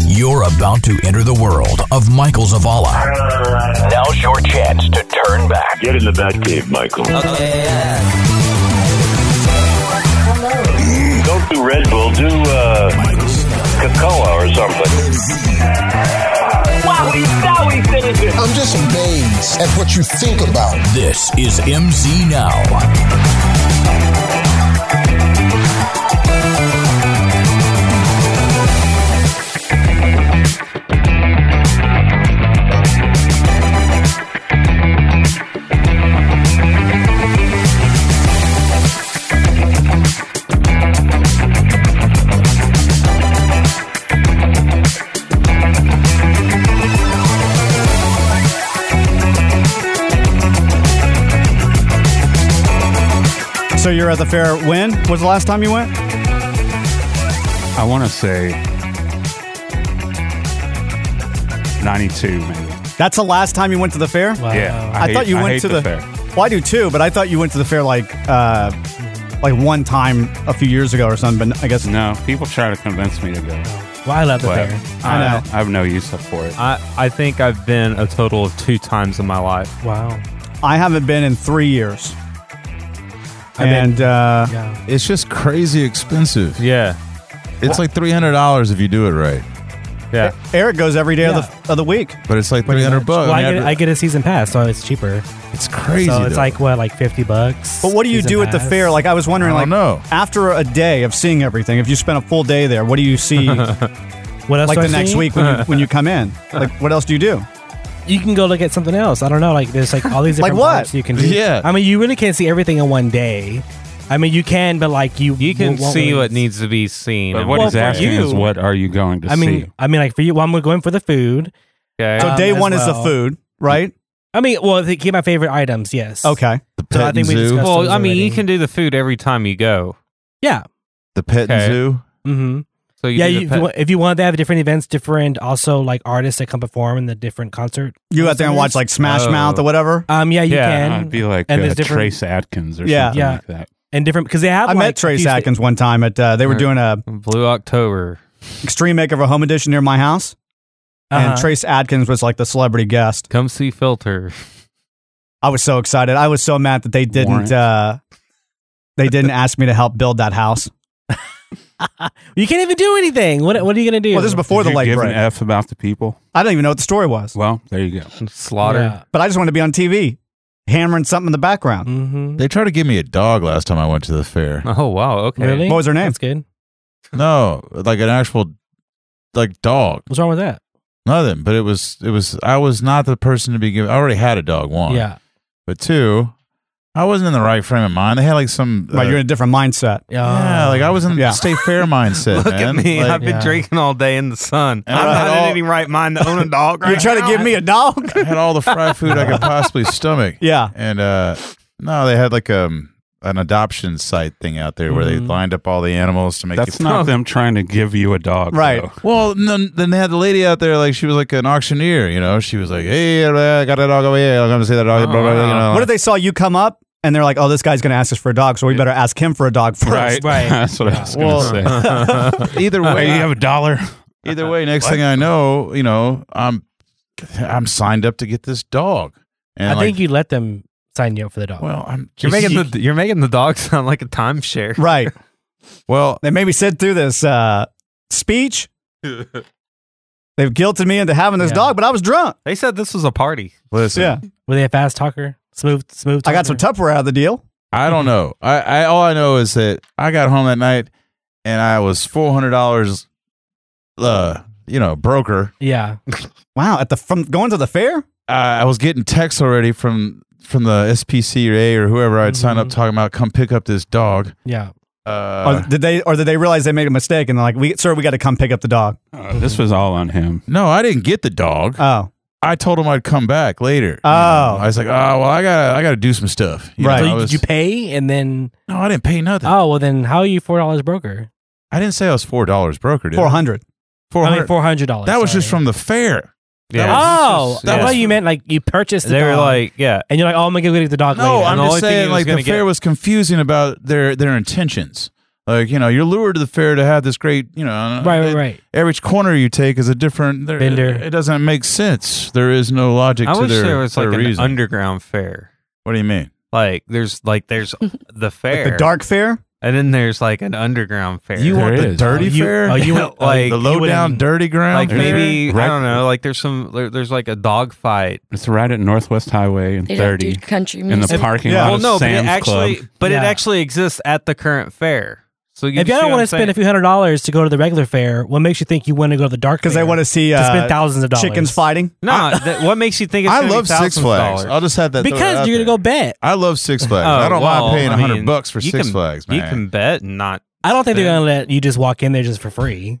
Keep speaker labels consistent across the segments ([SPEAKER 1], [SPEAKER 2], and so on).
[SPEAKER 1] You're about to enter the world of Michael Zavala.
[SPEAKER 2] Now's your chance to turn back.
[SPEAKER 3] Get in the bat cave, Michael. Don't do Red Bull, do uh, Cocoa or something.
[SPEAKER 4] I'm just amazed at what you think about.
[SPEAKER 1] This is MC Now.
[SPEAKER 5] So you're at the fair when? Was the last time you went?
[SPEAKER 6] I want to say 92, maybe.
[SPEAKER 5] That's the last time you went to the fair?
[SPEAKER 6] Yeah.
[SPEAKER 5] I,
[SPEAKER 6] hate-
[SPEAKER 5] thought you
[SPEAKER 6] I
[SPEAKER 5] went
[SPEAKER 6] hate
[SPEAKER 5] to the,
[SPEAKER 6] fair.
[SPEAKER 5] Well, I do too, but I thought you went to the fair like uh like one time a few years ago or something, but I guess
[SPEAKER 6] No, people try to convince me to go.
[SPEAKER 7] Well, I love the
[SPEAKER 6] But
[SPEAKER 7] fair.
[SPEAKER 5] I know.
[SPEAKER 6] I have no use for it.
[SPEAKER 8] I, I think I've been a total of two times in my life.
[SPEAKER 7] Wow.
[SPEAKER 5] I haven't been in three years.
[SPEAKER 7] I mean-
[SPEAKER 5] and uh
[SPEAKER 7] Yeah.
[SPEAKER 9] It's just crazy expensive.
[SPEAKER 8] Yeah.
[SPEAKER 9] It's like three hundred dollars if you do it right,
[SPEAKER 8] Yeah.
[SPEAKER 5] Eric goes every day
[SPEAKER 7] Yeah.
[SPEAKER 5] of the of the week.
[SPEAKER 9] but it's like three hundred bucks.
[SPEAKER 7] Well, I,
[SPEAKER 9] mean,
[SPEAKER 7] get, I get a season pass, so it's cheaper.
[SPEAKER 9] it's crazy.
[SPEAKER 7] so it's
[SPEAKER 9] though.
[SPEAKER 7] like what, like fifty bucks?
[SPEAKER 5] But what do you
[SPEAKER 7] season
[SPEAKER 5] do at the
[SPEAKER 7] pass?
[SPEAKER 5] fair? Like I was wondering
[SPEAKER 9] I
[SPEAKER 5] like
[SPEAKER 9] don't know.
[SPEAKER 5] after a day of seeing everything, if you spent a full day there, what do you see like
[SPEAKER 7] what else? do I
[SPEAKER 5] the next
[SPEAKER 7] see?
[SPEAKER 5] week when you when you come in? Like what else do you do?
[SPEAKER 7] you can go look at something else. I don't know. Like there's like all these
[SPEAKER 5] Like
[SPEAKER 7] different
[SPEAKER 5] what?
[SPEAKER 7] parts you can do.
[SPEAKER 9] Yeah.
[SPEAKER 7] I mean, you really can't see everything in one day. I mean, you can, but like you,
[SPEAKER 8] You can
[SPEAKER 7] won't
[SPEAKER 8] see
[SPEAKER 7] really-
[SPEAKER 8] what needs to be seen.
[SPEAKER 6] But
[SPEAKER 8] and
[SPEAKER 6] what
[SPEAKER 7] Well,
[SPEAKER 6] he's
[SPEAKER 7] for
[SPEAKER 6] asking
[SPEAKER 7] you-
[SPEAKER 6] is, what are you going to
[SPEAKER 7] I mean,
[SPEAKER 6] see?
[SPEAKER 7] I mean, like for you, well, I'm going for the food.
[SPEAKER 8] Okay.
[SPEAKER 5] So
[SPEAKER 7] Um,
[SPEAKER 5] day
[SPEAKER 7] as
[SPEAKER 5] one is the
[SPEAKER 7] well.
[SPEAKER 5] food, right?
[SPEAKER 7] I mean, well, they keep my favorite items. Yes.
[SPEAKER 5] Okay.
[SPEAKER 9] the
[SPEAKER 7] So
[SPEAKER 9] pet
[SPEAKER 7] I think we
[SPEAKER 9] and zoo.
[SPEAKER 7] discussed-
[SPEAKER 8] well, I
[SPEAKER 7] customs
[SPEAKER 8] mean,
[SPEAKER 7] already.
[SPEAKER 8] you can do the food every time you go.
[SPEAKER 7] Yeah.
[SPEAKER 9] the pet
[SPEAKER 8] Okay.
[SPEAKER 9] and zoo.
[SPEAKER 7] Mm-hmm.
[SPEAKER 8] So you
[SPEAKER 7] Yeah.
[SPEAKER 8] do
[SPEAKER 7] You,
[SPEAKER 8] the
[SPEAKER 7] if,
[SPEAKER 8] pet-
[SPEAKER 7] you want, if you want, they have different events, different also like artists that come perform in the different concert.
[SPEAKER 5] You go out there and watch like Smash
[SPEAKER 8] Oh.
[SPEAKER 5] Mouth or whatever.
[SPEAKER 7] Um. Yeah. You
[SPEAKER 8] Yeah,
[SPEAKER 7] can.
[SPEAKER 6] I'd be like
[SPEAKER 7] and
[SPEAKER 6] uh,
[SPEAKER 7] there's different-
[SPEAKER 6] Trace Atkins or
[SPEAKER 5] Yeah.
[SPEAKER 6] something
[SPEAKER 7] Yeah.
[SPEAKER 6] like that.
[SPEAKER 7] and different because they have.
[SPEAKER 5] I
[SPEAKER 7] like,
[SPEAKER 5] met Trace
[SPEAKER 7] these-
[SPEAKER 5] Atkins one time at uh, they were
[SPEAKER 8] Right.
[SPEAKER 5] doing a
[SPEAKER 8] Blue October.
[SPEAKER 5] extreme makeover home edition near my house,
[SPEAKER 7] Uh-huh.
[SPEAKER 5] and Trace Atkins was like the celebrity guest.
[SPEAKER 8] Come see Filter.
[SPEAKER 5] I was so excited. I was so mad that they didn't
[SPEAKER 6] Warrant.
[SPEAKER 5] uh, they didn't ask me to help build that house.
[SPEAKER 7] You can't even do anything. What What are you gonna do?
[SPEAKER 5] Well, this is before
[SPEAKER 6] Did
[SPEAKER 5] the
[SPEAKER 6] you
[SPEAKER 5] leg
[SPEAKER 6] give
[SPEAKER 5] break.
[SPEAKER 6] an F about the people?
[SPEAKER 5] I don't even know what the story was,
[SPEAKER 6] Well, there you go.
[SPEAKER 8] Slaughter.
[SPEAKER 5] but I just wanted to be on TV, hammering something in the background.
[SPEAKER 7] Mm-hmm.
[SPEAKER 9] They tried to give me a dog last time I went to the fair.
[SPEAKER 8] Oh, wow. Okay.
[SPEAKER 7] Really?
[SPEAKER 5] What was her name?
[SPEAKER 7] That's good.
[SPEAKER 9] No, like an actual like dog.
[SPEAKER 7] What's wrong with that?
[SPEAKER 9] Nothing. But it was it was I was not the person to be given I already had a dog one.
[SPEAKER 7] Yeah.
[SPEAKER 9] But two, I wasn't in the right frame of mind. They had like some
[SPEAKER 5] Right,
[SPEAKER 9] uh,
[SPEAKER 5] you're in a different mindset.
[SPEAKER 9] Yeah, like I was in
[SPEAKER 5] Yeah.
[SPEAKER 9] the state fair mindset.
[SPEAKER 8] Look at
[SPEAKER 9] man.
[SPEAKER 8] me.
[SPEAKER 9] Like,
[SPEAKER 8] I've been
[SPEAKER 7] Yeah.
[SPEAKER 8] drinking all day in the sun.
[SPEAKER 9] And
[SPEAKER 8] I'm
[SPEAKER 9] I had
[SPEAKER 8] not
[SPEAKER 9] all-
[SPEAKER 8] in any right mind to own a dog right
[SPEAKER 5] You're trying to
[SPEAKER 8] now.
[SPEAKER 5] give me a dog?
[SPEAKER 9] I had all the fried food I could possibly stomach.
[SPEAKER 5] yeah.
[SPEAKER 9] And uh no, they had like um an adoption site thing out there where they
[SPEAKER 7] Mhm.
[SPEAKER 9] lined up all the animals to make
[SPEAKER 6] That's
[SPEAKER 9] you
[SPEAKER 6] not them trying to give you a dog.
[SPEAKER 5] Right.
[SPEAKER 6] though.
[SPEAKER 9] Well, and then, then they had the lady out there, like she was like an auctioneer, you know. She was like, "Hey, uh, I got that dog over here. I'm gonna say that dog."
[SPEAKER 8] Oh,
[SPEAKER 9] blah, blah, blah, you
[SPEAKER 8] wow.
[SPEAKER 9] know.
[SPEAKER 5] Uh, What if they saw you come up and they're like, "Oh, this guy's going to ask us for a dog, so we better ask him for a dog first.
[SPEAKER 6] Right.
[SPEAKER 7] Right.
[SPEAKER 6] That's what I was going to say.
[SPEAKER 9] either
[SPEAKER 6] Hey,
[SPEAKER 9] way,
[SPEAKER 6] you have a dollar?
[SPEAKER 9] either way, next
[SPEAKER 6] What?
[SPEAKER 9] thing I know, you know, I'm I'm signed up to get this dog, and
[SPEAKER 7] I
[SPEAKER 9] like,
[SPEAKER 7] think you let them sign you up for the dog.
[SPEAKER 9] well, I'm
[SPEAKER 8] You're
[SPEAKER 9] just,
[SPEAKER 8] making, the, you're making the dog sound like a timeshare.
[SPEAKER 5] Right.
[SPEAKER 9] well,
[SPEAKER 5] They made me sit through this uh, speech. They've guilted me into having this
[SPEAKER 7] Yeah.
[SPEAKER 5] dog, but I was drunk.
[SPEAKER 8] They said this was a party.
[SPEAKER 9] listen,
[SPEAKER 5] Yeah.
[SPEAKER 7] Were they a fast talker? Smooth, smooth.
[SPEAKER 5] I got some
[SPEAKER 7] talker?
[SPEAKER 5] Tupperware out of the deal.
[SPEAKER 9] I don't know. I, I all I know is that I got home that night, and I was four hundred dollars, uh, you know, broker.
[SPEAKER 7] Yeah.
[SPEAKER 5] Wow. At the from going to the fair.
[SPEAKER 9] uh, I was getting texts already from from the SPCA or whoever I'd signed up
[SPEAKER 5] Mm-hmm.
[SPEAKER 7] Mhm.
[SPEAKER 9] talking about come pick up this dog.
[SPEAKER 7] Yeah.
[SPEAKER 9] Uh,
[SPEAKER 5] or did they? Or did they realize Oh, they made a mistake and they're like, "We, sir, we got to come pick up the dog."
[SPEAKER 6] Uh, this was all on him.
[SPEAKER 9] no, I didn't get the dog.
[SPEAKER 5] Oh,
[SPEAKER 9] I told him I'd come back later. you
[SPEAKER 5] Oh.
[SPEAKER 9] know. I was like, oh well, I gotta I gotta do some stuff. You
[SPEAKER 5] Right.
[SPEAKER 9] know,
[SPEAKER 7] So
[SPEAKER 9] I
[SPEAKER 7] you,
[SPEAKER 9] was-
[SPEAKER 7] did you pay and then?
[SPEAKER 9] no, I didn't pay nothing.
[SPEAKER 7] Oh well, then how are you four dollars broker?
[SPEAKER 9] I didn't say I was four dollars broker. Did I?
[SPEAKER 5] four hundred.
[SPEAKER 9] Four
[SPEAKER 7] I
[SPEAKER 9] hundred.
[SPEAKER 7] mean four hundred dollars.
[SPEAKER 9] that was just from the fair.
[SPEAKER 8] Yeah.
[SPEAKER 9] That was-
[SPEAKER 7] Oh,
[SPEAKER 9] that
[SPEAKER 7] I
[SPEAKER 9] was-
[SPEAKER 7] thought you meant like you purchased. The
[SPEAKER 8] they were
[SPEAKER 7] dog,
[SPEAKER 8] like, yeah.
[SPEAKER 7] and you're like, oh, I'm gonna go get the dog.
[SPEAKER 9] No,
[SPEAKER 7] later.
[SPEAKER 9] I'm
[SPEAKER 8] the only
[SPEAKER 9] just
[SPEAKER 8] thing he
[SPEAKER 9] saying
[SPEAKER 8] was
[SPEAKER 9] like the
[SPEAKER 8] gonna
[SPEAKER 9] fair
[SPEAKER 8] get-
[SPEAKER 9] was confusing about their their intentions. Like you know, you're lured to the fair to have this great, you know,
[SPEAKER 7] Right, right,
[SPEAKER 9] it-
[SPEAKER 7] right.
[SPEAKER 9] Every corner you take is a different there-
[SPEAKER 7] Vendor.
[SPEAKER 9] It doesn't make sense. There is no logic
[SPEAKER 8] I
[SPEAKER 9] to
[SPEAKER 8] wish
[SPEAKER 9] their,
[SPEAKER 8] there was
[SPEAKER 9] their
[SPEAKER 8] like an
[SPEAKER 9] reason.
[SPEAKER 8] underground fair.
[SPEAKER 9] what do you mean?
[SPEAKER 8] Like there's like there's the fair,
[SPEAKER 5] Like the dark fair?
[SPEAKER 8] and then there's like an underground fair.
[SPEAKER 9] You want
[SPEAKER 6] There
[SPEAKER 9] the
[SPEAKER 6] is.
[SPEAKER 9] dirty
[SPEAKER 7] Oh, you-
[SPEAKER 9] fair?
[SPEAKER 7] oh, you want-
[SPEAKER 8] Like,
[SPEAKER 9] the
[SPEAKER 8] you
[SPEAKER 9] low down
[SPEAKER 7] wouldn't-
[SPEAKER 9] dirty ground?
[SPEAKER 8] like
[SPEAKER 9] fair?
[SPEAKER 8] maybe I
[SPEAKER 6] Right.
[SPEAKER 8] don't know. Like there's some there, there's like a dog fight.
[SPEAKER 6] It's right at Northwest Highway and
[SPEAKER 10] They don't do
[SPEAKER 6] 30
[SPEAKER 10] country
[SPEAKER 6] in
[SPEAKER 10] music.
[SPEAKER 6] the parking
[SPEAKER 5] Yeah.
[SPEAKER 6] lot
[SPEAKER 8] Well,
[SPEAKER 6] of
[SPEAKER 8] no, but it
[SPEAKER 6] Sam's
[SPEAKER 8] actually
[SPEAKER 6] Club.
[SPEAKER 8] but it
[SPEAKER 7] Yeah.
[SPEAKER 8] actually exists at the current fair. So you
[SPEAKER 7] If y'all don't want to spend a few hundred dollars to go to the regular fair, what makes you think you want to go to the dark?
[SPEAKER 5] Because they
[SPEAKER 7] fair?
[SPEAKER 5] want to see uh,
[SPEAKER 7] to spend thousands of dollars.
[SPEAKER 5] chickens fighting.
[SPEAKER 8] no, that, what makes you think it's
[SPEAKER 9] I
[SPEAKER 8] gonna be
[SPEAKER 9] love Six
[SPEAKER 8] $1,000?
[SPEAKER 9] Flags. I'll just have that throw it out
[SPEAKER 7] because you're gonna
[SPEAKER 9] there.
[SPEAKER 7] go bet.
[SPEAKER 9] I love Six Flags.
[SPEAKER 8] Oh,
[SPEAKER 9] I don't
[SPEAKER 8] well,
[SPEAKER 9] mind paying
[SPEAKER 8] I
[SPEAKER 9] hundred
[SPEAKER 8] mean,
[SPEAKER 9] bucks for
[SPEAKER 8] you
[SPEAKER 9] Six
[SPEAKER 8] can-
[SPEAKER 9] Flags, man.
[SPEAKER 8] You can bet and not.
[SPEAKER 7] I don't think they're
[SPEAKER 8] Bet.
[SPEAKER 7] gonna let you just walk in there just for free.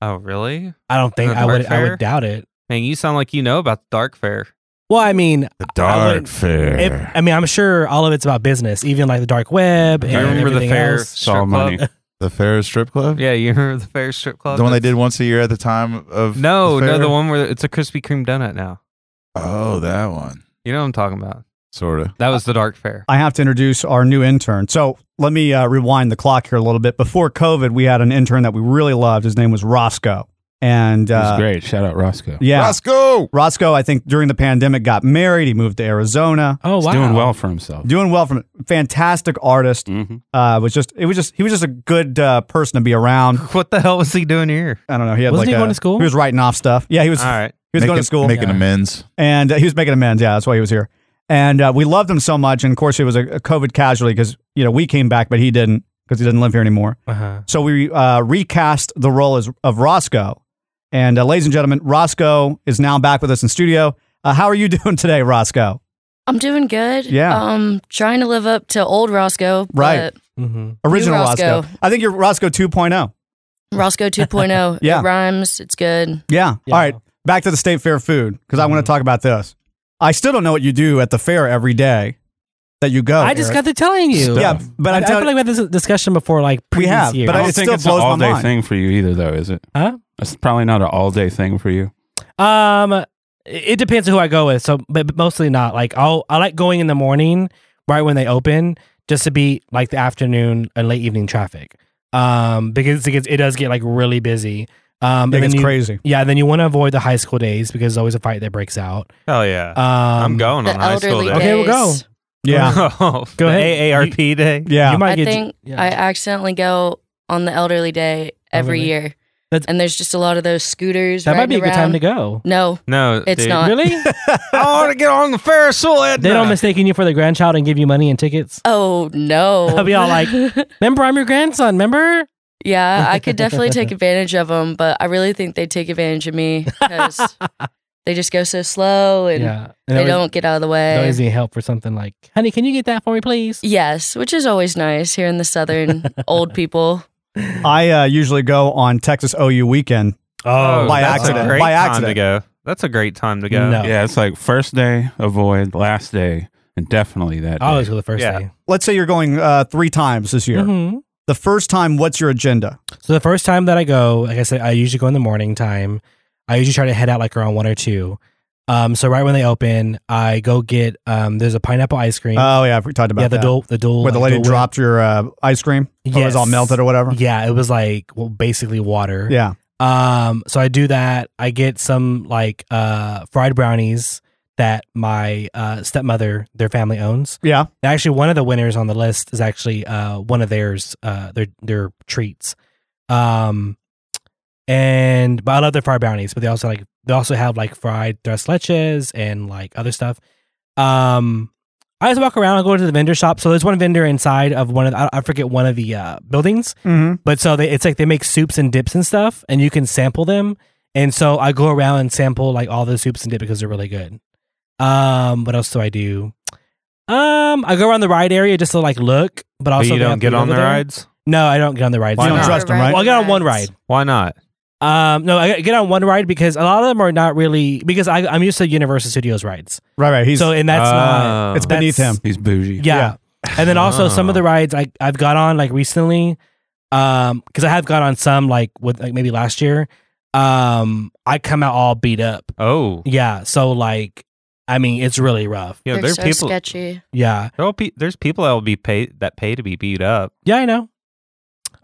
[SPEAKER 8] Oh, really?
[SPEAKER 7] I don't think
[SPEAKER 8] The
[SPEAKER 7] I would.
[SPEAKER 8] dark
[SPEAKER 7] I
[SPEAKER 8] fair?
[SPEAKER 7] would doubt it.
[SPEAKER 8] Man, you sound like you know about the dark fair.
[SPEAKER 7] Well, I mean,
[SPEAKER 9] the
[SPEAKER 7] I
[SPEAKER 9] dark
[SPEAKER 7] wouldn't-
[SPEAKER 9] fair.
[SPEAKER 7] if, I mean, I'm sure all of it's about business, even like the dark web.
[SPEAKER 8] You
[SPEAKER 7] and
[SPEAKER 8] remember the
[SPEAKER 7] everything
[SPEAKER 8] fair
[SPEAKER 7] else.
[SPEAKER 6] It's all
[SPEAKER 8] strip
[SPEAKER 6] money.
[SPEAKER 8] club?
[SPEAKER 9] the fair strip club.
[SPEAKER 8] Yeah, you remember the fair strip club?
[SPEAKER 9] the one they
[SPEAKER 8] That's-
[SPEAKER 9] did once a year at the time of
[SPEAKER 8] No,
[SPEAKER 9] the
[SPEAKER 8] no, the
[SPEAKER 9] fair?
[SPEAKER 8] one where it's a Krispy Kreme donut now.
[SPEAKER 9] Oh, that one.
[SPEAKER 8] You know what I'm talking about.
[SPEAKER 9] Sort of.
[SPEAKER 8] That was the dark fair.
[SPEAKER 5] I have to introduce our new intern. So let me uh, rewind the clock here a little bit. Before COVID, we had an intern that we really loved. His name was Roscoe. And
[SPEAKER 6] It was
[SPEAKER 5] uh,
[SPEAKER 6] great. Shout out Roscoe.
[SPEAKER 5] yeah,
[SPEAKER 9] Roscoe.
[SPEAKER 5] Roscoe, I think during the pandemic got married. He moved to Arizona,
[SPEAKER 7] Oh
[SPEAKER 6] He's
[SPEAKER 7] wow,
[SPEAKER 6] doing well for himself.
[SPEAKER 5] doing well from fantastic artist.
[SPEAKER 6] Mhm.
[SPEAKER 5] Uh, was just it was just he was just a good uh, person to be around.
[SPEAKER 8] What the hell was he doing here?
[SPEAKER 5] I don't know. He had like
[SPEAKER 7] Wasn't he
[SPEAKER 5] a-
[SPEAKER 7] going to school?
[SPEAKER 5] He was writing off stuff. Yeah, he was.
[SPEAKER 8] All right.
[SPEAKER 5] He was going to school.
[SPEAKER 9] making
[SPEAKER 7] Yeah.
[SPEAKER 9] amends.
[SPEAKER 5] and uh, he was making amends. Yeah, that's why he was here. And uh, we loved him so much. And of course, he was a, a COVID casualty because you know we came back, but he didn't because he didn't live here anymore.
[SPEAKER 7] Uh-huh.
[SPEAKER 5] So we uh, recast the role as, of Roscoe. And uh, ladies and gentlemen, Roscoe is now back with us in studio. Uh, how are you doing today, Roscoe?
[SPEAKER 10] I'm doing good.
[SPEAKER 5] Yeah.
[SPEAKER 10] Um, trying to live up to old Roscoe.
[SPEAKER 5] Right.
[SPEAKER 10] but
[SPEAKER 7] hmm
[SPEAKER 5] Original Roscoe.
[SPEAKER 10] Roscoe.
[SPEAKER 5] I think you're Roscoe oh. 2.0.
[SPEAKER 10] Roscoe 2.0.
[SPEAKER 5] Yeah.
[SPEAKER 10] It rhymes. It's good.
[SPEAKER 5] Yeah.
[SPEAKER 7] Yeah.
[SPEAKER 5] All right. Back to the state fair food because I want
[SPEAKER 7] Mhm.
[SPEAKER 5] to talk about this. I still don't know what you do at the fair every day that you go.
[SPEAKER 7] I just got to telling you.
[SPEAKER 5] Yeah, but
[SPEAKER 7] I,
[SPEAKER 5] I'm
[SPEAKER 7] I
[SPEAKER 5] telling-
[SPEAKER 7] feel like we had this discussion before, like previous
[SPEAKER 5] have,
[SPEAKER 7] years.
[SPEAKER 5] but
[SPEAKER 6] I
[SPEAKER 5] it
[SPEAKER 6] don't think
[SPEAKER 5] still
[SPEAKER 6] it's an
[SPEAKER 5] blows my
[SPEAKER 6] all day
[SPEAKER 5] mind.
[SPEAKER 6] thing for you either, though, is it?
[SPEAKER 7] Huh?
[SPEAKER 6] It's probably not an all day thing for you.
[SPEAKER 7] Um, it- it depends who I go with. So, but but mostly not. Like I'll I like going in the morning, right when they open, just to be like the afternoon and late evening traffic. Um, because it gets it does get like really busy. Um,
[SPEAKER 5] It
[SPEAKER 7] and then
[SPEAKER 5] gets
[SPEAKER 7] you-
[SPEAKER 5] crazy.
[SPEAKER 7] Yeah, and then you want to avoid the high school days because there's always a fight that breaks out.
[SPEAKER 8] Hell yeah.
[SPEAKER 7] Um,
[SPEAKER 8] I'm going on
[SPEAKER 10] the
[SPEAKER 8] high school Oh,
[SPEAKER 10] elderly
[SPEAKER 8] day.
[SPEAKER 7] Okay, we'll go.
[SPEAKER 10] days.
[SPEAKER 5] Yeah.
[SPEAKER 8] go
[SPEAKER 7] Go ahead.
[SPEAKER 8] ahead. AARP day.
[SPEAKER 5] Yeah.
[SPEAKER 7] You might
[SPEAKER 10] I
[SPEAKER 7] get
[SPEAKER 10] think
[SPEAKER 7] yeah.
[SPEAKER 10] I accidentally go on the elderly day every
[SPEAKER 7] Elderly?
[SPEAKER 10] year.
[SPEAKER 7] That's-
[SPEAKER 10] and there's just a lot of those scooters.
[SPEAKER 7] that might be a
[SPEAKER 10] riding
[SPEAKER 7] good time
[SPEAKER 10] around.
[SPEAKER 7] to go.
[SPEAKER 10] No,
[SPEAKER 8] No,
[SPEAKER 10] It's
[SPEAKER 8] dude.
[SPEAKER 10] not.
[SPEAKER 7] Really?
[SPEAKER 8] I want to get on the Ferris wheel.
[SPEAKER 7] they don't mistaken you for the grandchild and give you money and tickets.
[SPEAKER 10] Oh no!
[SPEAKER 7] I'll be all like- Remember, I'm your grandson. Remember?
[SPEAKER 10] yeah, I could definitely take advantage of them, but I really think they take advantage of me because they just go so slow and
[SPEAKER 7] yeah. And
[SPEAKER 10] they
[SPEAKER 7] always-
[SPEAKER 10] don't get out of the
[SPEAKER 7] they
[SPEAKER 10] way.
[SPEAKER 7] always need help for something like, honey, can you get that for me, please?
[SPEAKER 10] Yes, which is always nice here in the southern old people.
[SPEAKER 5] I uh, usually go on Texas OU weekend.
[SPEAKER 8] Oh,
[SPEAKER 5] By
[SPEAKER 8] that's
[SPEAKER 5] accident.
[SPEAKER 8] A great
[SPEAKER 5] By
[SPEAKER 8] time
[SPEAKER 5] accident.
[SPEAKER 8] to go. That's a great time to go.
[SPEAKER 7] No.
[SPEAKER 6] Yeah, it's like first day, avoid, last day, and definitely that
[SPEAKER 7] I always
[SPEAKER 6] day.
[SPEAKER 7] go the first
[SPEAKER 8] Yeah.
[SPEAKER 7] day.
[SPEAKER 5] Let's say you're going uh, three times this year.
[SPEAKER 7] Mhm.
[SPEAKER 5] The first time, what's your agenda?
[SPEAKER 7] So the first time that I go, like I said, I usually go in the morning time. I usually try to head out like around one or two. Um, so right when they open, I go get um, there's a pineapple ice cream.
[SPEAKER 5] Oh yeah, we talked about
[SPEAKER 7] yeah, the
[SPEAKER 5] that.
[SPEAKER 7] dual, the dual,
[SPEAKER 5] where the
[SPEAKER 7] like,
[SPEAKER 5] lady
[SPEAKER 7] Dole Whip.
[SPEAKER 5] dropped your uh, ice cream. Or it was all
[SPEAKER 7] Yes.
[SPEAKER 5] melted or whatever.
[SPEAKER 7] Yeah, it was like well, basically water.
[SPEAKER 5] Yeah.
[SPEAKER 7] Um, so I do that. I get some like uh fried brownies that my uh stepmother, their family owns.
[SPEAKER 5] Yeah.
[SPEAKER 7] Actually, one of the winners on the list is actually uh one of theirs, uh their their treats. Um and but I love their fried brownies, but they also like they also have like fried tres leches and like other stuff. Um I just walk around, I go to the vendor shop. So there's one vendor inside of one of the, I- I forget one of the uh buildings.
[SPEAKER 5] Mm-hmm.
[SPEAKER 7] But so they, it's like they make soups and dips and stuff, and you can sample them. And so I go around and sample like all the soups and dip because they're really good. Um, what else do I do? Um, I go around the ride area just to like look, but
[SPEAKER 8] But
[SPEAKER 7] also
[SPEAKER 8] you
[SPEAKER 7] they have
[SPEAKER 8] don't get
[SPEAKER 7] to
[SPEAKER 8] on the
[SPEAKER 7] go there.
[SPEAKER 8] rides?
[SPEAKER 7] No, I don't get on the rides.
[SPEAKER 5] Why
[SPEAKER 7] no.
[SPEAKER 5] not? trust 'em, right?
[SPEAKER 7] Well, I get on one ride.
[SPEAKER 8] Why not?
[SPEAKER 7] Um, no, I get on one ride because a lot of them are not really because I, I'm used to Universal Studios rides.
[SPEAKER 5] Right, right. He's uh,
[SPEAKER 7] so and that's not
[SPEAKER 8] Oh.
[SPEAKER 5] it's beneath
[SPEAKER 7] that's-
[SPEAKER 5] him.
[SPEAKER 6] He's bougie.
[SPEAKER 7] yeah. And then also some of
[SPEAKER 8] Oh.
[SPEAKER 7] the rides I I've got on like recently, um, because I have got on some like with like maybe last year, um, I come out all beat up.
[SPEAKER 8] Oh.
[SPEAKER 7] Yeah, so like, I mean, it's really rough.
[SPEAKER 8] Yeah,
[SPEAKER 10] They're
[SPEAKER 8] there
[SPEAKER 10] so
[SPEAKER 8] are people.
[SPEAKER 10] sketchy.
[SPEAKER 7] Yeah,
[SPEAKER 8] There'll be, there's people that will be paid that pay to be beat up.
[SPEAKER 7] yeah, I know.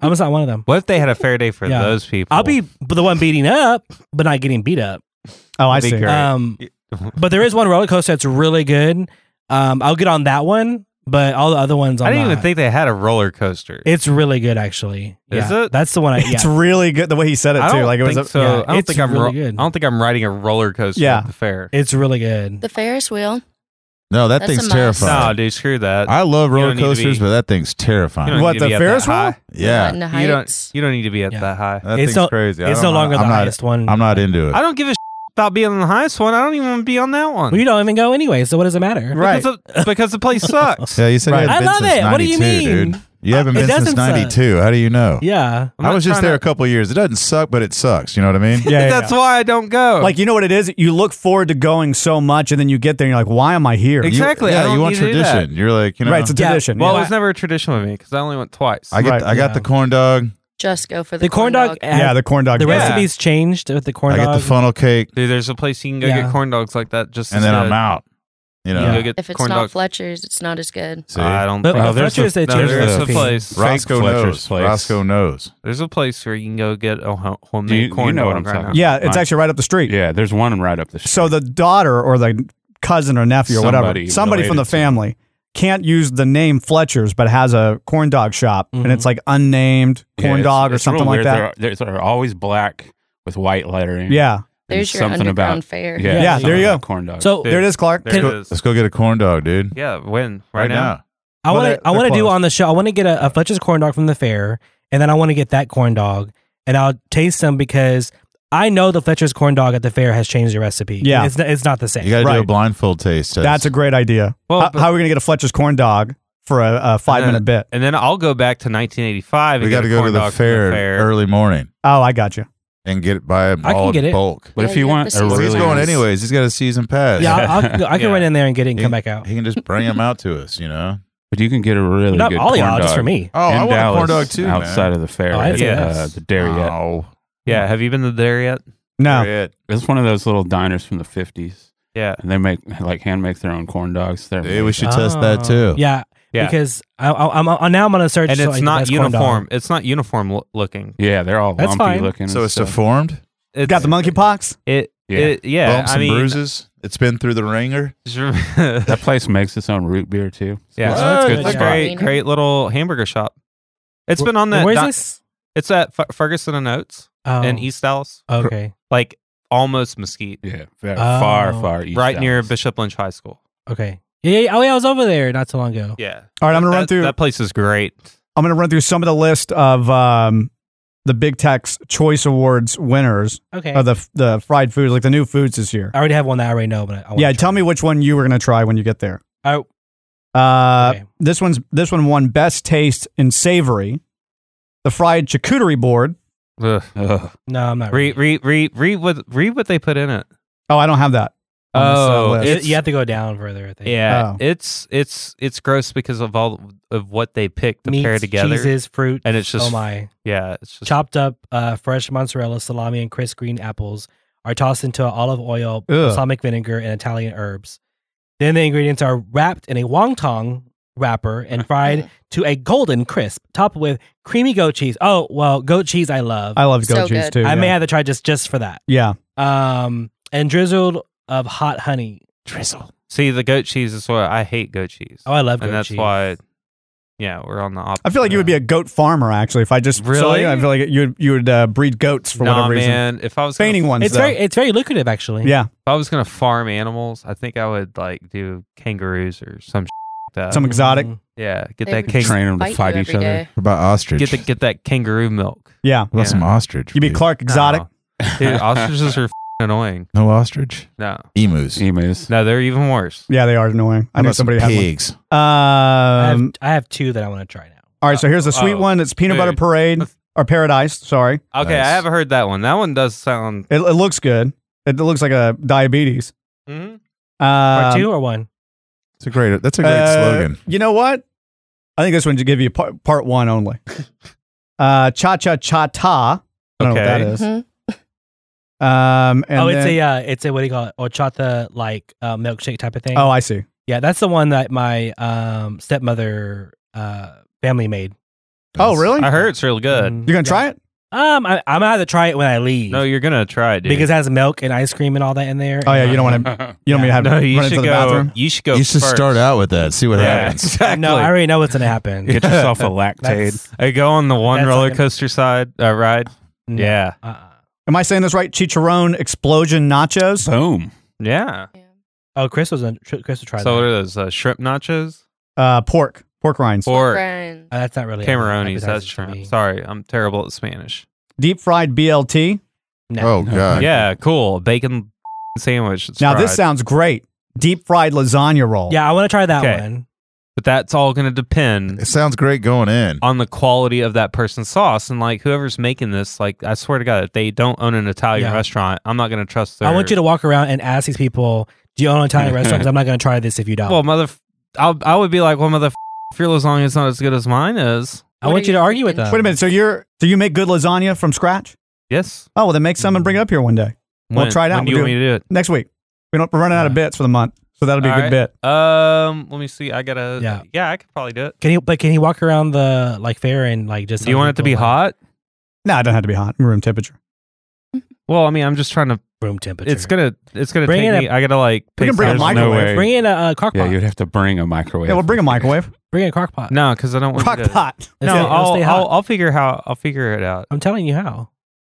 [SPEAKER 7] I was not one of them.
[SPEAKER 8] What if they had a fair day for
[SPEAKER 7] Yeah.
[SPEAKER 8] those people?
[SPEAKER 7] I'll be the one beating up, but not getting beat up.
[SPEAKER 5] Oh, I
[SPEAKER 8] Be
[SPEAKER 5] see.
[SPEAKER 8] great.
[SPEAKER 7] Um, but there is one roller coaster that's really good. Um, I'll get on that one, but all the other ones, I'm
[SPEAKER 8] I didn't even
[SPEAKER 7] not.
[SPEAKER 8] think they had a roller coaster.
[SPEAKER 7] it's really good actually.
[SPEAKER 8] Is
[SPEAKER 7] yeah,
[SPEAKER 8] it?
[SPEAKER 7] That's the one. I, yeah,
[SPEAKER 5] It's really good the way he said it
[SPEAKER 8] I
[SPEAKER 5] too.
[SPEAKER 8] don't
[SPEAKER 5] Like it was
[SPEAKER 8] think
[SPEAKER 5] a,
[SPEAKER 8] so.
[SPEAKER 7] yeah,
[SPEAKER 8] I don't
[SPEAKER 7] it's
[SPEAKER 8] think I'm.
[SPEAKER 7] really
[SPEAKER 8] ro-
[SPEAKER 7] good.
[SPEAKER 8] I don't think I'm riding a roller coaster
[SPEAKER 5] Yeah.
[SPEAKER 8] at the fair.
[SPEAKER 7] it's really good.
[SPEAKER 10] The Ferris wheel.
[SPEAKER 9] No, that
[SPEAKER 10] That's
[SPEAKER 9] thing's
[SPEAKER 10] a must.
[SPEAKER 9] terrifying.
[SPEAKER 8] no, dude, screw that.
[SPEAKER 9] I love
[SPEAKER 8] You don't
[SPEAKER 9] roller
[SPEAKER 8] need to
[SPEAKER 9] coasters,
[SPEAKER 8] be-
[SPEAKER 9] but that thing's
[SPEAKER 8] You
[SPEAKER 9] terrifying.
[SPEAKER 8] don't
[SPEAKER 5] What,
[SPEAKER 8] need to
[SPEAKER 5] the
[SPEAKER 8] be up
[SPEAKER 5] Ferris
[SPEAKER 8] that
[SPEAKER 5] wheel?
[SPEAKER 8] high.
[SPEAKER 9] Yeah,
[SPEAKER 10] Not in the
[SPEAKER 8] You
[SPEAKER 10] heights.
[SPEAKER 8] don't. You don't need to be at
[SPEAKER 7] Yeah.
[SPEAKER 8] that high.
[SPEAKER 9] that
[SPEAKER 7] It's
[SPEAKER 9] thing's
[SPEAKER 7] no-
[SPEAKER 9] crazy. I
[SPEAKER 7] it's no
[SPEAKER 9] don't-
[SPEAKER 7] longer
[SPEAKER 9] I'm
[SPEAKER 7] the
[SPEAKER 9] not,
[SPEAKER 7] highest one.
[SPEAKER 9] I'm not into it.
[SPEAKER 8] I don't give a shit about being on the highest one. I don't even want to be on that one.
[SPEAKER 7] well, you don't even go anyway, so what does it matter?
[SPEAKER 5] Right.
[SPEAKER 8] Because, the, because the place sucks.
[SPEAKER 9] Yeah, you said
[SPEAKER 5] Right.
[SPEAKER 9] you haven't
[SPEAKER 7] I
[SPEAKER 9] been
[SPEAKER 7] love
[SPEAKER 9] since
[SPEAKER 7] it. What do you
[SPEAKER 9] 92,
[SPEAKER 7] mean?
[SPEAKER 9] dude. You haven't
[SPEAKER 7] It
[SPEAKER 9] been since
[SPEAKER 7] doesn't suck.
[SPEAKER 9] '92. How do you know?
[SPEAKER 7] Yeah.
[SPEAKER 8] I'm
[SPEAKER 9] I
[SPEAKER 8] not
[SPEAKER 9] was just
[SPEAKER 8] trying
[SPEAKER 9] there a
[SPEAKER 8] to-
[SPEAKER 9] couple years. It doesn't suck, but it sucks. You know what I mean?
[SPEAKER 5] Yeah, yeah,
[SPEAKER 8] That's
[SPEAKER 5] yeah.
[SPEAKER 8] why I don't go.
[SPEAKER 5] Like you know what it is? You look forward to going so much, and then you get there, and you're like, "Why am I here?"
[SPEAKER 8] Ex-
[SPEAKER 9] You-
[SPEAKER 8] Exactly. I
[SPEAKER 9] Yeah,
[SPEAKER 8] don't
[SPEAKER 9] you want
[SPEAKER 8] need to do that.
[SPEAKER 9] tradition. You're like, you know,
[SPEAKER 5] right? It's a
[SPEAKER 7] Yeah.
[SPEAKER 5] tradition.
[SPEAKER 8] well, it
[SPEAKER 5] yeah.
[SPEAKER 8] was never a tradition with me because I only went twice.
[SPEAKER 9] I get,
[SPEAKER 5] Right,
[SPEAKER 9] I got
[SPEAKER 7] yeah.
[SPEAKER 9] the corn dog.
[SPEAKER 10] Just go for the,
[SPEAKER 7] The corn dog.
[SPEAKER 5] yeah, the corn dog.
[SPEAKER 7] the
[SPEAKER 5] did.
[SPEAKER 8] rest-
[SPEAKER 7] recipes changed with the corn
[SPEAKER 9] I
[SPEAKER 7] dog.
[SPEAKER 9] get the funnel cake,
[SPEAKER 8] Dude, there's a place you can go
[SPEAKER 7] Yeah.
[SPEAKER 8] get corn dogs like that. Just
[SPEAKER 9] and then
[SPEAKER 8] instead.
[SPEAKER 9] I'm out. You know,
[SPEAKER 8] You can
[SPEAKER 7] Yeah.
[SPEAKER 8] go get
[SPEAKER 10] If it's
[SPEAKER 8] corn
[SPEAKER 10] not
[SPEAKER 8] dogs.
[SPEAKER 10] Fletcher's, it's not as good.
[SPEAKER 9] See?
[SPEAKER 8] I don't
[SPEAKER 7] But
[SPEAKER 8] think
[SPEAKER 7] Oh, there's Fletcher's, a- they
[SPEAKER 8] no,
[SPEAKER 7] changed
[SPEAKER 9] the
[SPEAKER 8] there's a
[SPEAKER 9] recipe.
[SPEAKER 8] place.
[SPEAKER 9] Roscoe
[SPEAKER 8] Fake
[SPEAKER 9] knows.
[SPEAKER 8] Fletcher's place.
[SPEAKER 9] Roscoe knows.
[SPEAKER 8] There's a place where you can go get a ho- homemade
[SPEAKER 6] Do you- you
[SPEAKER 8] corn
[SPEAKER 6] know what
[SPEAKER 8] dog
[SPEAKER 6] I'm
[SPEAKER 8] right now.
[SPEAKER 6] talking
[SPEAKER 5] yeah, it's
[SPEAKER 6] Mine.
[SPEAKER 5] actually right up the street.
[SPEAKER 6] Yeah, there's one right up the street.
[SPEAKER 5] So the daughter or the cousin or nephew or
[SPEAKER 6] Somebody
[SPEAKER 5] whatever, somebody from the
[SPEAKER 6] related to.
[SPEAKER 5] family, can't use the name Fletcher's, but has a corn dog shop,
[SPEAKER 8] Mm-hmm.
[SPEAKER 5] and it's like unnamed
[SPEAKER 6] Yeah,
[SPEAKER 5] corn
[SPEAKER 6] it's-
[SPEAKER 5] dog or
[SPEAKER 6] it's real
[SPEAKER 5] something like
[SPEAKER 6] weird.
[SPEAKER 5] that.
[SPEAKER 6] They're, they're, they're always black with white lettering.
[SPEAKER 5] Yeah,
[SPEAKER 6] And
[SPEAKER 10] There's your
[SPEAKER 6] something
[SPEAKER 10] underground
[SPEAKER 6] about
[SPEAKER 10] fair.
[SPEAKER 6] yeah,
[SPEAKER 5] Yeah,
[SPEAKER 6] something
[SPEAKER 5] there you
[SPEAKER 6] about
[SPEAKER 5] go.
[SPEAKER 6] Corn dog.
[SPEAKER 7] So
[SPEAKER 8] Dude,
[SPEAKER 5] there it is, Clark.
[SPEAKER 8] There
[SPEAKER 9] Let's
[SPEAKER 8] it
[SPEAKER 9] go-
[SPEAKER 8] is.
[SPEAKER 9] Let's go get a corn dog, dude.
[SPEAKER 8] Yeah, when right, now.
[SPEAKER 7] I
[SPEAKER 5] Well,
[SPEAKER 7] want
[SPEAKER 5] uh, they're-
[SPEAKER 7] to. I want
[SPEAKER 5] they're
[SPEAKER 7] to do
[SPEAKER 5] closed.
[SPEAKER 7] on the show. I want to get a, a Fletcher's corn dog from the fair, and then I want to get that corn dog, and I'll taste them because I know the Fletcher's corn dog at the fair has changed the recipe.
[SPEAKER 5] Yeah.
[SPEAKER 7] it's not, it's not the same.
[SPEAKER 9] You got to do a
[SPEAKER 5] Right.
[SPEAKER 9] blindfold taste test.
[SPEAKER 5] that's a great idea.
[SPEAKER 8] Well,
[SPEAKER 5] how,
[SPEAKER 8] but- Uh,
[SPEAKER 5] how are we gonna get a Fletcher's corn dog for a, a five minute bit?
[SPEAKER 8] And then I'll go back to 1985.
[SPEAKER 9] We
[SPEAKER 8] and
[SPEAKER 9] got to
[SPEAKER 8] get a
[SPEAKER 9] go
[SPEAKER 8] corn
[SPEAKER 9] to the
[SPEAKER 8] dog from the
[SPEAKER 9] fair,
[SPEAKER 8] fair.
[SPEAKER 9] early morning
[SPEAKER 5] Oh, I got you.
[SPEAKER 9] and get it by
[SPEAKER 7] can
[SPEAKER 9] all
[SPEAKER 7] get
[SPEAKER 9] in
[SPEAKER 7] it.
[SPEAKER 9] bulk.
[SPEAKER 6] but
[SPEAKER 10] Yeah,
[SPEAKER 6] if you
[SPEAKER 10] you
[SPEAKER 6] want
[SPEAKER 10] have
[SPEAKER 6] a
[SPEAKER 10] the
[SPEAKER 9] Well,
[SPEAKER 6] really
[SPEAKER 9] he's going anyways. He's got a season pass.
[SPEAKER 7] Yeah, I'll, I'll, I can
[SPEAKER 8] Yeah.
[SPEAKER 7] run in there and get it and
[SPEAKER 9] He
[SPEAKER 7] come
[SPEAKER 9] can-
[SPEAKER 7] back out.
[SPEAKER 9] He can just bring them out to us. You know.
[SPEAKER 6] But you can get a really
[SPEAKER 7] Not
[SPEAKER 6] good
[SPEAKER 7] all
[SPEAKER 6] corn
[SPEAKER 7] y'all,
[SPEAKER 6] dog.
[SPEAKER 7] just for me.
[SPEAKER 9] Oh, I
[SPEAKER 6] in
[SPEAKER 9] want
[SPEAKER 6] Dallas,
[SPEAKER 9] a corn dog too.
[SPEAKER 6] Outside
[SPEAKER 9] man.
[SPEAKER 6] of the fair,
[SPEAKER 7] Oh, I
[SPEAKER 6] at,
[SPEAKER 8] didn't know
[SPEAKER 6] uh,
[SPEAKER 7] this.
[SPEAKER 6] the Dairyette.
[SPEAKER 9] Oh,
[SPEAKER 8] Yeah, have you been to there yet?
[SPEAKER 5] No,
[SPEAKER 9] shit.
[SPEAKER 6] It's one of those little diners from the '50s,
[SPEAKER 8] Yeah,
[SPEAKER 6] and they make like hand make their own corn dogs. They're
[SPEAKER 9] Dude, we
[SPEAKER 6] amazing.
[SPEAKER 9] should test that too.
[SPEAKER 7] Oh. Yeah,
[SPEAKER 8] Yeah.
[SPEAKER 7] because I, I, I'm I, now I'm gonna search.
[SPEAKER 8] and
[SPEAKER 7] for,
[SPEAKER 8] it's
[SPEAKER 7] like, the
[SPEAKER 8] not
[SPEAKER 7] best corn dog.
[SPEAKER 8] uniform. It's not uniform lo- looking.
[SPEAKER 6] yeah, they're all
[SPEAKER 7] That's
[SPEAKER 6] lumpy
[SPEAKER 7] fine.
[SPEAKER 6] looking. and
[SPEAKER 9] So it's
[SPEAKER 6] stuff.
[SPEAKER 9] deformed,
[SPEAKER 8] It's,
[SPEAKER 5] got the monkeypox.
[SPEAKER 8] It,
[SPEAKER 6] Yeah.
[SPEAKER 8] yeah. it, yeah.
[SPEAKER 9] bumps
[SPEAKER 8] I
[SPEAKER 9] and
[SPEAKER 8] mean,
[SPEAKER 9] bruises. It's been through the ringer.
[SPEAKER 8] yeah,
[SPEAKER 6] that place makes its own root beer too.
[SPEAKER 9] What?
[SPEAKER 8] that's
[SPEAKER 9] good
[SPEAKER 8] good. That's
[SPEAKER 10] spot.
[SPEAKER 8] great, great little hamburger shop. It's been on that.
[SPEAKER 7] Where's
[SPEAKER 8] di-
[SPEAKER 7] this?
[SPEAKER 8] It's at F- Ferguson and Oates
[SPEAKER 7] Oh,
[SPEAKER 8] in East Dallas,
[SPEAKER 7] Okay.
[SPEAKER 8] like almost Mesquite,
[SPEAKER 6] Yeah, very
[SPEAKER 7] Oh.
[SPEAKER 6] far, far east.
[SPEAKER 8] right near
[SPEAKER 6] Dallas.
[SPEAKER 8] Bishop Lynch High School.
[SPEAKER 7] Okay. Yeah, yeah. Oh yeah, I was over there not so long ago.
[SPEAKER 8] Yeah,
[SPEAKER 5] All right, I'm gonna run
[SPEAKER 8] that,
[SPEAKER 5] through.
[SPEAKER 8] that place is great.
[SPEAKER 5] I'm going to run through some of the list of um, the Big Tech's Choice Awards winners
[SPEAKER 7] Okay.
[SPEAKER 5] of the the fried foods, like the new foods this year.
[SPEAKER 7] I already have one that I already know, but I, I wanna
[SPEAKER 5] yeah,
[SPEAKER 7] try
[SPEAKER 5] tell
[SPEAKER 7] it.
[SPEAKER 5] me which one you were going to try when you get there.
[SPEAKER 7] Oh.
[SPEAKER 5] Uh,
[SPEAKER 7] Okay.
[SPEAKER 5] this one's this one won best taste in savory, the fried charcuterie board.
[SPEAKER 8] Ugh.
[SPEAKER 6] Ugh.
[SPEAKER 7] No, I'm not.
[SPEAKER 8] Read, read, read, read what, read what they put in it.
[SPEAKER 5] Oh, I don't have that. on this, uh,
[SPEAKER 8] Oh,
[SPEAKER 5] list.
[SPEAKER 7] You-
[SPEAKER 8] it's-
[SPEAKER 7] you have to go down further. I think.
[SPEAKER 8] Yeah,
[SPEAKER 5] Oh.
[SPEAKER 8] it's it's it's gross because of all of what they pick to pair
[SPEAKER 7] Meats,
[SPEAKER 8] together.
[SPEAKER 7] cheeses, fruit,
[SPEAKER 8] And it's just-
[SPEAKER 7] oh my,
[SPEAKER 8] Yeah, it's just
[SPEAKER 7] chopped up uh, fresh mozzarella, salami, and crisp green apples are tossed into olive oil, balsamic vinegar, and Italian herbs. Then the ingredients are wrapped in a wonton wrapper and fried to a golden crisp, topped with creamy goat cheese. Oh well, goat cheese I love.
[SPEAKER 5] I love goat
[SPEAKER 10] So
[SPEAKER 5] cheese
[SPEAKER 10] good.
[SPEAKER 5] too.
[SPEAKER 7] I
[SPEAKER 5] yeah.
[SPEAKER 7] may have to try just just for that.
[SPEAKER 5] yeah.
[SPEAKER 7] Um, and drizzled of hot honey.
[SPEAKER 8] drizzle. See, the goat cheese is what I hate. Goat cheese,
[SPEAKER 7] Oh, I love goat
[SPEAKER 8] and that's
[SPEAKER 7] cheese.
[SPEAKER 8] why. Yeah, we're on the opposite.
[SPEAKER 5] I feel like you would be a goat farmer actually if I just saw
[SPEAKER 8] Really?
[SPEAKER 5] you. I feel like you would you would uh, breed goats for
[SPEAKER 8] nah,
[SPEAKER 5] whatever reason.
[SPEAKER 8] man. If I was
[SPEAKER 5] Fainting
[SPEAKER 8] gonna,
[SPEAKER 5] ones.
[SPEAKER 7] it's
[SPEAKER 5] though.
[SPEAKER 7] very it's very lucrative actually.
[SPEAKER 5] yeah.
[SPEAKER 8] if I was gonna farm animals, I think I would like do kangaroos or some shit like that.
[SPEAKER 5] Some exotic.
[SPEAKER 7] Mhm.
[SPEAKER 8] yeah, get
[SPEAKER 10] They
[SPEAKER 8] that
[SPEAKER 10] would
[SPEAKER 8] king,
[SPEAKER 6] Train them
[SPEAKER 10] Bite
[SPEAKER 6] to
[SPEAKER 10] you
[SPEAKER 6] fight each
[SPEAKER 10] every
[SPEAKER 6] other.
[SPEAKER 10] day.
[SPEAKER 9] What about ostrich?
[SPEAKER 8] get the get that kangaroo milk.
[SPEAKER 5] Yeah.
[SPEAKER 9] what about
[SPEAKER 8] yeah.
[SPEAKER 9] some ostrich?
[SPEAKER 5] You'd be
[SPEAKER 9] please?
[SPEAKER 5] Clark Exotic.
[SPEAKER 8] No. dude. Ostriches are f- annoying.
[SPEAKER 9] No ostrich.
[SPEAKER 8] No,
[SPEAKER 9] Emus.
[SPEAKER 6] Emus.
[SPEAKER 8] no, they're even worse.
[SPEAKER 5] Yeah, they are annoying. I
[SPEAKER 9] How
[SPEAKER 5] know
[SPEAKER 9] about some
[SPEAKER 5] somebody had one.
[SPEAKER 9] pigs.
[SPEAKER 7] I have,
[SPEAKER 5] Um,
[SPEAKER 7] I have two that I want to try now.
[SPEAKER 5] all right, so here's a sweet
[SPEAKER 8] oh,
[SPEAKER 5] one. It's peanut butter
[SPEAKER 8] dude.
[SPEAKER 5] parade or paradise. Sorry,
[SPEAKER 8] Okay,
[SPEAKER 9] Nice.
[SPEAKER 8] I haven't heard that one. That one does sound.
[SPEAKER 5] it, it looks good. It, looks like a diabetes.
[SPEAKER 8] Mhm.
[SPEAKER 5] Um,
[SPEAKER 7] or two or one.
[SPEAKER 9] It's a great. That's a great
[SPEAKER 5] uh,
[SPEAKER 9] slogan.
[SPEAKER 5] You know what? I think this one should give you part, part one only. uh, cha cha cha ta. I don't know
[SPEAKER 8] Okay.
[SPEAKER 5] what that is.
[SPEAKER 10] Mhm.
[SPEAKER 5] Um, and
[SPEAKER 7] oh, it's
[SPEAKER 5] then-
[SPEAKER 7] a uh, it's a what do you call it? Ochata like uh, milkshake type of thing.
[SPEAKER 5] oh, I see.
[SPEAKER 7] yeah, that's the one that my um, stepmother uh, family made.
[SPEAKER 5] Oh, really?
[SPEAKER 8] I heard it's real good.
[SPEAKER 5] You're gonna try it?
[SPEAKER 7] Um, I, I'm gonna have to try it when I leave
[SPEAKER 8] No, you're gonna try it, dude.
[SPEAKER 7] because it has milk and ice cream and all that in there.
[SPEAKER 5] Oh yeah, you don't want to. You don't mean to have
[SPEAKER 8] no,
[SPEAKER 5] to
[SPEAKER 8] you
[SPEAKER 5] run
[SPEAKER 8] should
[SPEAKER 5] into the
[SPEAKER 8] go.
[SPEAKER 5] bathroom.
[SPEAKER 8] You should go.
[SPEAKER 9] you should
[SPEAKER 8] first.
[SPEAKER 9] start out with that. See what
[SPEAKER 8] Yeah,
[SPEAKER 9] happens.
[SPEAKER 8] exactly.
[SPEAKER 7] No, I already know what's gonna happen.
[SPEAKER 6] Get yourself a lactaid.
[SPEAKER 7] That's-
[SPEAKER 8] I go on the one
[SPEAKER 7] That's not
[SPEAKER 8] roller
[SPEAKER 7] gonna-
[SPEAKER 8] coaster side uh, ride.
[SPEAKER 7] no,
[SPEAKER 8] Yeah,
[SPEAKER 7] uh-uh.
[SPEAKER 5] Am I saying this right? Chicharron explosion nachos.
[SPEAKER 6] Boom.
[SPEAKER 8] yeah.
[SPEAKER 7] Oh, Chris was on, Chris would try
[SPEAKER 8] So what
[SPEAKER 7] that.
[SPEAKER 8] are those uh, shrimp nachos
[SPEAKER 5] Uh, pork, pork rinds,
[SPEAKER 8] or
[SPEAKER 10] Brian.
[SPEAKER 7] Uh, that's not really
[SPEAKER 8] camarones? That's
[SPEAKER 7] appetizing to me.
[SPEAKER 8] shrimp. Sorry, I'm terrible at Spanish.
[SPEAKER 5] deep fried BLT.
[SPEAKER 7] No.
[SPEAKER 9] Oh god.
[SPEAKER 8] Yeah, cool bacon sandwich. It's
[SPEAKER 5] Now this
[SPEAKER 8] fried.
[SPEAKER 5] sounds great. Deep fried lasagna roll.
[SPEAKER 7] Yeah, I want to try that
[SPEAKER 8] Okay.
[SPEAKER 7] one.
[SPEAKER 8] but that's all going to depend
[SPEAKER 9] It sounds great going in.
[SPEAKER 8] on the quality of that person's sauce and like whoever's making this. Like I swear to God, if they don't own an Italian
[SPEAKER 7] Yeah.
[SPEAKER 8] restaurant, I'm not going to trust. Their,
[SPEAKER 7] I want you to walk around and ask these people, "Do you own an Italian restaurant?" Because I'm not going to try this if you don't.
[SPEAKER 8] Well, mother, I'll, I would be like, well, mother, if your lasagna's not as good as mine is,
[SPEAKER 7] I
[SPEAKER 10] What
[SPEAKER 7] want
[SPEAKER 10] are
[SPEAKER 7] you to
[SPEAKER 10] you
[SPEAKER 7] argue with
[SPEAKER 10] thinking?
[SPEAKER 7] them.
[SPEAKER 5] Wait a minute. So you're do you make good lasagna from scratch?
[SPEAKER 8] yes.
[SPEAKER 5] Oh well, then make some and bring it up here one day We'll
[SPEAKER 8] When-
[SPEAKER 5] try it out.
[SPEAKER 8] When do you
[SPEAKER 5] We'll
[SPEAKER 8] want me
[SPEAKER 5] do
[SPEAKER 8] to do it?
[SPEAKER 5] next week. We don't we're running out of bits for the month, so that'll be a
[SPEAKER 8] All
[SPEAKER 5] good
[SPEAKER 8] right.
[SPEAKER 5] bit.
[SPEAKER 8] Um, let me see. I gotta.
[SPEAKER 7] Yeah.
[SPEAKER 8] Yeah, yeah, I could probably do it.
[SPEAKER 7] Can he? But can he walk around the like fair and like just?
[SPEAKER 8] Do you want it to be hot?
[SPEAKER 5] No, it don't have to be hot. Room temperature.
[SPEAKER 8] Well, I mean, I'm just trying to.
[SPEAKER 7] Room temperature.
[SPEAKER 8] It's gonna. It's gonna
[SPEAKER 7] Bring
[SPEAKER 8] take
[SPEAKER 7] in a-
[SPEAKER 8] me. I gotta like.
[SPEAKER 5] We can
[SPEAKER 8] pick
[SPEAKER 5] bring a
[SPEAKER 8] something.
[SPEAKER 6] There's no
[SPEAKER 5] microwave.
[SPEAKER 6] way.
[SPEAKER 7] bring in a, uh crock
[SPEAKER 6] Yeah,
[SPEAKER 7] pot.
[SPEAKER 6] you'd have to bring a microwave.
[SPEAKER 5] Yeah, we'll bring a microwave.
[SPEAKER 7] bring in a crock pot.
[SPEAKER 8] No, because I don't want
[SPEAKER 5] Crock
[SPEAKER 8] you to.
[SPEAKER 5] pot.
[SPEAKER 7] It'll
[SPEAKER 8] No,
[SPEAKER 7] stay- it'll
[SPEAKER 8] I'll,
[SPEAKER 7] stay
[SPEAKER 8] I'll
[SPEAKER 7] hot.
[SPEAKER 8] I'll figure how I'll figure it out.
[SPEAKER 7] I'm telling you how.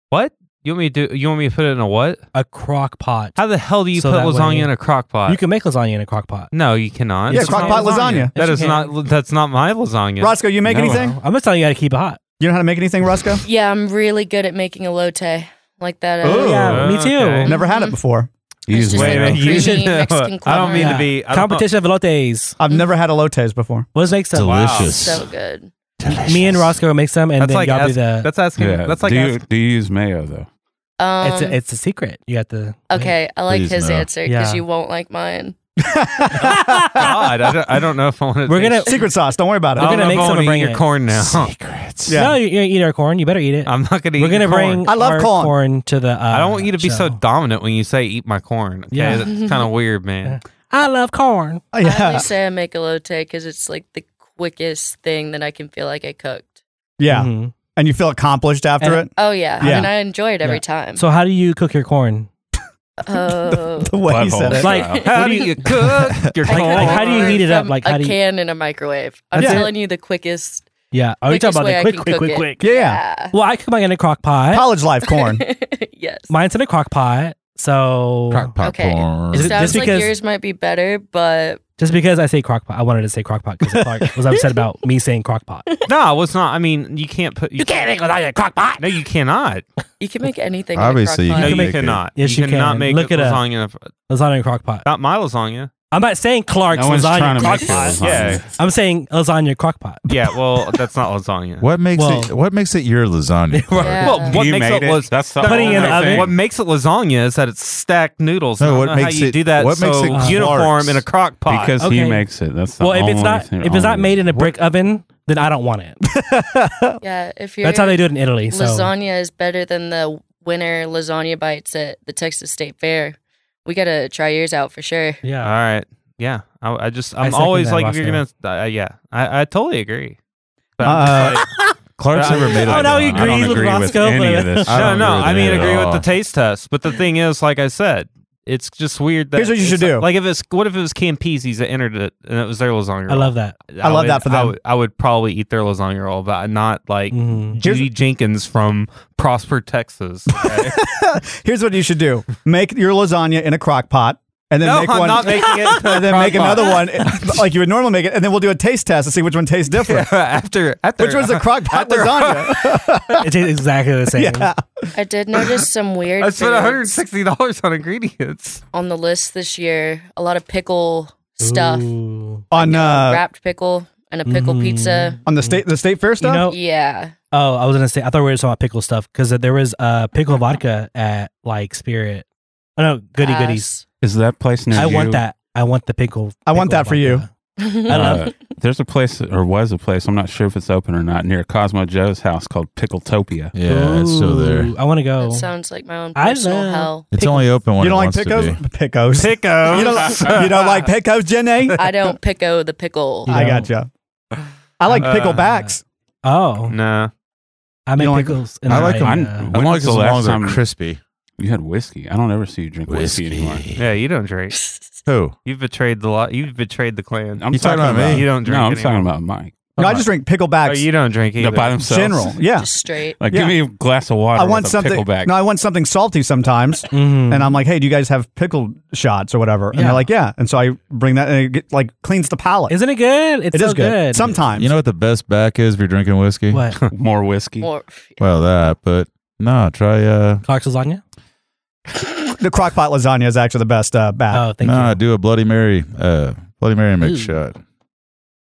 [SPEAKER 8] What you want me to do? You want me to put it in a what?
[SPEAKER 7] A crock pot.
[SPEAKER 8] How the hell do you
[SPEAKER 7] So
[SPEAKER 8] put
[SPEAKER 7] that
[SPEAKER 8] lasagna
[SPEAKER 7] way-
[SPEAKER 8] in a crock pot?
[SPEAKER 7] You can make lasagna in a crock pot.
[SPEAKER 8] no, you cannot.
[SPEAKER 5] Yeah,
[SPEAKER 8] It's
[SPEAKER 5] crock
[SPEAKER 8] not
[SPEAKER 5] pot lasagna.
[SPEAKER 7] Yes,
[SPEAKER 8] That is
[SPEAKER 7] you can.
[SPEAKER 8] not. That's not my lasagna.
[SPEAKER 5] Roscoe, you make
[SPEAKER 6] No,
[SPEAKER 5] anything?
[SPEAKER 7] I'm just telling you how to keep it hot.
[SPEAKER 5] You know how to make anything, Roscoe?
[SPEAKER 10] Yeah, I'm really good at making a lotte like that.
[SPEAKER 5] Ooh.
[SPEAKER 10] Uh,
[SPEAKER 7] Oh, yeah, me too. Mm-hmm.
[SPEAKER 8] okay.
[SPEAKER 5] Never had it
[SPEAKER 10] Mhm.
[SPEAKER 5] before.
[SPEAKER 10] It's
[SPEAKER 6] Use
[SPEAKER 10] just like
[SPEAKER 8] Wait, a
[SPEAKER 10] a
[SPEAKER 8] minute,
[SPEAKER 6] lamb.
[SPEAKER 8] you
[SPEAKER 10] creamy
[SPEAKER 8] should know.
[SPEAKER 10] Mexican
[SPEAKER 8] I don't
[SPEAKER 10] clover.
[SPEAKER 8] mean
[SPEAKER 7] Yeah.
[SPEAKER 8] to be I don't know-
[SPEAKER 7] Competition of elotes.
[SPEAKER 5] I've never had elotes before.
[SPEAKER 7] Let's make some.
[SPEAKER 9] Delicious.
[SPEAKER 10] So good.
[SPEAKER 7] Me and Roscoe make some, and
[SPEAKER 8] That's
[SPEAKER 7] then
[SPEAKER 8] like
[SPEAKER 7] y'all do
[SPEAKER 8] ask-
[SPEAKER 7] the.
[SPEAKER 8] That's asking.
[SPEAKER 6] Yeah.
[SPEAKER 8] That's like
[SPEAKER 6] do, you,
[SPEAKER 8] asking.
[SPEAKER 6] do you use mayo though?
[SPEAKER 10] Um,
[SPEAKER 7] it's a, it's a secret. You have to.
[SPEAKER 10] okay, I like
[SPEAKER 9] Please,
[SPEAKER 10] his
[SPEAKER 9] no.
[SPEAKER 10] answer because
[SPEAKER 7] Yeah.
[SPEAKER 10] you won't like mine.
[SPEAKER 8] God, I don't, I don't know if I want to.
[SPEAKER 7] We're gonna-
[SPEAKER 5] Secret sauce. Don't worry about it.
[SPEAKER 8] We're
[SPEAKER 7] gonna
[SPEAKER 8] gonna
[SPEAKER 7] make
[SPEAKER 8] make
[SPEAKER 7] someone
[SPEAKER 8] someone
[SPEAKER 7] bring
[SPEAKER 8] bring your
[SPEAKER 7] it.
[SPEAKER 8] corn now.
[SPEAKER 9] Secrets.
[SPEAKER 5] Yeah.
[SPEAKER 7] No, you, you eat our corn. You better eat it.
[SPEAKER 8] I'm not gonna.
[SPEAKER 7] We're
[SPEAKER 8] eat
[SPEAKER 7] gonna
[SPEAKER 8] your corn.
[SPEAKER 7] bring.
[SPEAKER 5] I love
[SPEAKER 7] our
[SPEAKER 5] corn.
[SPEAKER 7] to the. Uh,
[SPEAKER 8] I don't want you to be
[SPEAKER 7] show.
[SPEAKER 8] so dominant when you say "eat my corn." Okay?
[SPEAKER 7] Yeah.
[SPEAKER 8] Yeah, it's kind of weird, man.
[SPEAKER 7] I love corn.
[SPEAKER 5] Oh,
[SPEAKER 10] I
[SPEAKER 5] yeah.
[SPEAKER 10] only say I make a lotte because it's like the quickest thing that I can feel like I cooked.
[SPEAKER 5] Yeah.
[SPEAKER 7] Mhm.
[SPEAKER 5] And you feel accomplished after
[SPEAKER 7] And-
[SPEAKER 5] it?
[SPEAKER 10] Oh yeah,
[SPEAKER 5] Yeah.
[SPEAKER 10] I mean I enjoy it every
[SPEAKER 7] Yeah.
[SPEAKER 10] time.
[SPEAKER 7] So how do you cook your corn?
[SPEAKER 10] oh.
[SPEAKER 5] The way you said
[SPEAKER 6] Butthole.
[SPEAKER 5] it.
[SPEAKER 7] Like,
[SPEAKER 8] How do you cook your
[SPEAKER 7] Like-
[SPEAKER 8] corn?
[SPEAKER 7] like, how do you heat it up?
[SPEAKER 10] From
[SPEAKER 7] Like, how
[SPEAKER 10] a
[SPEAKER 7] do you-
[SPEAKER 10] can in a microwave. I'm
[SPEAKER 5] That's it?
[SPEAKER 10] telling you the quickest.
[SPEAKER 7] Yeah. Are you
[SPEAKER 10] Quickest
[SPEAKER 7] talking about
[SPEAKER 10] way
[SPEAKER 7] the
[SPEAKER 10] I
[SPEAKER 7] quick,
[SPEAKER 10] can
[SPEAKER 7] quick,
[SPEAKER 10] cook
[SPEAKER 7] quick,
[SPEAKER 10] it.
[SPEAKER 7] quick?
[SPEAKER 5] yeah, yeah.
[SPEAKER 7] Well, I cook mine in a crock pot.
[SPEAKER 5] College life corn.
[SPEAKER 10] yes.
[SPEAKER 7] Mine's in a crock pot. So
[SPEAKER 9] Crock pot
[SPEAKER 10] Okay.
[SPEAKER 9] corn.
[SPEAKER 7] Is it-
[SPEAKER 10] Sounds
[SPEAKER 7] just
[SPEAKER 10] like
[SPEAKER 7] because-
[SPEAKER 10] yours might be better, but
[SPEAKER 7] just because I say crock pot, I wanted to say crock pot because Clark was upset about me saying crock pot.
[SPEAKER 8] No, well, it's not. I mean, you can't put. You, can't make lasagna in a crock pot. No, you cannot.
[SPEAKER 10] you can make anything.
[SPEAKER 9] Obviously,
[SPEAKER 10] in a
[SPEAKER 8] No,
[SPEAKER 10] crock pot.
[SPEAKER 8] you
[SPEAKER 9] make it.
[SPEAKER 8] cannot.
[SPEAKER 7] Yes, you
[SPEAKER 8] cannot
[SPEAKER 7] can.
[SPEAKER 8] make
[SPEAKER 7] Look it up.
[SPEAKER 8] lasagna. in a-
[SPEAKER 7] Lasagna in a crock pot.
[SPEAKER 8] Not my lasagna.
[SPEAKER 7] I'm not saying Clark's
[SPEAKER 6] No one's trying
[SPEAKER 7] lasagna
[SPEAKER 6] to
[SPEAKER 7] crock
[SPEAKER 6] make it.
[SPEAKER 7] pot.
[SPEAKER 6] lasagna.
[SPEAKER 7] I'm saying lasagna crock pot.
[SPEAKER 8] Yeah, well, that's not lasagna.
[SPEAKER 9] What makes
[SPEAKER 7] Well-
[SPEAKER 9] it what makes it your lasagna? Clark?
[SPEAKER 10] Yeah.
[SPEAKER 8] Well, what
[SPEAKER 6] You
[SPEAKER 8] makes
[SPEAKER 6] made
[SPEAKER 8] it,
[SPEAKER 6] it?
[SPEAKER 8] was
[SPEAKER 6] That's the
[SPEAKER 7] Putting it in
[SPEAKER 8] only
[SPEAKER 7] the
[SPEAKER 8] thing.
[SPEAKER 7] oven?
[SPEAKER 8] What makes it lasagna is that it's stacked noodles.
[SPEAKER 9] No,
[SPEAKER 8] No,
[SPEAKER 9] what
[SPEAKER 8] what
[SPEAKER 7] Uh-huh,
[SPEAKER 9] makes
[SPEAKER 8] makes you
[SPEAKER 9] it-
[SPEAKER 8] do that?
[SPEAKER 9] what makes
[SPEAKER 8] so
[SPEAKER 9] it Clark's?
[SPEAKER 8] uniform in a crock pot?
[SPEAKER 6] Because
[SPEAKER 7] Okay.
[SPEAKER 6] he makes it. That's the
[SPEAKER 7] Well, if it's
[SPEAKER 6] only
[SPEAKER 7] not
[SPEAKER 6] thing-
[SPEAKER 7] if it's not
[SPEAKER 6] only
[SPEAKER 7] made in
[SPEAKER 6] reason.
[SPEAKER 7] a brick oven, then I don't want it.
[SPEAKER 10] yeah, if you're
[SPEAKER 7] That's how they do it in Italy. So
[SPEAKER 10] lasagna is better than the winter lasagna bites at the Texas State Fair. We gotta try yours out for sure.
[SPEAKER 8] All
[SPEAKER 7] yeah.
[SPEAKER 8] right. Yeah. I, I just,
[SPEAKER 7] I
[SPEAKER 8] I'm
[SPEAKER 7] second
[SPEAKER 8] always
[SPEAKER 7] that,
[SPEAKER 8] like, if you're going
[SPEAKER 7] Roscoe.
[SPEAKER 8] to, uh, yeah, I, I totally agree. But
[SPEAKER 5] Uh,
[SPEAKER 8] I'm just
[SPEAKER 9] Clark's
[SPEAKER 8] But I-
[SPEAKER 9] never made it.
[SPEAKER 7] Oh, now he
[SPEAKER 6] I don't
[SPEAKER 7] agrees with
[SPEAKER 6] agree with
[SPEAKER 7] Roscoe,
[SPEAKER 6] any
[SPEAKER 7] but-
[SPEAKER 6] of this.
[SPEAKER 9] I
[SPEAKER 8] like, no,
[SPEAKER 9] don't agree
[SPEAKER 8] no.
[SPEAKER 9] with
[SPEAKER 8] I mean,
[SPEAKER 9] that at
[SPEAKER 8] agree with
[SPEAKER 9] all.
[SPEAKER 8] the taste test. But the thing is, like I said, it's just weird that.
[SPEAKER 5] Here's what you
[SPEAKER 8] it's
[SPEAKER 5] should
[SPEAKER 8] like-
[SPEAKER 5] do.
[SPEAKER 8] Like, if it's, what if it was Campese's that entered it and it was their lasagna roll?
[SPEAKER 7] I love that.
[SPEAKER 5] I love
[SPEAKER 8] would-
[SPEAKER 5] that for
[SPEAKER 8] I
[SPEAKER 5] them.
[SPEAKER 8] would, I would probably eat their lasagna roll, but not like
[SPEAKER 7] Mhm.
[SPEAKER 5] Here's-
[SPEAKER 8] Judy Jenkins from Prosper, Texas. okay?
[SPEAKER 5] Here's what you should do make your lasagna in a crock pot and then
[SPEAKER 8] no,
[SPEAKER 5] make
[SPEAKER 8] I'm
[SPEAKER 5] one.
[SPEAKER 8] not making it.
[SPEAKER 5] and then make another one like you would normally make it, and then we'll do a taste test and see which one tastes different.
[SPEAKER 8] after, after
[SPEAKER 5] Which one's the crock pot lasagna?
[SPEAKER 7] It tastes exactly the same.
[SPEAKER 5] yeah.
[SPEAKER 10] I did notice some weird
[SPEAKER 8] I spent
[SPEAKER 10] foods
[SPEAKER 8] 160 dollars on ingredients.
[SPEAKER 10] on the list this year. A lot of pickle stuff,
[SPEAKER 7] Ooh.
[SPEAKER 5] On uh,
[SPEAKER 10] wrapped pickle, and a pickle
[SPEAKER 7] Mm.
[SPEAKER 10] pizza.
[SPEAKER 5] on the state the state fair stuff.
[SPEAKER 7] know-
[SPEAKER 10] Yeah,
[SPEAKER 7] Oh, I was gonna say. I thought we were talking about pickle stuff because there was uh pickle vodka at like Spirit. Oh no, Goody Goodies.
[SPEAKER 10] pass.
[SPEAKER 6] Is that place near
[SPEAKER 7] I want
[SPEAKER 6] you?
[SPEAKER 7] that. I want the pickle.
[SPEAKER 5] I want
[SPEAKER 7] pickle
[SPEAKER 5] that for you.
[SPEAKER 7] vodka. I love
[SPEAKER 6] Uh, there's a place, or was a place, I'm not sure if it's open or not, near Cosmo Joe's house called Pickletopia.
[SPEAKER 9] Yeah, it's still there.
[SPEAKER 7] Ooh, I want to go.
[SPEAKER 5] Oh.
[SPEAKER 10] That sounds like my own
[SPEAKER 7] I
[SPEAKER 10] personal
[SPEAKER 7] love-
[SPEAKER 10] hell.
[SPEAKER 9] It's only open when
[SPEAKER 5] you don't
[SPEAKER 9] it
[SPEAKER 5] like
[SPEAKER 9] wants to
[SPEAKER 5] picos?
[SPEAKER 9] be.
[SPEAKER 5] Picos.
[SPEAKER 8] Pico.
[SPEAKER 5] Oh. You don't, you don't like picos, Jenny?
[SPEAKER 10] I don't picko the pickle.
[SPEAKER 7] You
[SPEAKER 5] I
[SPEAKER 7] know.
[SPEAKER 5] got you. I like
[SPEAKER 8] Uh,
[SPEAKER 5] picklebacks.
[SPEAKER 7] Oh,
[SPEAKER 8] Nah.
[SPEAKER 7] I make
[SPEAKER 5] don't like-
[SPEAKER 7] pickles.
[SPEAKER 9] I like
[SPEAKER 8] uh,
[SPEAKER 6] I,
[SPEAKER 7] them.
[SPEAKER 9] I
[SPEAKER 6] when
[SPEAKER 9] like
[SPEAKER 6] was
[SPEAKER 9] as
[SPEAKER 6] the
[SPEAKER 9] long as
[SPEAKER 6] last
[SPEAKER 9] they're
[SPEAKER 6] time
[SPEAKER 9] crispy.
[SPEAKER 6] you had whiskey? I don't ever see you drink whiskey, anymore.
[SPEAKER 8] Yeah, you don't drink.
[SPEAKER 9] Who?
[SPEAKER 8] You've betrayed the lot. You've betrayed the clan.
[SPEAKER 6] I'm
[SPEAKER 9] You talking about me?
[SPEAKER 8] You don't drink
[SPEAKER 6] No, I'm
[SPEAKER 8] anymore.
[SPEAKER 6] talking about Mike.
[SPEAKER 5] No, I just drink
[SPEAKER 8] Oh,
[SPEAKER 5] picklebacks
[SPEAKER 8] you don't drink either.
[SPEAKER 6] No, by themselves.
[SPEAKER 5] general. Yeah.
[SPEAKER 10] Just straight.
[SPEAKER 6] Like,
[SPEAKER 5] Yeah.
[SPEAKER 6] give me a glass of water.
[SPEAKER 5] I want
[SPEAKER 6] with a
[SPEAKER 5] something.
[SPEAKER 6] Pickleback.
[SPEAKER 5] No, I want something salty sometimes.
[SPEAKER 7] Mhm.
[SPEAKER 5] And I'm like, hey, do you guys have pickle shots or whatever? And
[SPEAKER 7] Yeah.
[SPEAKER 5] they're like, yeah. And so I bring that and it get, like cleans the palate.
[SPEAKER 7] Isn't it good? It's
[SPEAKER 5] It
[SPEAKER 7] so
[SPEAKER 5] is good. Sometimes.
[SPEAKER 9] You know what the best back is if you're drinking whiskey?
[SPEAKER 7] What?
[SPEAKER 6] More whiskey.
[SPEAKER 10] Or
[SPEAKER 9] Well, that, but no, try uh
[SPEAKER 7] Clark's lasagna?
[SPEAKER 5] the crockpot lasagna is actually the best uh, bath.
[SPEAKER 7] Oh, thank
[SPEAKER 9] nah, do a Bloody Mary, uh Bloody Mary mix
[SPEAKER 7] Ooh.
[SPEAKER 9] shot.
[SPEAKER 7] you.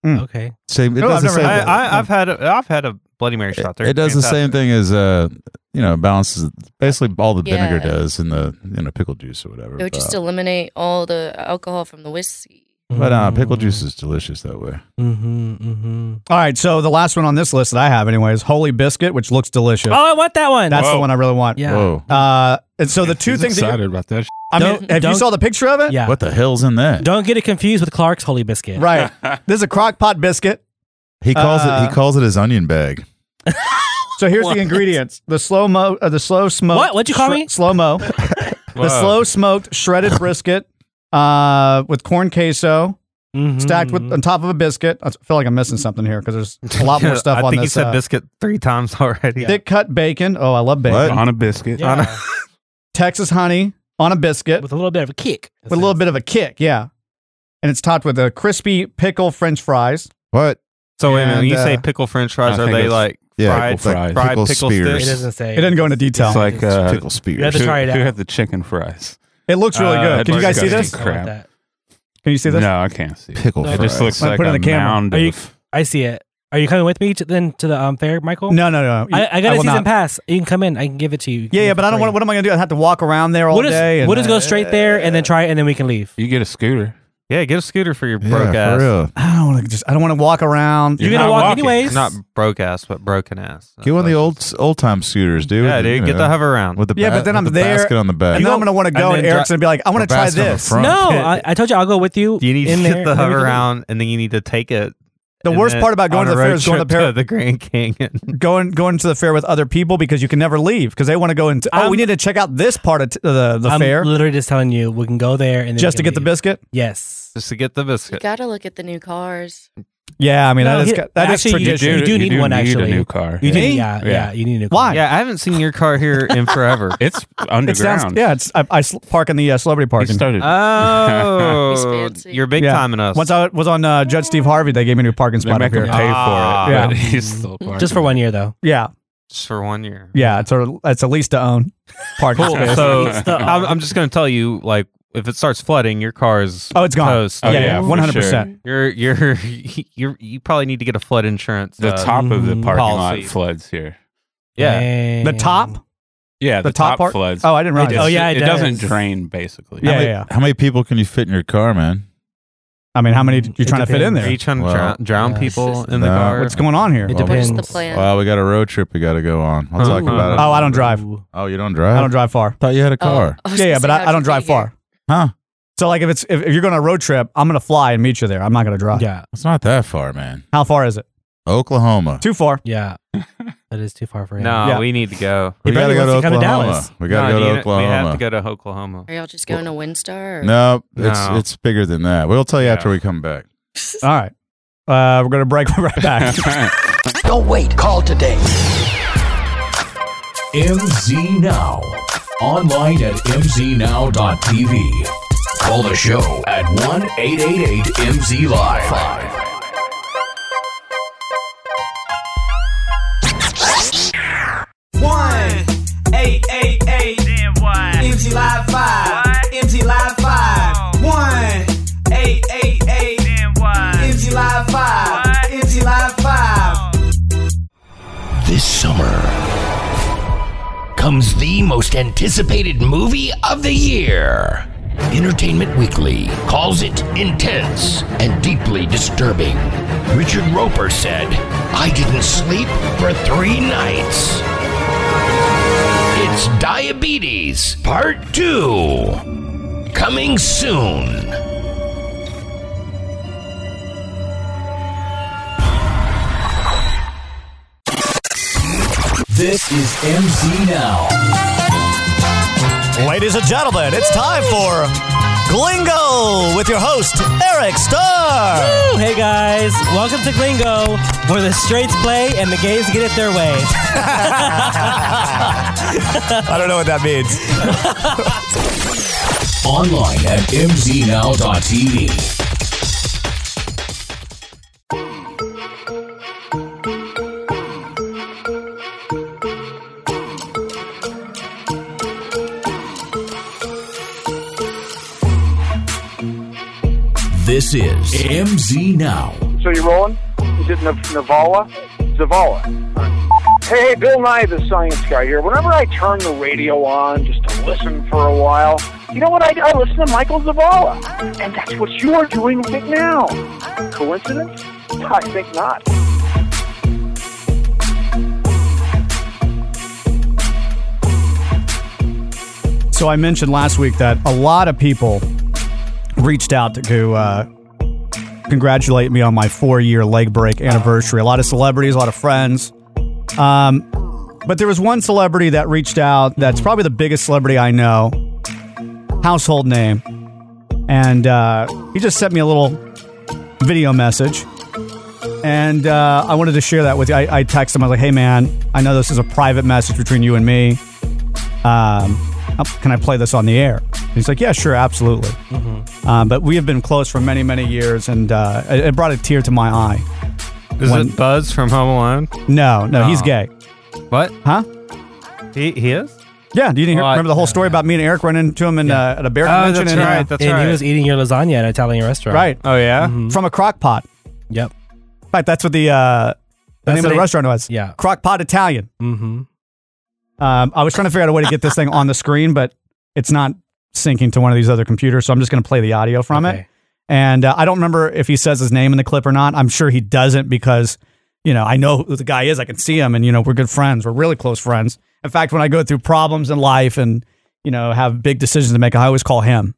[SPEAKER 5] Mm.
[SPEAKER 7] Okay.
[SPEAKER 9] Same. It
[SPEAKER 5] No,
[SPEAKER 9] does
[SPEAKER 5] I've
[SPEAKER 9] the
[SPEAKER 5] never
[SPEAKER 9] same.
[SPEAKER 8] I,
[SPEAKER 5] had-
[SPEAKER 8] Oh, I, I've had a, I've had a Bloody Mary shot.
[SPEAKER 9] it does the same thing as uh you know balances basically all the vinegar
[SPEAKER 10] Yeah.
[SPEAKER 9] does in the you know pickle juice or whatever.
[SPEAKER 10] it would just
[SPEAKER 9] but,
[SPEAKER 10] eliminate all the alcohol from the whiskey.
[SPEAKER 9] but uh, pickle juice is delicious that way.
[SPEAKER 7] Mm. Mm-hmm, mm-hmm.
[SPEAKER 5] All right. So the last one on this list that I have, anyway, is Holy Biscuit, which looks delicious.
[SPEAKER 7] Oh, I want that one.
[SPEAKER 5] That's the one I really want.
[SPEAKER 7] Yeah.
[SPEAKER 9] Whoa.
[SPEAKER 5] Uh, and so the two
[SPEAKER 6] He's
[SPEAKER 5] things that
[SPEAKER 6] excited
[SPEAKER 5] you,
[SPEAKER 6] about that.
[SPEAKER 5] I mean,
[SPEAKER 7] Don't-
[SPEAKER 5] have you
[SPEAKER 7] don't-
[SPEAKER 5] saw the picture of it?
[SPEAKER 7] Yeah.
[SPEAKER 9] What the hell's in that?
[SPEAKER 7] Don't get it confused with Clark's Holy Biscuit.
[SPEAKER 5] Right. this is a crockpot biscuit.
[SPEAKER 9] He calls it.
[SPEAKER 5] Uh,
[SPEAKER 9] He calls it his onion bag.
[SPEAKER 5] So here's the ingredients: the slow mo, uh, the slow smoke.
[SPEAKER 7] What? What'd you call me?
[SPEAKER 5] Slow mo. the slow smoked shredded brisket uh, with corn queso
[SPEAKER 7] Mhm.
[SPEAKER 5] stacked with on top of a biscuit. I feel like I'm missing something here because there's a lot more stuff
[SPEAKER 8] I
[SPEAKER 5] on
[SPEAKER 8] think
[SPEAKER 5] this.
[SPEAKER 8] you said
[SPEAKER 5] uh,
[SPEAKER 8] biscuit three times already.
[SPEAKER 5] Thick cut bacon. Oh, I love bacon.
[SPEAKER 9] What?
[SPEAKER 6] On a biscuit.
[SPEAKER 7] Yeah.
[SPEAKER 5] Texas honey on a biscuit with,
[SPEAKER 7] with a little bit of a kick.
[SPEAKER 5] a little bit of a kick. Yeah. And it's topped with a crispy pickle French fries.
[SPEAKER 9] What?
[SPEAKER 8] So Oh, wait a minute. When you
[SPEAKER 5] And,
[SPEAKER 8] say
[SPEAKER 5] uh,
[SPEAKER 8] pickle French fries,
[SPEAKER 6] I
[SPEAKER 8] are
[SPEAKER 6] think
[SPEAKER 8] they
[SPEAKER 6] it's
[SPEAKER 8] like
[SPEAKER 9] Yeah,
[SPEAKER 8] fried,
[SPEAKER 6] pickle fries.
[SPEAKER 8] fried
[SPEAKER 9] Pickle
[SPEAKER 8] pickle,
[SPEAKER 9] spears.
[SPEAKER 8] sticks?
[SPEAKER 7] It doesn't say.
[SPEAKER 5] It doesn't go into detail.
[SPEAKER 6] It's like uh,
[SPEAKER 9] pickle
[SPEAKER 7] You
[SPEAKER 9] spears.
[SPEAKER 7] have to try it
[SPEAKER 6] Who
[SPEAKER 7] out.
[SPEAKER 6] had the chicken fries?
[SPEAKER 5] It looks really
[SPEAKER 8] Uh,
[SPEAKER 5] good. Can you guys see
[SPEAKER 6] disgusting.
[SPEAKER 5] this?
[SPEAKER 7] I
[SPEAKER 5] Can
[SPEAKER 6] Crap.
[SPEAKER 7] want that.
[SPEAKER 5] you see this?
[SPEAKER 6] No, I can't see. It,
[SPEAKER 9] Pickle
[SPEAKER 7] No,
[SPEAKER 6] it
[SPEAKER 9] fries.
[SPEAKER 6] just looks
[SPEAKER 5] Let me
[SPEAKER 6] like
[SPEAKER 5] put it
[SPEAKER 6] a
[SPEAKER 5] in the camera.
[SPEAKER 6] mound
[SPEAKER 7] Are you-
[SPEAKER 6] of.
[SPEAKER 7] I see it. Are you coming with me to, then to the um, fair, Michael?
[SPEAKER 5] No, no, no.
[SPEAKER 7] I, I got
[SPEAKER 5] I
[SPEAKER 7] a
[SPEAKER 5] will
[SPEAKER 7] season
[SPEAKER 5] not.
[SPEAKER 7] pass. You can come in. I can give it to you. You can
[SPEAKER 5] Yeah,
[SPEAKER 7] get
[SPEAKER 5] yeah,
[SPEAKER 7] it
[SPEAKER 5] but
[SPEAKER 7] for
[SPEAKER 5] I don't.
[SPEAKER 7] free.
[SPEAKER 5] What, what am I going to do? I have to walk around there all
[SPEAKER 7] We'll just,
[SPEAKER 5] day. and-
[SPEAKER 7] we'll just go straight there and then try it, and then we can leave.
[SPEAKER 6] You get a scooter.
[SPEAKER 8] Yeah, get a scooter for your
[SPEAKER 9] Yeah,
[SPEAKER 8] broke
[SPEAKER 9] for
[SPEAKER 8] ass.
[SPEAKER 9] real.
[SPEAKER 5] I don't want to just. I don't want to walk around.
[SPEAKER 7] You're,
[SPEAKER 6] You're
[SPEAKER 7] gonna
[SPEAKER 6] not
[SPEAKER 7] walk
[SPEAKER 6] walking.
[SPEAKER 7] anyways.
[SPEAKER 8] Not broke ass, but broken ass.
[SPEAKER 9] Get one of the old old time scooters, dude.
[SPEAKER 8] Yeah,
[SPEAKER 9] with
[SPEAKER 8] dude,
[SPEAKER 9] you
[SPEAKER 8] get
[SPEAKER 9] know,
[SPEAKER 8] the hover around.
[SPEAKER 9] with the
[SPEAKER 5] Yeah,
[SPEAKER 9] ba-
[SPEAKER 5] but then
[SPEAKER 9] with
[SPEAKER 5] I'm
[SPEAKER 9] the
[SPEAKER 5] there,
[SPEAKER 9] basket on the back.
[SPEAKER 5] you know I'm going to want to go,
[SPEAKER 8] and
[SPEAKER 5] and
[SPEAKER 8] then
[SPEAKER 5] Eric's
[SPEAKER 8] dri-
[SPEAKER 5] going to be like, "I want
[SPEAKER 9] Or
[SPEAKER 5] to try
[SPEAKER 9] basket on the
[SPEAKER 5] this."
[SPEAKER 9] front.
[SPEAKER 7] No, I, I told you I'll go with you.
[SPEAKER 8] You need to
[SPEAKER 7] in
[SPEAKER 8] get
[SPEAKER 7] there.
[SPEAKER 8] the
[SPEAKER 7] Then we
[SPEAKER 8] hover
[SPEAKER 7] can-
[SPEAKER 8] around, and then you need to take it.
[SPEAKER 5] The
[SPEAKER 8] and
[SPEAKER 5] worst
[SPEAKER 8] then
[SPEAKER 5] part about going to the
[SPEAKER 8] on a
[SPEAKER 5] fair
[SPEAKER 8] road
[SPEAKER 5] is going to
[SPEAKER 8] trip
[SPEAKER 5] pair-
[SPEAKER 8] the Grand Canyon.
[SPEAKER 5] Going going to the fair with other people because you can never leave because they want to go into. Oh, we
[SPEAKER 7] I'm-
[SPEAKER 5] need to check out this part of t- the the
[SPEAKER 7] I'm
[SPEAKER 5] fair
[SPEAKER 7] literally just telling you we can go there and then we
[SPEAKER 5] just to
[SPEAKER 7] can
[SPEAKER 5] get the
[SPEAKER 7] leave.
[SPEAKER 5] biscuit.
[SPEAKER 7] Yes.
[SPEAKER 8] Just to get the
[SPEAKER 10] You
[SPEAKER 8] biscuit.
[SPEAKER 10] gotta look at the new cars.
[SPEAKER 5] Yeah, I mean
[SPEAKER 7] No,
[SPEAKER 5] that is
[SPEAKER 7] he-
[SPEAKER 5] ca- that is
[SPEAKER 7] actually, you
[SPEAKER 5] tradition.
[SPEAKER 7] do- you do need one, actually.
[SPEAKER 6] a new car.
[SPEAKER 7] You
[SPEAKER 6] Yeah.
[SPEAKER 7] need, yeah, yeah,
[SPEAKER 6] Yeah.
[SPEAKER 7] You need to.
[SPEAKER 5] Why?
[SPEAKER 8] Yeah, I haven't seen your car here in forever.
[SPEAKER 6] It's
[SPEAKER 5] It sounds,
[SPEAKER 6] underground.
[SPEAKER 5] yeah, it's I, I sl- park in the uh, celebrity
[SPEAKER 6] He
[SPEAKER 5] parking.
[SPEAKER 6] started.
[SPEAKER 10] He's
[SPEAKER 8] Oh,
[SPEAKER 10] fancy.
[SPEAKER 8] you're big
[SPEAKER 5] Yeah.
[SPEAKER 8] timing us.
[SPEAKER 5] Once I was on uh, Judge Steve Harvey, they gave me a new parking
[SPEAKER 6] they
[SPEAKER 5] spot up
[SPEAKER 6] make him
[SPEAKER 5] here.
[SPEAKER 6] pay for it.
[SPEAKER 8] Ah.
[SPEAKER 5] Yeah.
[SPEAKER 6] but he's still
[SPEAKER 7] Just for one year though.
[SPEAKER 5] Yeah,
[SPEAKER 8] Just for one year.
[SPEAKER 5] yeah, it's a it's a lease to own parking
[SPEAKER 8] Cool.
[SPEAKER 5] space.
[SPEAKER 8] So
[SPEAKER 6] It's the-
[SPEAKER 8] I'm, I'm just going to tell you, like, if it starts flooding, your car is
[SPEAKER 5] Oh, it's gone.
[SPEAKER 8] toast.
[SPEAKER 6] Oh,
[SPEAKER 5] yeah,
[SPEAKER 6] yeah, for
[SPEAKER 5] one hundred percent.
[SPEAKER 8] You're you're you're you probably need to get a flood insurance.
[SPEAKER 6] The
[SPEAKER 8] uh,
[SPEAKER 6] top of the
[SPEAKER 7] Mm.
[SPEAKER 6] parking
[SPEAKER 8] Policy.
[SPEAKER 6] lot floods here.
[SPEAKER 8] Yeah.
[SPEAKER 7] Dang.
[SPEAKER 5] The top,
[SPEAKER 6] Yeah,
[SPEAKER 5] the, top, part.
[SPEAKER 6] floods.
[SPEAKER 5] Oh, I didn't
[SPEAKER 6] It
[SPEAKER 5] realize.
[SPEAKER 6] just-
[SPEAKER 7] Oh, yeah, it
[SPEAKER 6] it, doesn't
[SPEAKER 7] does.
[SPEAKER 6] drain basically.
[SPEAKER 5] Yeah,
[SPEAKER 9] how, many,
[SPEAKER 5] yeah, yeah.
[SPEAKER 9] how many people can you fit in your car, man?
[SPEAKER 5] I mean, how many you
[SPEAKER 7] It
[SPEAKER 5] trying to fit in
[SPEAKER 7] depends.
[SPEAKER 5] there?
[SPEAKER 8] Are you trying to
[SPEAKER 9] Well,
[SPEAKER 8] drown, drown
[SPEAKER 7] yeah.
[SPEAKER 8] people in the
[SPEAKER 9] No.
[SPEAKER 8] car?
[SPEAKER 5] What's going on here?
[SPEAKER 7] It
[SPEAKER 9] Well,
[SPEAKER 10] What's
[SPEAKER 7] depends.
[SPEAKER 10] the plan?
[SPEAKER 9] Well, we got a road trip we got to go on. I'll talk
[SPEAKER 8] Ooh.
[SPEAKER 9] about it.
[SPEAKER 5] Oh, I don't drive.
[SPEAKER 7] Ooh.
[SPEAKER 9] Oh, you don't drive?
[SPEAKER 5] I don't drive far.
[SPEAKER 9] Thought you had a
[SPEAKER 10] Oh,
[SPEAKER 9] car.
[SPEAKER 10] I was
[SPEAKER 5] Yeah,
[SPEAKER 10] gonna
[SPEAKER 5] yeah,
[SPEAKER 10] say,
[SPEAKER 5] but I,
[SPEAKER 10] how'd
[SPEAKER 5] I don't
[SPEAKER 10] you
[SPEAKER 5] drive
[SPEAKER 10] get here?
[SPEAKER 5] far.
[SPEAKER 9] Huh?
[SPEAKER 5] So like if it's if, if you're going on a road trip, I'm gonna fly and meet you there. I'm not gonna drive.
[SPEAKER 7] Yeah,
[SPEAKER 9] It's not that far, man.
[SPEAKER 5] How far is it?
[SPEAKER 9] Oklahoma.
[SPEAKER 5] Too far.
[SPEAKER 7] yeah. that is too far for him.
[SPEAKER 8] No,
[SPEAKER 5] Yeah.
[SPEAKER 8] we need to go.
[SPEAKER 9] We
[SPEAKER 7] He
[SPEAKER 9] got
[SPEAKER 7] barely
[SPEAKER 9] to go to
[SPEAKER 7] wants to come to
[SPEAKER 9] Oklahoma.
[SPEAKER 7] Dallas.
[SPEAKER 9] We got to
[SPEAKER 8] No,
[SPEAKER 9] go
[SPEAKER 8] you
[SPEAKER 9] to
[SPEAKER 8] know- We have to
[SPEAKER 9] Oklahoma.
[SPEAKER 8] go to Oklahoma.
[SPEAKER 10] Are y'all just going to Windstar? Or?
[SPEAKER 9] No, it's
[SPEAKER 8] No.
[SPEAKER 9] it's bigger than that. We'll tell you
[SPEAKER 8] Yeah.
[SPEAKER 9] after we come back.
[SPEAKER 5] All right. Uh, we're gonna break We're right back.
[SPEAKER 1] Don't wait. Call today. MZ Now. Online at mznow.tv. Call the show at 1 888 MZ Live.
[SPEAKER 11] One, eight, eight, eight. Then what? MG Live 5. MG Live 5. One, eight, eight, eight. Then what? MG Live 5. MG Live 5.
[SPEAKER 1] This summer comes the most anticipated movie of the year. Entertainment Weekly calls it intense and deeply disturbing. Richard Roper said, I didn't sleep for three nights. It's Diabetes Part 2. Coming soon.
[SPEAKER 11] This is MZ Now.
[SPEAKER 5] Ladies and gentlemen, it's time for Glingo with your host, Eric Starr.
[SPEAKER 12] Hey guys, welcome to Glingo, where the straights play and the gays get it their way.
[SPEAKER 5] I don't know what that means.
[SPEAKER 11] Online at mznow.tv. This is MZ Now.
[SPEAKER 13] So you're rolling? Is it Nav- Navala? Zavala. Hey, hey, Bill Nye, the science guy here. Whenever I turn the radio on just to listen for a while, you know what? I, I listen to Michael Zavala. And that's what you are doing right now. Coincidence? I think not.
[SPEAKER 5] So I mentioned last week that a lot of people reached out to- to uh, congratulate me on my four-year leg break anniversary. A lot of celebrities, a lot of friends. Um, but there was one celebrity that reached out. That's probably the biggest celebrity I know, household name, and uh, he just sent me a little video message. And uh, I wanted to share that with you. I, I texted him. I was like, "Hey, man, I know this is a private message between you and me. Um, can I play this on the air?" And he's like, "Yeah, sure, absolutely."
[SPEAKER 8] Mm-hmm.
[SPEAKER 5] Um, but we have been close for many, many years, and uh, it, it brought a tear to my eye.
[SPEAKER 8] Is it Buzz from Home Alone?
[SPEAKER 5] No, no, he's
[SPEAKER 8] Oh.
[SPEAKER 5] gay.
[SPEAKER 8] What?
[SPEAKER 5] Huh?
[SPEAKER 8] He, he is?
[SPEAKER 5] Yeah, you didn't hear,
[SPEAKER 8] Well, I-
[SPEAKER 5] remember the whole story about me and Eric running into him in, uh, at a bear
[SPEAKER 7] Oh,
[SPEAKER 5] convention?
[SPEAKER 7] that's
[SPEAKER 5] in, uh,
[SPEAKER 7] right, that's And he right. Mm-hmm. was eating your lasagna at an Italian restaurant.
[SPEAKER 5] Right.
[SPEAKER 8] Oh yeah.
[SPEAKER 5] From a crock pot.
[SPEAKER 7] Yep.
[SPEAKER 5] In fact, that's what the uh, the
[SPEAKER 7] That's
[SPEAKER 5] name of
[SPEAKER 7] what
[SPEAKER 5] the
[SPEAKER 7] it-
[SPEAKER 5] restaurant was.
[SPEAKER 7] yeah.
[SPEAKER 5] Crock pot Italian.
[SPEAKER 7] Mm-hmm.
[SPEAKER 5] Um, I was trying to figure out a way to get this thing on the screen, but it's not syncing to one of these other computers, so I'm just going to play the audio from it. And uh, I don't remember if he says his name in the clip or not. I'm sure he doesn't because, you know, I know who the guy is. I can see him, and you know, we're good friends. We're really close friends. In fact, when I go through problems in life and you know have big decisions to make, I always call him.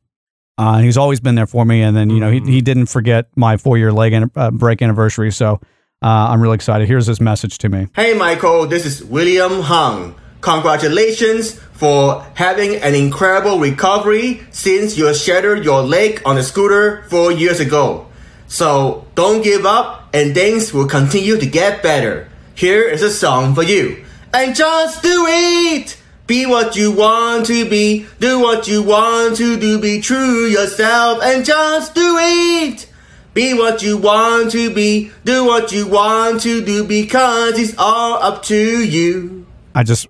[SPEAKER 5] Uh, he's always been there for me, and then you know he he didn't forget my four year leg an- uh, break anniversary. So uh, I'm really excited. Here's his message to me.
[SPEAKER 14] Hey Michael, this is William Hung. Congratulations for having an incredible recovery since you shattered your leg on a scooter four years ago. So don't give up and things will continue to get better. Here is a song for you. And just do it! Be what you want to be, do what you want to do, be true yourself and just do it! Be what you want to be, do what you want to do because it's all up to you.
[SPEAKER 5] I just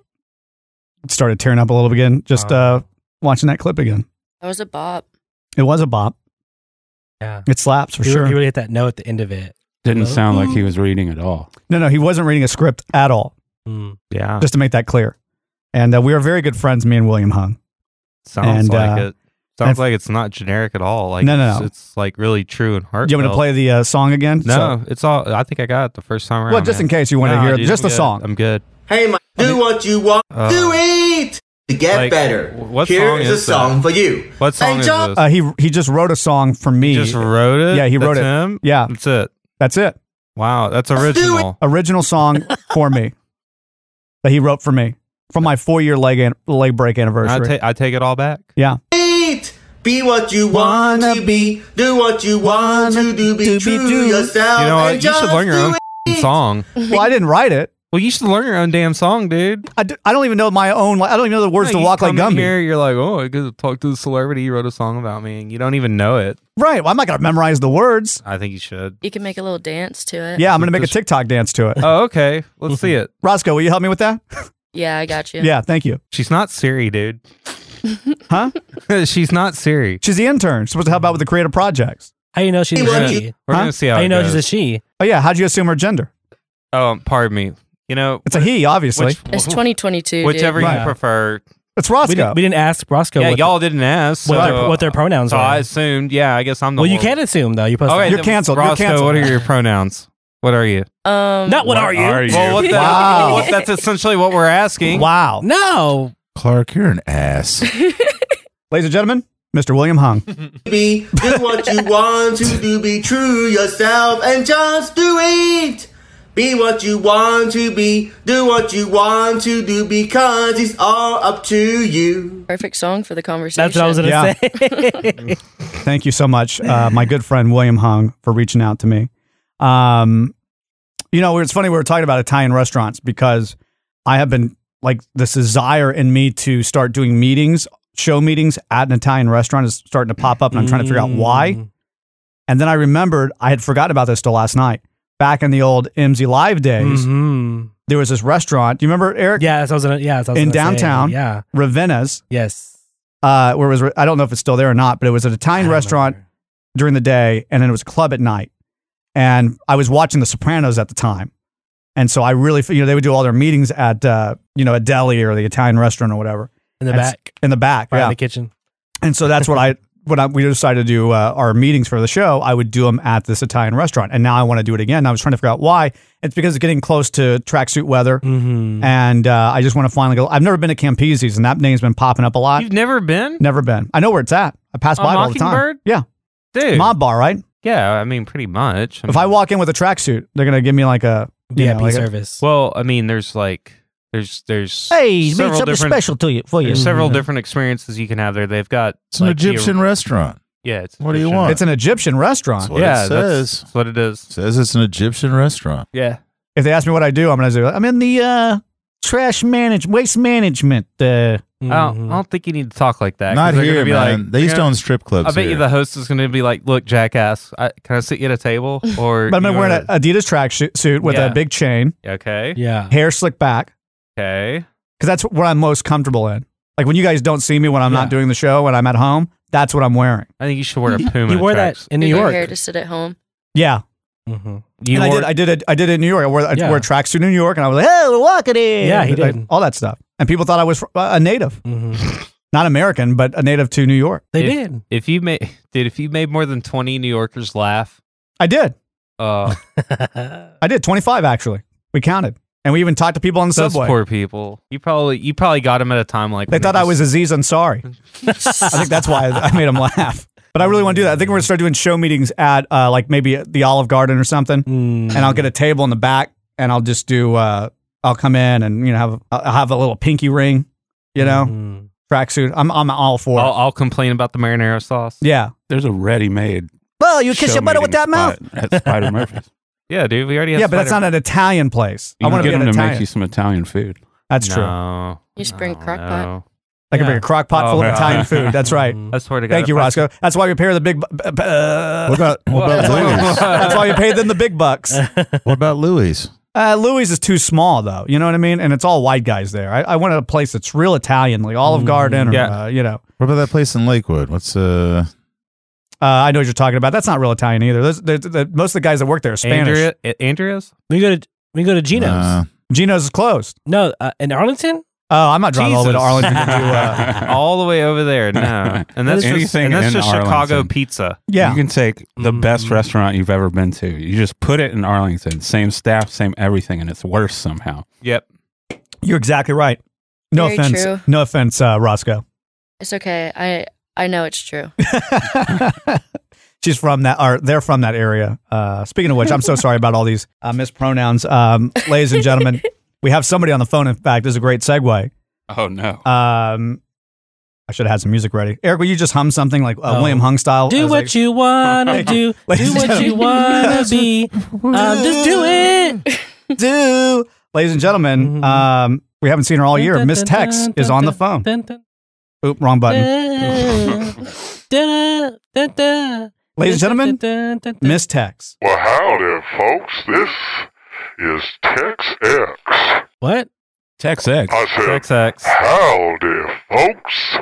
[SPEAKER 5] started tearing up a little again, just uh, watching that clip again.
[SPEAKER 10] That was a bop.
[SPEAKER 5] It was a bop.
[SPEAKER 7] Yeah.
[SPEAKER 5] It slaps for
[SPEAKER 7] You-
[SPEAKER 5] sure.
[SPEAKER 7] You really hit that note at the end of it.
[SPEAKER 6] Didn't sound like he was reading at all.
[SPEAKER 5] No, no, he wasn't reading a script at all.
[SPEAKER 8] Yeah.
[SPEAKER 5] Just to make that clear. And uh, we are very good friends, me and William Hung. And,
[SPEAKER 8] Sounds like
[SPEAKER 5] uh,
[SPEAKER 8] it. Sounds
[SPEAKER 5] and-
[SPEAKER 8] like it's not generic at all. Like
[SPEAKER 5] No, no,
[SPEAKER 8] it's,
[SPEAKER 5] no.
[SPEAKER 8] it's like really true and heartfelt.
[SPEAKER 5] Do you want me to play the uh, song again?
[SPEAKER 8] No, it's all. I think I got it the first time around.
[SPEAKER 5] Well, just
[SPEAKER 8] man.
[SPEAKER 5] in case you wanted to
[SPEAKER 8] Nah,
[SPEAKER 5] hear
[SPEAKER 8] dude,
[SPEAKER 5] just the
[SPEAKER 8] I'm good.
[SPEAKER 5] song.
[SPEAKER 8] I'm good.
[SPEAKER 14] Hey, Mike, do what you want,
[SPEAKER 8] Uh,
[SPEAKER 14] do it to get
[SPEAKER 8] like,
[SPEAKER 14] better.
[SPEAKER 8] wh- what
[SPEAKER 14] Here
[SPEAKER 8] song
[SPEAKER 14] is
[SPEAKER 8] is
[SPEAKER 14] a song
[SPEAKER 8] that?
[SPEAKER 14] for you.
[SPEAKER 8] What song
[SPEAKER 14] and
[SPEAKER 8] is
[SPEAKER 14] just
[SPEAKER 8] this?
[SPEAKER 5] Uh, he he just wrote a song for me.
[SPEAKER 8] He just wrote it?
[SPEAKER 5] Yeah, he wrote
[SPEAKER 8] That's
[SPEAKER 5] it.
[SPEAKER 8] him?
[SPEAKER 5] Yeah,
[SPEAKER 8] That's it.
[SPEAKER 5] that's it.
[SPEAKER 8] Wow, Oh, that's original.
[SPEAKER 5] Original song for me that he wrote for me from my four year leg an- leg break
[SPEAKER 8] I,
[SPEAKER 5] anniversary.
[SPEAKER 8] ta- I take it all back.
[SPEAKER 5] yeah,
[SPEAKER 14] it. Be what you want to be. Do what you want to do. Be true yourself.
[SPEAKER 8] You know
[SPEAKER 14] and
[SPEAKER 8] what? You should
[SPEAKER 14] just
[SPEAKER 8] learn your own
[SPEAKER 14] do
[SPEAKER 8] f***ing song.
[SPEAKER 5] Well, I didn't write it.
[SPEAKER 8] Well, you should learn your own damn song, dude.
[SPEAKER 5] I, do, I don't even know my own. I don't even know the words
[SPEAKER 8] No,
[SPEAKER 5] to
[SPEAKER 8] you
[SPEAKER 5] walk like
[SPEAKER 8] come in
[SPEAKER 5] Gumby.
[SPEAKER 8] Here, you're like, oh, I could talk to the celebrity. He wrote a song about me, and you don't even know it.
[SPEAKER 5] Right. Well, I'm not gonna memorize the words.
[SPEAKER 8] I think you should.
[SPEAKER 10] You can make a little dance to it.
[SPEAKER 5] Yeah, I'm gonna make a TikTok dance to it.
[SPEAKER 8] Oh, okay. Let's see it.
[SPEAKER 5] Roscoe, will you help me with that?
[SPEAKER 10] Yeah, I got you.
[SPEAKER 5] Yeah, thank you.
[SPEAKER 8] She's not Siri, dude.
[SPEAKER 5] huh?
[SPEAKER 8] She's not Siri.
[SPEAKER 5] She's the intern. She's supposed to help out with the creative projects.
[SPEAKER 7] How you know she's
[SPEAKER 8] We're
[SPEAKER 7] a
[SPEAKER 8] gonna-
[SPEAKER 7] she?
[SPEAKER 8] we're gonna see how
[SPEAKER 7] How you
[SPEAKER 8] it
[SPEAKER 7] know
[SPEAKER 8] goes.
[SPEAKER 7] she's a she?
[SPEAKER 5] Oh yeah, how'd you assume her gender?
[SPEAKER 8] Oh, pardon me. You know,
[SPEAKER 5] It's a he, obviously.
[SPEAKER 8] Which-
[SPEAKER 10] It's 2022. dude.
[SPEAKER 8] whichever you prefer.
[SPEAKER 5] It's
[SPEAKER 7] We, didn't, we didn't ask Roscoe.
[SPEAKER 8] Yeah,
[SPEAKER 7] what
[SPEAKER 8] y'all didn't ask.
[SPEAKER 7] what,
[SPEAKER 8] so-
[SPEAKER 7] their, what their pronouns
[SPEAKER 8] So
[SPEAKER 7] are.
[SPEAKER 8] I assumed. Yeah, I guess I'm the.
[SPEAKER 7] well, you
[SPEAKER 8] one.
[SPEAKER 7] can't assume though. You're supposed
[SPEAKER 8] Okay,
[SPEAKER 7] to.
[SPEAKER 8] then, Roscoe, What are your pronouns? What are you?
[SPEAKER 10] Um,
[SPEAKER 7] Not what, are you?
[SPEAKER 8] Well, what the,
[SPEAKER 7] Wow.
[SPEAKER 8] what- that's essentially what we're asking.
[SPEAKER 5] Wow.
[SPEAKER 7] No.
[SPEAKER 9] Clark, you're an ass.
[SPEAKER 5] Ladies and gentlemen, Mr. William Hung.
[SPEAKER 14] Be do what you want to do. Be true yourself and just do it. Be what you want to be, do what you want to do because it's all up to you.
[SPEAKER 10] Perfect song for the conversation.
[SPEAKER 5] Yeah. Thank you so much, uh, my good friend William Hung, for reaching out to me. Um, you know, it's funny we were talking about Italian restaurants because I have been like this desire in me to start doing meetings, show meetings at an Italian restaurant is starting to pop up, and I'm trying to figure out
[SPEAKER 7] Mm.
[SPEAKER 5] why. And then I remembered I had forgotten about this till last night. Back in the old MZ Live days, there was this restaurant. Do you remember Eric?
[SPEAKER 7] Yeah, that's what Mm-hmm. I was gonna, yeah, that's what I was
[SPEAKER 5] in
[SPEAKER 7] gonna say.
[SPEAKER 5] downtown.
[SPEAKER 7] yeah,
[SPEAKER 5] Ravenna's.
[SPEAKER 7] Yes.
[SPEAKER 5] Uh, where it was I don't know if it's still there or not, but it was an Italian restaurant during the day, and then it was a club at night. And I was watching The Sopranos at the time, and so I really, you know, they would do all their meetings at uh, you know a deli or the Italian restaurant or whatever.
[SPEAKER 7] In the
[SPEAKER 5] And s-
[SPEAKER 7] back.
[SPEAKER 5] In the back.
[SPEAKER 7] right
[SPEAKER 5] yeah.
[SPEAKER 7] in the kitchen.
[SPEAKER 5] And so that's what I when I, we decided to do uh, our meetings for the show. I would do them at this Italian restaurant, and now I want to do it again. I was trying to figure out why. It's because it's getting close to tracksuit weather, and uh, I just want to finally go. I've never been to Campese's, and that name's been popping up a lot. You've
[SPEAKER 8] never been?
[SPEAKER 5] Never been. I know where it's at. I pass
[SPEAKER 8] On
[SPEAKER 5] by it all the time.
[SPEAKER 8] Mockingbird?
[SPEAKER 5] Yeah,
[SPEAKER 8] Dude.
[SPEAKER 5] mob bar, right?
[SPEAKER 8] Yeah, I mean, pretty much. I
[SPEAKER 5] If I walk in with a tracksuit, they're gonna give me like a you know, like a-
[SPEAKER 8] well, I mean, there's like there's there's
[SPEAKER 15] Hey, make
[SPEAKER 8] several
[SPEAKER 15] something
[SPEAKER 8] different-
[SPEAKER 15] special to you- for you.
[SPEAKER 8] There's several
[SPEAKER 15] Mhm.
[SPEAKER 8] different experiences you can have there. They've got
[SPEAKER 9] It's an
[SPEAKER 8] like, the-
[SPEAKER 9] Egyptian restaurant.
[SPEAKER 8] Yeah, it's
[SPEAKER 9] What do you
[SPEAKER 8] Egyptian.
[SPEAKER 9] want?
[SPEAKER 5] It's an Egyptian restaurant.
[SPEAKER 9] That's what
[SPEAKER 8] yeah,
[SPEAKER 9] it
[SPEAKER 8] that's-
[SPEAKER 9] says.
[SPEAKER 8] that's what it is.
[SPEAKER 9] says it's an Egyptian restaurant.
[SPEAKER 8] Yeah.
[SPEAKER 5] If they ask me what I do, I'm gonna say I'm in the uh, trash manage waste management. Uh,
[SPEAKER 8] I don't, I don't think you need to talk like that. 'cause
[SPEAKER 9] Not
[SPEAKER 8] they're
[SPEAKER 9] here,
[SPEAKER 8] gonna be
[SPEAKER 9] man.
[SPEAKER 8] like-
[SPEAKER 9] They used to
[SPEAKER 8] you know,
[SPEAKER 9] own strip clubs
[SPEAKER 8] I bet you
[SPEAKER 9] here.
[SPEAKER 8] the host is going to be like, "Look, jackass, I, can I sit you at a table?" Or
[SPEAKER 5] But I'm
[SPEAKER 8] you
[SPEAKER 5] wearing
[SPEAKER 8] wanna-
[SPEAKER 5] an Adidas tracksuit suit with
[SPEAKER 8] Yeah.
[SPEAKER 5] a big chain.
[SPEAKER 8] Okay.
[SPEAKER 5] Hair slicked back
[SPEAKER 8] Okay.
[SPEAKER 5] because that's what I'm most comfortable in. Like when you guys don't see me when I'm
[SPEAKER 8] Yeah.
[SPEAKER 5] not doing the show when I'm at home, that's what I'm wearing.
[SPEAKER 8] I think you should wear a Puma.
[SPEAKER 5] You wore that
[SPEAKER 8] tracks-
[SPEAKER 5] in
[SPEAKER 10] Did
[SPEAKER 5] New
[SPEAKER 10] your
[SPEAKER 5] York.
[SPEAKER 10] hair to sit at home.
[SPEAKER 5] Yeah.
[SPEAKER 8] You
[SPEAKER 5] Mm-hmm. and I
[SPEAKER 8] wore-
[SPEAKER 5] did. I did. It, I did it in New York. I wore, I
[SPEAKER 8] Yeah.
[SPEAKER 5] wore a tracksuit in New York, and I was like, "Hey, we're walking in."
[SPEAKER 7] Yeah, he
[SPEAKER 5] Like,
[SPEAKER 7] did.
[SPEAKER 5] all that stuff, and people thought I was fr- a native, not American, but a native to New York.
[SPEAKER 8] if, If you made, dude, if you made more than twenty New Yorkers laugh,
[SPEAKER 5] I did.
[SPEAKER 8] uh,
[SPEAKER 5] I did. Twenty five actually. We counted, and we even talked to people on the
[SPEAKER 8] those
[SPEAKER 5] subway.
[SPEAKER 8] poor people. You probably, you probably got them at a time like
[SPEAKER 5] They
[SPEAKER 8] when
[SPEAKER 5] thought I was
[SPEAKER 8] just-
[SPEAKER 5] Aziz Ansari. I think that's why I I made them laugh. But I really want to do that. I think we're going to start doing show meetings at uh, like maybe the Olive Garden or something,
[SPEAKER 6] Mm.
[SPEAKER 5] and I'll get a table in the back, and I'll just do. Uh, I'll come in and you know have I'll have a little pinky ring, you know,
[SPEAKER 6] Mm-hmm.
[SPEAKER 5] tracksuit. I'm I'm all for. it.
[SPEAKER 8] I'll, I'll complain about the marinara sauce.
[SPEAKER 5] Yeah.
[SPEAKER 6] There's a ready-made.
[SPEAKER 5] Well, you kiss
[SPEAKER 6] show
[SPEAKER 5] your butter with
[SPEAKER 6] meeting
[SPEAKER 5] that mouth.
[SPEAKER 6] spot At Spider Murphy's.
[SPEAKER 8] Yeah, dude, we already have.
[SPEAKER 5] yeah, but that's not an Italian place.
[SPEAKER 6] You
[SPEAKER 5] I
[SPEAKER 6] can
[SPEAKER 5] want to
[SPEAKER 6] get
[SPEAKER 5] be an
[SPEAKER 6] them to
[SPEAKER 5] Italian.
[SPEAKER 6] make you some Italian food.
[SPEAKER 5] That's true.
[SPEAKER 8] No.
[SPEAKER 10] You just bring a crock pot.
[SPEAKER 5] I can bring a crock pot
[SPEAKER 6] Oh, Mm-hmm.
[SPEAKER 5] full of
[SPEAKER 6] God.
[SPEAKER 5] Italian food. That's right.
[SPEAKER 8] I swear to God.
[SPEAKER 5] Thank you,
[SPEAKER 8] if I-
[SPEAKER 5] Roscoe. That's why we pay her the big. bu- bu- bu-
[SPEAKER 9] What about what
[SPEAKER 5] that's,
[SPEAKER 9] about
[SPEAKER 5] why,
[SPEAKER 9] Louis?
[SPEAKER 5] that's why you paid them the big bucks.
[SPEAKER 9] What about Louis?
[SPEAKER 5] Uh, Louis is too small, though. You know what I mean? And it's all white guys there. I, I wanted a place that's real Italian, like
[SPEAKER 8] Mm,
[SPEAKER 5] Olive Garden, or uh, you know.
[SPEAKER 9] What about that place in Lakewood? What's uh?
[SPEAKER 5] Uh, I know what you're talking about. That's not real Italian either. Those, the, the, most of the guys that work there are Spanish.
[SPEAKER 8] Andrea, A- Andrea's.
[SPEAKER 7] We go to we go to Geno's.
[SPEAKER 5] Geno's is closed.
[SPEAKER 7] No, uh, in Arlington.
[SPEAKER 5] Oh, I'm not driving all the way to
[SPEAKER 8] Jesus.
[SPEAKER 5] Arlington to do. Uh,
[SPEAKER 8] all the way over there. No, and that's just,
[SPEAKER 6] Anything
[SPEAKER 8] and that's
[SPEAKER 6] in
[SPEAKER 8] just Chicago
[SPEAKER 6] Arlington.
[SPEAKER 8] pizza.
[SPEAKER 6] You can take the best restaurant you've ever been to. You just put it in Arlington, same staff, same everything, and it's worse somehow.
[SPEAKER 8] Yep.
[SPEAKER 5] you're exactly right. No
[SPEAKER 10] Very
[SPEAKER 5] offense.
[SPEAKER 10] true.
[SPEAKER 5] No offense, uh, Roscoe.
[SPEAKER 10] It's okay. I I know it's true.
[SPEAKER 5] She's from that, or they're from that area. Uh, speaking of which, I'm so sorry about all these uh, mispronouns. Um, ladies and gentlemen, we have somebody on the phone. In fact, this is a great segue.
[SPEAKER 6] Oh no.
[SPEAKER 5] Um, I should have had some music ready. Eric, will you just hum something like uh,
[SPEAKER 7] Oh.
[SPEAKER 5] William Hung style?
[SPEAKER 7] Do
[SPEAKER 5] as,
[SPEAKER 7] what
[SPEAKER 5] like-
[SPEAKER 7] you wanna do.
[SPEAKER 5] Ladies
[SPEAKER 7] do
[SPEAKER 5] and
[SPEAKER 7] what you
[SPEAKER 5] gentlemen.
[SPEAKER 7] wanna be. Um, just do it.
[SPEAKER 5] do. Ladies and
[SPEAKER 7] Mm-hmm.
[SPEAKER 5] gentlemen, um, we haven't seen her all year. Miss Tex is on the phone. Oop, wrong button. Ladies and
[SPEAKER 7] gentlemen,
[SPEAKER 5] Miss Tex.
[SPEAKER 16] Well, howdy, folks. This is Tex X.
[SPEAKER 7] What?
[SPEAKER 6] Tex X.
[SPEAKER 16] I said, howdy, folks.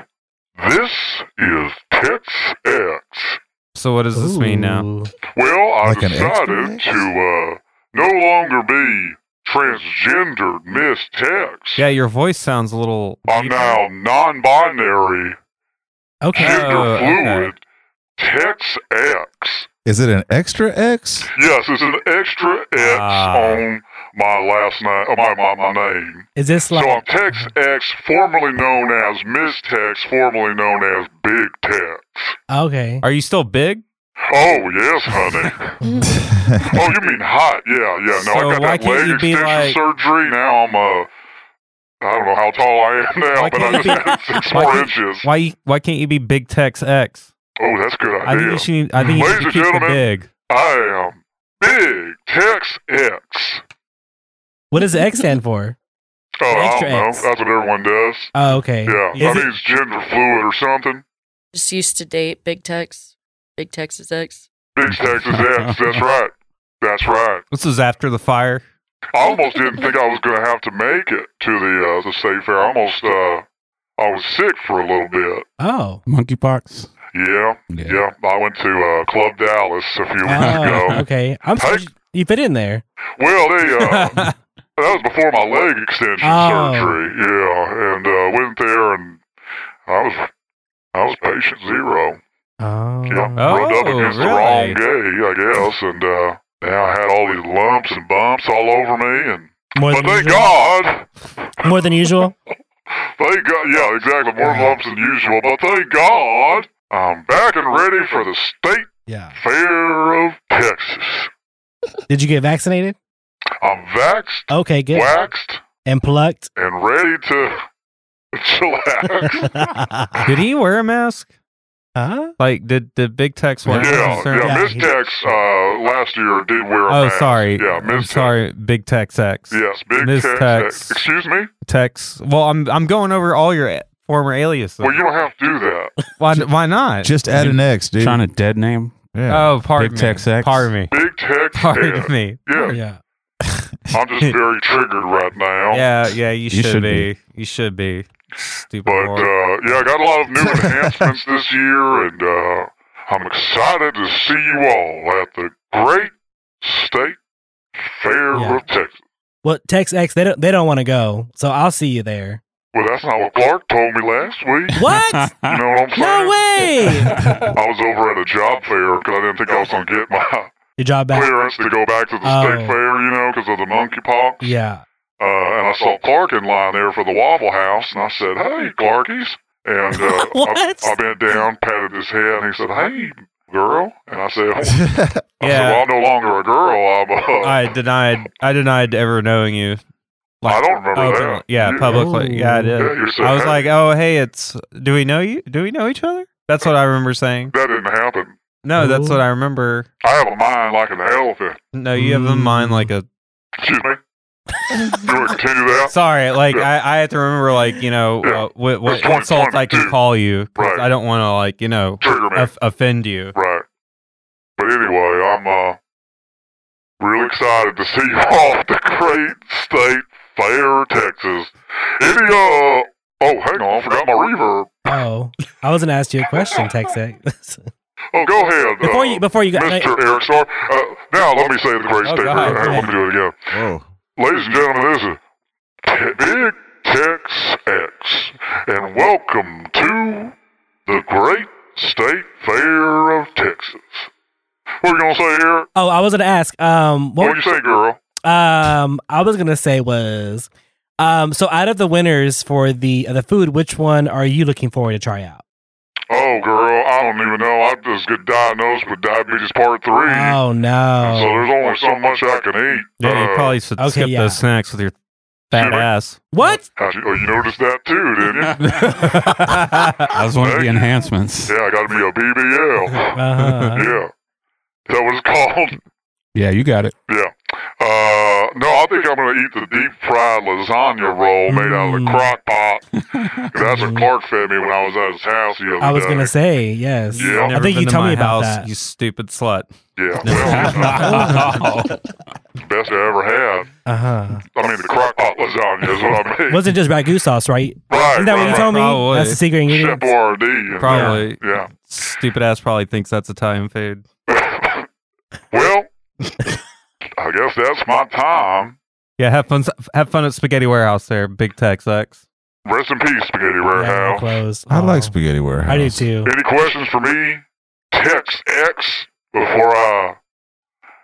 [SPEAKER 16] This is Tex X.
[SPEAKER 8] So what does this mean now?
[SPEAKER 16] Well, I
[SPEAKER 8] Like an
[SPEAKER 16] decided to uh, no longer be transgendered Miss Tex.
[SPEAKER 8] Yeah, your voice sounds a little.
[SPEAKER 16] I'm now non-binary,
[SPEAKER 7] Okay.
[SPEAKER 16] gender
[SPEAKER 8] Oh, okay.
[SPEAKER 16] fluid, Tex X.
[SPEAKER 9] Is it an extra X?
[SPEAKER 16] Yes, it's an extra X
[SPEAKER 8] Ah.
[SPEAKER 16] on my last name, uh, my, my, my name.
[SPEAKER 7] Is this
[SPEAKER 16] So I'm Tex X, formerly known as Miss Tex, formerly known as Big Tex.
[SPEAKER 7] Okay.
[SPEAKER 8] Are you still big?
[SPEAKER 16] Oh yes, honey. oh, you mean hot? Yeah, yeah. No,
[SPEAKER 8] So
[SPEAKER 16] I got
[SPEAKER 8] why
[SPEAKER 16] that
[SPEAKER 8] can't
[SPEAKER 16] leg
[SPEAKER 8] you be
[SPEAKER 16] extension
[SPEAKER 8] like-
[SPEAKER 16] surgery. Now I'm uh, I don't know how tall I am now, but I
[SPEAKER 8] can't
[SPEAKER 16] just
[SPEAKER 8] you
[SPEAKER 16] had six
[SPEAKER 8] why
[SPEAKER 16] more
[SPEAKER 8] can't-
[SPEAKER 16] inches.
[SPEAKER 8] Why you- why can't you be Big Tex X?
[SPEAKER 16] Oh, that's a good idea.
[SPEAKER 8] I think you should. I think you
[SPEAKER 16] Ladies
[SPEAKER 8] should
[SPEAKER 16] and
[SPEAKER 8] keep the
[SPEAKER 16] gentlemen,
[SPEAKER 8] big.
[SPEAKER 16] I am Big Tex X.
[SPEAKER 7] What does the X stand for?
[SPEAKER 16] Oh, I
[SPEAKER 7] Extra
[SPEAKER 16] don't know.
[SPEAKER 7] X.
[SPEAKER 16] That's what everyone does.
[SPEAKER 7] Oh, okay.
[SPEAKER 16] Yeah,
[SPEAKER 7] Is
[SPEAKER 16] I
[SPEAKER 7] it-
[SPEAKER 16] think it's gender fluid or something.
[SPEAKER 10] Just used to date Big Tex. Big Texas X.
[SPEAKER 16] Big Texas X. That's right. That's right.
[SPEAKER 8] This is after the fire.
[SPEAKER 16] I almost didn't think I was going to have to make it to the uh, the state fair. I almost uh, I was sick for a little bit.
[SPEAKER 7] Oh,
[SPEAKER 6] monkeypox.
[SPEAKER 16] Yeah, yeah. I went to uh, Club Dallas a few weeks ago.
[SPEAKER 7] Oh, okay. I'm sorry. You fit in there.
[SPEAKER 16] Well, they uh, that was before my leg extension
[SPEAKER 7] Oh.
[SPEAKER 16] surgery. Yeah, and uh, went there and I was I was patient zero.
[SPEAKER 7] Oh.
[SPEAKER 11] Mm-hmm.
[SPEAKER 16] Yeah, rubbed up against the
[SPEAKER 11] Oh,
[SPEAKER 16] wrong gay, I guess, and uh, now I had all these lumps and bumps all over me, and
[SPEAKER 7] More
[SPEAKER 16] but
[SPEAKER 7] than
[SPEAKER 16] thank
[SPEAKER 7] usual.
[SPEAKER 16] God,
[SPEAKER 7] More than usual.
[SPEAKER 16] thank God, yeah, exactly, more lumps than usual, but thank God I'm back and ready for the state fair of Texas.
[SPEAKER 7] Did you get vaccinated?
[SPEAKER 16] I'm vaxxed,
[SPEAKER 7] Okay, good.
[SPEAKER 16] waxed,
[SPEAKER 7] And plucked.
[SPEAKER 16] and ready to chillax.
[SPEAKER 8] Did he wear a mask?
[SPEAKER 7] Huh?
[SPEAKER 8] Like did did Big Tex wear a
[SPEAKER 16] Yeah,
[SPEAKER 8] mask? during-
[SPEAKER 16] yeah. Miss Tex uh, last year did wear a
[SPEAKER 8] Oh,
[SPEAKER 16] mask.
[SPEAKER 8] sorry.
[SPEAKER 16] Yeah,
[SPEAKER 8] I'm
[SPEAKER 16] Miss Tex.
[SPEAKER 8] sorry, Big Tex X.
[SPEAKER 16] Yes, Big
[SPEAKER 8] Miss
[SPEAKER 16] Tex.
[SPEAKER 8] Tex.
[SPEAKER 16] Excuse me.
[SPEAKER 8] Tex. Well, I'm I'm going over all your a- former aliases.
[SPEAKER 16] Well, you don't have to do that.
[SPEAKER 8] why, why not?
[SPEAKER 9] Just add an X, dude.
[SPEAKER 6] Trying to dead name.
[SPEAKER 8] Oh, pardon
[SPEAKER 6] Big
[SPEAKER 8] me.
[SPEAKER 6] Tex X.
[SPEAKER 8] Pardon me.
[SPEAKER 16] Big Tex.
[SPEAKER 8] Pardon
[SPEAKER 16] yeah.
[SPEAKER 8] me.
[SPEAKER 16] Yeah. I'm just very triggered right now.
[SPEAKER 8] Yeah, yeah, you should,
[SPEAKER 6] should
[SPEAKER 8] be. You should be. Stupid.
[SPEAKER 16] But
[SPEAKER 8] whore.
[SPEAKER 16] uh, yeah, I got a lot of new enhancements this year, and uh, I'm excited to see you all at the great state fair of Texas.
[SPEAKER 7] Well, Tex X, they don't they don't want to go, so I'll see you there.
[SPEAKER 16] Well, that's not what Clark told me last week.
[SPEAKER 7] What?
[SPEAKER 16] You know what I'm saying?
[SPEAKER 7] No way!
[SPEAKER 16] I was over at a job fair because I didn't think I was going to get my
[SPEAKER 7] Your job back.
[SPEAKER 16] clearance to go back to the
[SPEAKER 7] Oh.
[SPEAKER 16] state fair, you know, because of the monkeypox.
[SPEAKER 7] Yeah.
[SPEAKER 16] Uh, and I saw Clark in line there for the Waffle House, and I said, "Hey, Clarkies!" And uh, I, I bent down, patted his head, and he said, "Hey, girl!" And I said, "I said,
[SPEAKER 8] Yeah.
[SPEAKER 16] well, I'm no longer a girl. I'm uh, a,
[SPEAKER 8] I denied. I denied ever knowing you.
[SPEAKER 16] I don't remember
[SPEAKER 8] openly.
[SPEAKER 16] that.
[SPEAKER 8] Yeah,
[SPEAKER 16] You-
[SPEAKER 8] publicly. Yeah, I did.
[SPEAKER 16] Yeah, you said
[SPEAKER 8] I was
[SPEAKER 16] that.
[SPEAKER 8] like, oh, hey, it's. Do we know you? Do we know each other? That's what I remember saying.
[SPEAKER 16] That didn't happen.
[SPEAKER 8] No, that's
[SPEAKER 16] Oh.
[SPEAKER 8] what I remember.
[SPEAKER 16] I have a mind like an elephant.
[SPEAKER 8] No, you have a mind like a.
[SPEAKER 16] Excuse me. you want to continue that?
[SPEAKER 8] Sorry, like I, I have to remember, like you know, uh, what, what
[SPEAKER 16] That's
[SPEAKER 8] insults I can
[SPEAKER 16] 2022.
[SPEAKER 8] call you. 'cause
[SPEAKER 16] Right.
[SPEAKER 8] I don't want to, like you know,
[SPEAKER 16] Trigger me.
[SPEAKER 8] off- offend you.
[SPEAKER 16] Right. But anyway, I'm uh real excited to see you all at the Great State Fair, Texas. Any uh oh, hang on, I forgot my reverb.
[SPEAKER 7] Oh, I wasn't asking you a question, Tex X.
[SPEAKER 16] Oh, go ahead.
[SPEAKER 7] Before
[SPEAKER 16] uh,
[SPEAKER 7] you- before you go-
[SPEAKER 16] Mr. Eric Star. Uh, now let me say the Great
[SPEAKER 7] Oh,
[SPEAKER 16] State Fair.
[SPEAKER 7] go ahead, go
[SPEAKER 16] Hang on, Let me do it again. Ladies and gentlemen, this is Te- Big Tex X, and welcome to the Great State Fair of Texas. What are you gonna say, Eric?
[SPEAKER 7] Oh, I was gonna ask. Um,
[SPEAKER 16] What would you say, girl?
[SPEAKER 7] Um, I was gonna say was, um, so out of the winners for the the food, which one are you looking forward to try out?
[SPEAKER 16] Oh, girl, I don't even know. I just got diagnosed with diabetes part three.
[SPEAKER 7] Oh
[SPEAKER 16] So
[SPEAKER 7] no!
[SPEAKER 16] there's only so much I can eat. Uh,
[SPEAKER 8] Yeah, you probably should
[SPEAKER 7] okay,
[SPEAKER 8] skip
[SPEAKER 7] yeah.
[SPEAKER 8] those snacks with your fat ass.
[SPEAKER 7] What?
[SPEAKER 16] Oh, you noticed that too, didn't you?
[SPEAKER 6] That was one of the enhancements.
[SPEAKER 16] yeah, I got to be a BBL.
[SPEAKER 6] Uh-huh.
[SPEAKER 16] Yeah. Is that what it's called?
[SPEAKER 6] Yeah, you got it.
[SPEAKER 16] Yeah. Uh, no, I think I'm going to eat the deep fried lasagna roll made out
[SPEAKER 7] Mm.
[SPEAKER 16] of the crock pot. That's what Clark fed me when I was at his house the other
[SPEAKER 7] I was
[SPEAKER 16] day.
[SPEAKER 7] gonna say yes.
[SPEAKER 16] Yeah.
[SPEAKER 7] I think you told me about that.
[SPEAKER 8] You stupid slut.
[SPEAKER 16] Yeah. Well, best I ever had.
[SPEAKER 7] Uh huh.
[SPEAKER 16] I mean, the crock pot Oh, lasagna is what I mean.
[SPEAKER 7] Wasn't just ragu sauce, right?
[SPEAKER 16] Right.
[SPEAKER 7] Isn't that what you
[SPEAKER 16] right,
[SPEAKER 7] told me?
[SPEAKER 16] right.
[SPEAKER 7] That's the secret ingredient.
[SPEAKER 16] Simple R&D, you know?
[SPEAKER 8] Probably.
[SPEAKER 16] Yeah. Yeah.
[SPEAKER 8] Stupid ass probably thinks that's Italian food.
[SPEAKER 16] Well, I guess that's my time.
[SPEAKER 8] Yeah, have fun. Have fun at Spaghetti Warehouse there, Big Tex X.
[SPEAKER 16] Rest in peace, Spaghetti Warehouse.
[SPEAKER 6] I like spaghetti warehouse.
[SPEAKER 7] I do too.
[SPEAKER 16] Any questions for me? Text X before I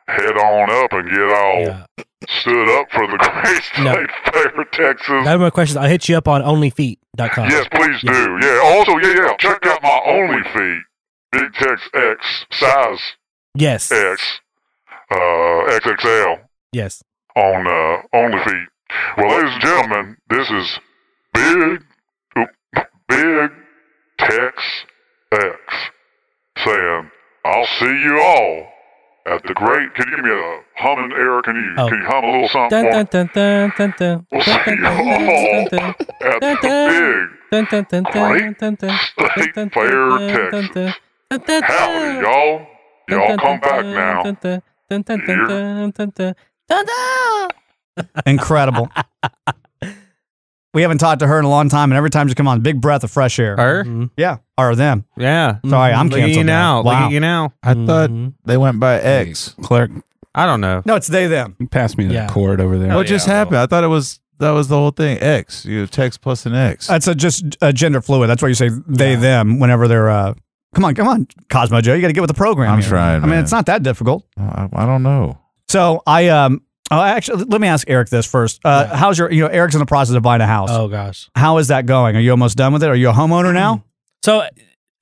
[SPEAKER 16] head on up and get all stood up for the Great State
[SPEAKER 7] No.
[SPEAKER 16] Fair, Texas.
[SPEAKER 7] No more questions. I'll hit you up on onlyfeet.com.
[SPEAKER 16] Yes, please do. Yeah. Also, yeah, yeah. Check out my Only Feed, Big Tex X size
[SPEAKER 7] Yes.
[SPEAKER 16] X, uh, XXL
[SPEAKER 7] Yes.
[SPEAKER 16] on uh, on the feet. Well, ladies and gentlemen, this is big, oop, big Tex X saying, "I'll see you all at the great." Can you give me a humming air? Can you
[SPEAKER 7] Oh.
[SPEAKER 16] can you hum a little something?
[SPEAKER 7] Dun,
[SPEAKER 16] for me?
[SPEAKER 7] dun, dun, dun, dun, dun.
[SPEAKER 16] We'll see
[SPEAKER 7] Dun,
[SPEAKER 16] you
[SPEAKER 7] dun, dun,
[SPEAKER 16] all
[SPEAKER 7] dun, dun.
[SPEAKER 16] at
[SPEAKER 7] Dun,
[SPEAKER 16] the
[SPEAKER 7] dun. Dun, dun, dun, dun, dun, dun.
[SPEAKER 16] big
[SPEAKER 7] Dun,
[SPEAKER 16] state
[SPEAKER 7] dun,
[SPEAKER 16] fair,
[SPEAKER 7] dun,
[SPEAKER 16] Texas.
[SPEAKER 7] dun, dun. Dun, dun,
[SPEAKER 16] Howdy,
[SPEAKER 7] dun.
[SPEAKER 16] y'all!
[SPEAKER 7] Dun,
[SPEAKER 16] Y'all
[SPEAKER 7] dun,
[SPEAKER 16] come
[SPEAKER 7] dun,
[SPEAKER 16] back
[SPEAKER 7] dun,
[SPEAKER 16] now.
[SPEAKER 7] dun, dun, dun, dun, dun,
[SPEAKER 16] Here.
[SPEAKER 7] dun, dun, dun. Dun, dun.
[SPEAKER 5] Incredible. we haven't talked to her in a long time, and every time she come on, big breath of fresh air.
[SPEAKER 8] Her?
[SPEAKER 5] Yeah. Or them.
[SPEAKER 8] Yeah.
[SPEAKER 5] Sorry, I'm
[SPEAKER 8] Look at you
[SPEAKER 5] canceled
[SPEAKER 8] now.
[SPEAKER 5] now.
[SPEAKER 8] Look
[SPEAKER 5] Wow.
[SPEAKER 8] at you now.
[SPEAKER 9] I thought they went by X.
[SPEAKER 6] Clerk,
[SPEAKER 8] I don't know.
[SPEAKER 5] Hmm? No, it's they them.
[SPEAKER 6] pass me that
[SPEAKER 5] Yeah.
[SPEAKER 6] cord over there.
[SPEAKER 9] What just happened? I thought it was that was the whole thing. X. You text plus an X.
[SPEAKER 5] That's a, just a gender fluid. That's why you say they them whenever they're. Uh, come on, come on, Cosmo Joe. You got to get with the program.
[SPEAKER 9] I'm
[SPEAKER 5] here.
[SPEAKER 9] trying,
[SPEAKER 5] I mean,
[SPEAKER 9] man. Uh,
[SPEAKER 5] it's not that difficult.
[SPEAKER 9] I, I don't know.
[SPEAKER 5] So I um. Oh, actually, let me ask Eric this first. Uh, How's your? You know, Eric's in the process of buying a house.
[SPEAKER 7] Oh, gosh.
[SPEAKER 5] How is that going? Are you almost done with it? Are you a homeowner now?
[SPEAKER 7] So,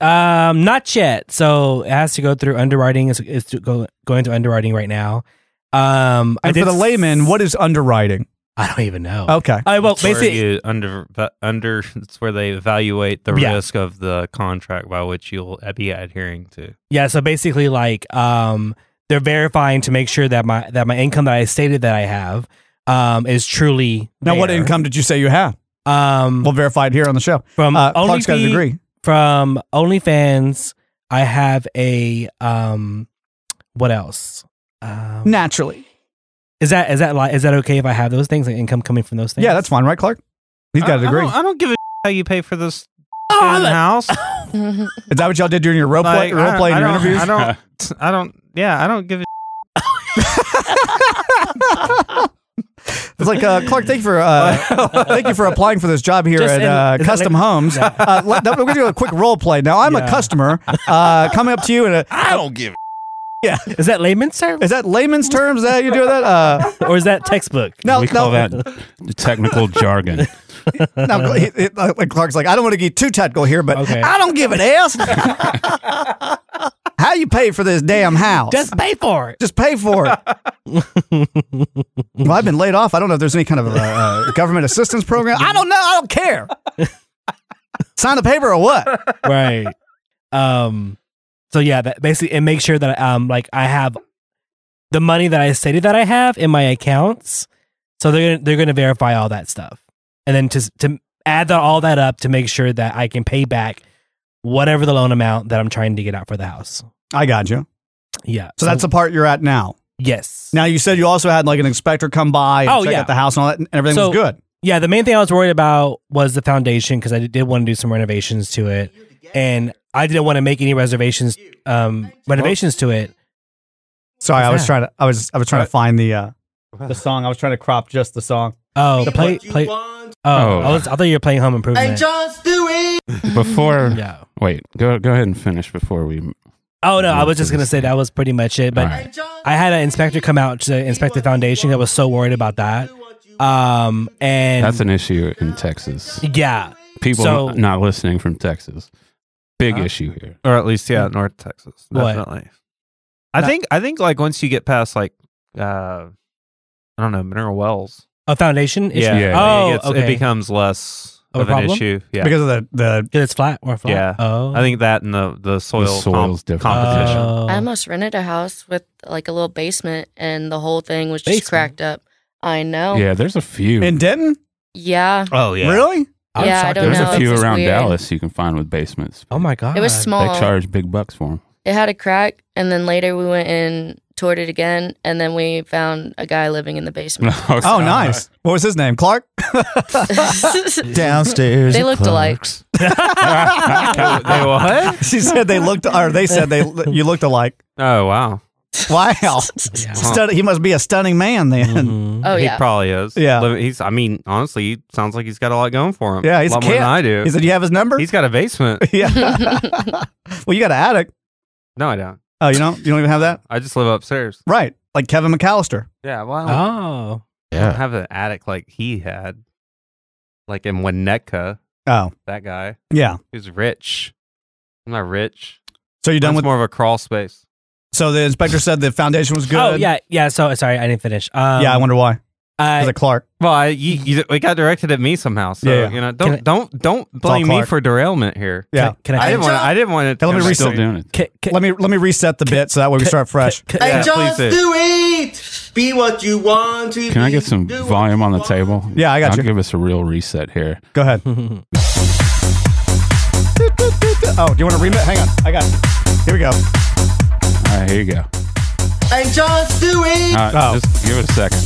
[SPEAKER 7] um, not yet. So it has to go through underwriting. It's, it's to go, going to underwriting right now. Um, I
[SPEAKER 5] And
[SPEAKER 7] did
[SPEAKER 5] for the
[SPEAKER 7] s-
[SPEAKER 5] layman, what is underwriting?
[SPEAKER 7] I don't even know.
[SPEAKER 5] Okay.
[SPEAKER 7] I, well,
[SPEAKER 8] It's where
[SPEAKER 7] basically,
[SPEAKER 8] you under under it's where they evaluate the
[SPEAKER 7] Yeah.
[SPEAKER 8] risk of the contract by which you'll be adhering to.
[SPEAKER 7] Yeah, so basically like um they're verifying to make sure that my that my income that I stated that I have um is truly
[SPEAKER 5] Now, what
[SPEAKER 7] there.
[SPEAKER 5] income did you say you have?
[SPEAKER 7] Um,
[SPEAKER 5] we'll verify it here on the show.
[SPEAKER 7] from
[SPEAKER 5] uh,
[SPEAKER 7] only
[SPEAKER 5] Clark's got a degree.
[SPEAKER 7] From OnlyFans, I have a um what else? Um,
[SPEAKER 5] Naturally.
[SPEAKER 7] Is that is that li- is that okay if I have those things like income coming from those things? Uh,
[SPEAKER 5] Yeah, that's fine, right, Clark? He's got a
[SPEAKER 8] I
[SPEAKER 5] degree.
[SPEAKER 8] don't, I don't give a how you pay for this
[SPEAKER 7] oh,
[SPEAKER 8] house.
[SPEAKER 5] Is that what y'all did during your role play,
[SPEAKER 8] Like, I
[SPEAKER 5] role
[SPEAKER 8] don't-
[SPEAKER 5] play
[SPEAKER 8] I
[SPEAKER 5] and your
[SPEAKER 8] don't-
[SPEAKER 5] interviews?
[SPEAKER 8] I don't. I don't. Yeah, I don't give a.
[SPEAKER 5] It's like uh, Clark. Thank you for uh, thank you for applying for this job here
[SPEAKER 7] Just
[SPEAKER 5] at
[SPEAKER 7] in-
[SPEAKER 5] uh,
[SPEAKER 7] is that
[SPEAKER 5] Custom
[SPEAKER 7] like-
[SPEAKER 5] Homes.
[SPEAKER 7] Yeah.
[SPEAKER 5] Uh, let, we're gonna do a quick role play. Now I'm a customer uh, coming up to you and I
[SPEAKER 9] don't give.
[SPEAKER 5] Yeah,
[SPEAKER 7] is that layman's term?
[SPEAKER 5] Is that layman's terms? Is that how you do that? Uh,
[SPEAKER 7] or is that textbook?
[SPEAKER 5] No,
[SPEAKER 6] we
[SPEAKER 5] no.
[SPEAKER 6] call that technical jargon.
[SPEAKER 5] no, he- he- like Clark's like I don't want to get too technical here, but
[SPEAKER 6] Okay.
[SPEAKER 5] I don't give an ass. how you pay for this damn house?
[SPEAKER 7] Just pay for it.
[SPEAKER 5] Just pay for it. well, I've been laid off. I don't know if there's any kind of uh, uh, government assistance program. I don't know. I don't care. Sign the paper or what?
[SPEAKER 7] right. Um. So yeah, that basically it makes sure that um like I have the money that I stated that I have in my accounts. So they're gonna, they're going to verify all that stuff, and then to s- to add that, all that up to make sure that I can pay back whatever the loan amount that I'm trying to get out for the house.
[SPEAKER 5] I got you.
[SPEAKER 7] Yeah.
[SPEAKER 5] So that's the part you're at now.
[SPEAKER 7] Yes.
[SPEAKER 5] Now you said you also had like an inspector come by and
[SPEAKER 7] Oh,
[SPEAKER 5] check
[SPEAKER 7] yeah.
[SPEAKER 5] out the house and all that, and everything
[SPEAKER 7] So,
[SPEAKER 5] was good.
[SPEAKER 7] Yeah, the main thing I was worried about was the foundation because I did want to do some renovations to it, and I didn't want to make any reservations um renovations to it.
[SPEAKER 5] Sorry,
[SPEAKER 7] What's
[SPEAKER 5] I was
[SPEAKER 7] that?
[SPEAKER 5] trying to I was I was trying to find the uh, the song. I was trying to crop just the song.
[SPEAKER 7] Oh, the play play. Oh, I, was, I thought you were playing Home Improvement.
[SPEAKER 11] And John Stewart.
[SPEAKER 6] Before,
[SPEAKER 7] Yeah.
[SPEAKER 6] wait, go go ahead and finish before we.
[SPEAKER 7] Oh no, I was just gonna say that was pretty much it. But I had an inspector come out to inspect the foundation. I was so worried about that. Um, and
[SPEAKER 6] That's an issue in Texas.
[SPEAKER 7] yeah,
[SPEAKER 6] People
[SPEAKER 7] So
[SPEAKER 6] not listening from Texas, big
[SPEAKER 8] Huh?
[SPEAKER 6] issue here.
[SPEAKER 8] or at least yeah, North Texas.
[SPEAKER 6] What?
[SPEAKER 8] Definitely. Mm. I
[SPEAKER 7] No.
[SPEAKER 8] think I think like once you get past like uh I don't know, mineral wells.
[SPEAKER 7] a foundation. Issue?
[SPEAKER 8] Yeah.
[SPEAKER 7] Oh,
[SPEAKER 8] it, gets-
[SPEAKER 7] okay.
[SPEAKER 8] it becomes less
[SPEAKER 7] Of a
[SPEAKER 8] of, an
[SPEAKER 7] problem?
[SPEAKER 8] issue. Yeah.
[SPEAKER 5] Because of the the
[SPEAKER 7] it's flat or flat.
[SPEAKER 8] yeah.
[SPEAKER 7] Oh.
[SPEAKER 8] I think that and the the soil
[SPEAKER 6] soil's
[SPEAKER 8] com-
[SPEAKER 6] different.
[SPEAKER 8] competition.
[SPEAKER 5] Oh.
[SPEAKER 10] I almost rented a house with like a little basement, and the whole thing was just
[SPEAKER 6] Basement?
[SPEAKER 10] cracked up. I know.
[SPEAKER 6] Yeah, there's a few
[SPEAKER 5] in Denton.
[SPEAKER 10] Yeah.
[SPEAKER 8] Oh yeah.
[SPEAKER 5] Really?
[SPEAKER 10] I'm Yeah, I shocked. don't
[SPEAKER 6] There's
[SPEAKER 10] know.
[SPEAKER 6] a few
[SPEAKER 10] It's just
[SPEAKER 6] around
[SPEAKER 10] weird.
[SPEAKER 6] Dallas you can find with basements.
[SPEAKER 7] Oh my god,
[SPEAKER 10] It was small.
[SPEAKER 6] They charge big bucks for them.
[SPEAKER 10] It had a crack, and then later we went and toured it again, and then we found a guy living in the basement.
[SPEAKER 5] Oh, nice. What was his name? Clark.
[SPEAKER 9] Downstairs.
[SPEAKER 10] they looked alike.
[SPEAKER 8] they what?
[SPEAKER 5] She said they looked, or they said they you looked alike.
[SPEAKER 8] Oh wow.
[SPEAKER 5] Wow, Stun- he must be a stunning man then.
[SPEAKER 10] Oh,
[SPEAKER 8] Mm-hmm. he
[SPEAKER 10] yeah.
[SPEAKER 8] probably is.
[SPEAKER 5] Yeah.
[SPEAKER 8] Living- he's. I mean, honestly, he sounds like he's got a lot going for him.
[SPEAKER 5] Yeah, he's
[SPEAKER 8] a lot
[SPEAKER 5] a
[SPEAKER 8] more
[SPEAKER 5] cat.
[SPEAKER 8] than I do.
[SPEAKER 5] He said, "You have his number."
[SPEAKER 8] He's got a basement.
[SPEAKER 5] yeah. well, you got an attic.
[SPEAKER 8] No, I don't.
[SPEAKER 5] Oh, you don't. You don't even have that,
[SPEAKER 8] I just live upstairs.
[SPEAKER 5] right? Like Kevin McAllister.
[SPEAKER 8] Yeah. Well, I don't,
[SPEAKER 7] Oh.
[SPEAKER 8] I don't have an attic like he had, like in Winnetka.
[SPEAKER 5] Oh,
[SPEAKER 8] That guy.
[SPEAKER 5] Yeah.
[SPEAKER 8] He was rich. I'm not rich.
[SPEAKER 5] So you're done
[SPEAKER 8] Mine's
[SPEAKER 5] with-
[SPEAKER 8] more of a crawl space.
[SPEAKER 5] So the inspector said the foundation was good.
[SPEAKER 7] Oh yeah, yeah. So sorry, I didn't finish. Um,
[SPEAKER 5] yeah, I wonder why.
[SPEAKER 7] I,
[SPEAKER 5] it Clark?
[SPEAKER 8] Well, I, you, you, it got directed at me somehow. So
[SPEAKER 5] Yeah, yeah.
[SPEAKER 8] you know,
[SPEAKER 7] Can
[SPEAKER 8] don't
[SPEAKER 7] I-
[SPEAKER 8] don't don't
[SPEAKER 5] all
[SPEAKER 8] blame me
[SPEAKER 5] Clark.
[SPEAKER 8] for derailment here.
[SPEAKER 5] Yeah.
[SPEAKER 8] Can, I, I didn't want. I didn't want to.
[SPEAKER 5] Hey, let me reset. let me let me reset the bit so that way we start fresh.
[SPEAKER 14] And
[SPEAKER 8] Yeah,
[SPEAKER 14] just
[SPEAKER 8] please do.
[SPEAKER 14] do it. Be what you want to.
[SPEAKER 6] Can I
[SPEAKER 14] be.
[SPEAKER 6] get some volume on the table?
[SPEAKER 5] Yeah, I got
[SPEAKER 6] I'll
[SPEAKER 5] you.
[SPEAKER 6] give us a real reset here.
[SPEAKER 5] Go ahead. oh, do you want to remit? Hang on, I got. It. Here we go.
[SPEAKER 6] All right, here you go.
[SPEAKER 14] And just do
[SPEAKER 6] All
[SPEAKER 14] it.
[SPEAKER 6] right,
[SPEAKER 5] Oh.
[SPEAKER 6] Just give it a second.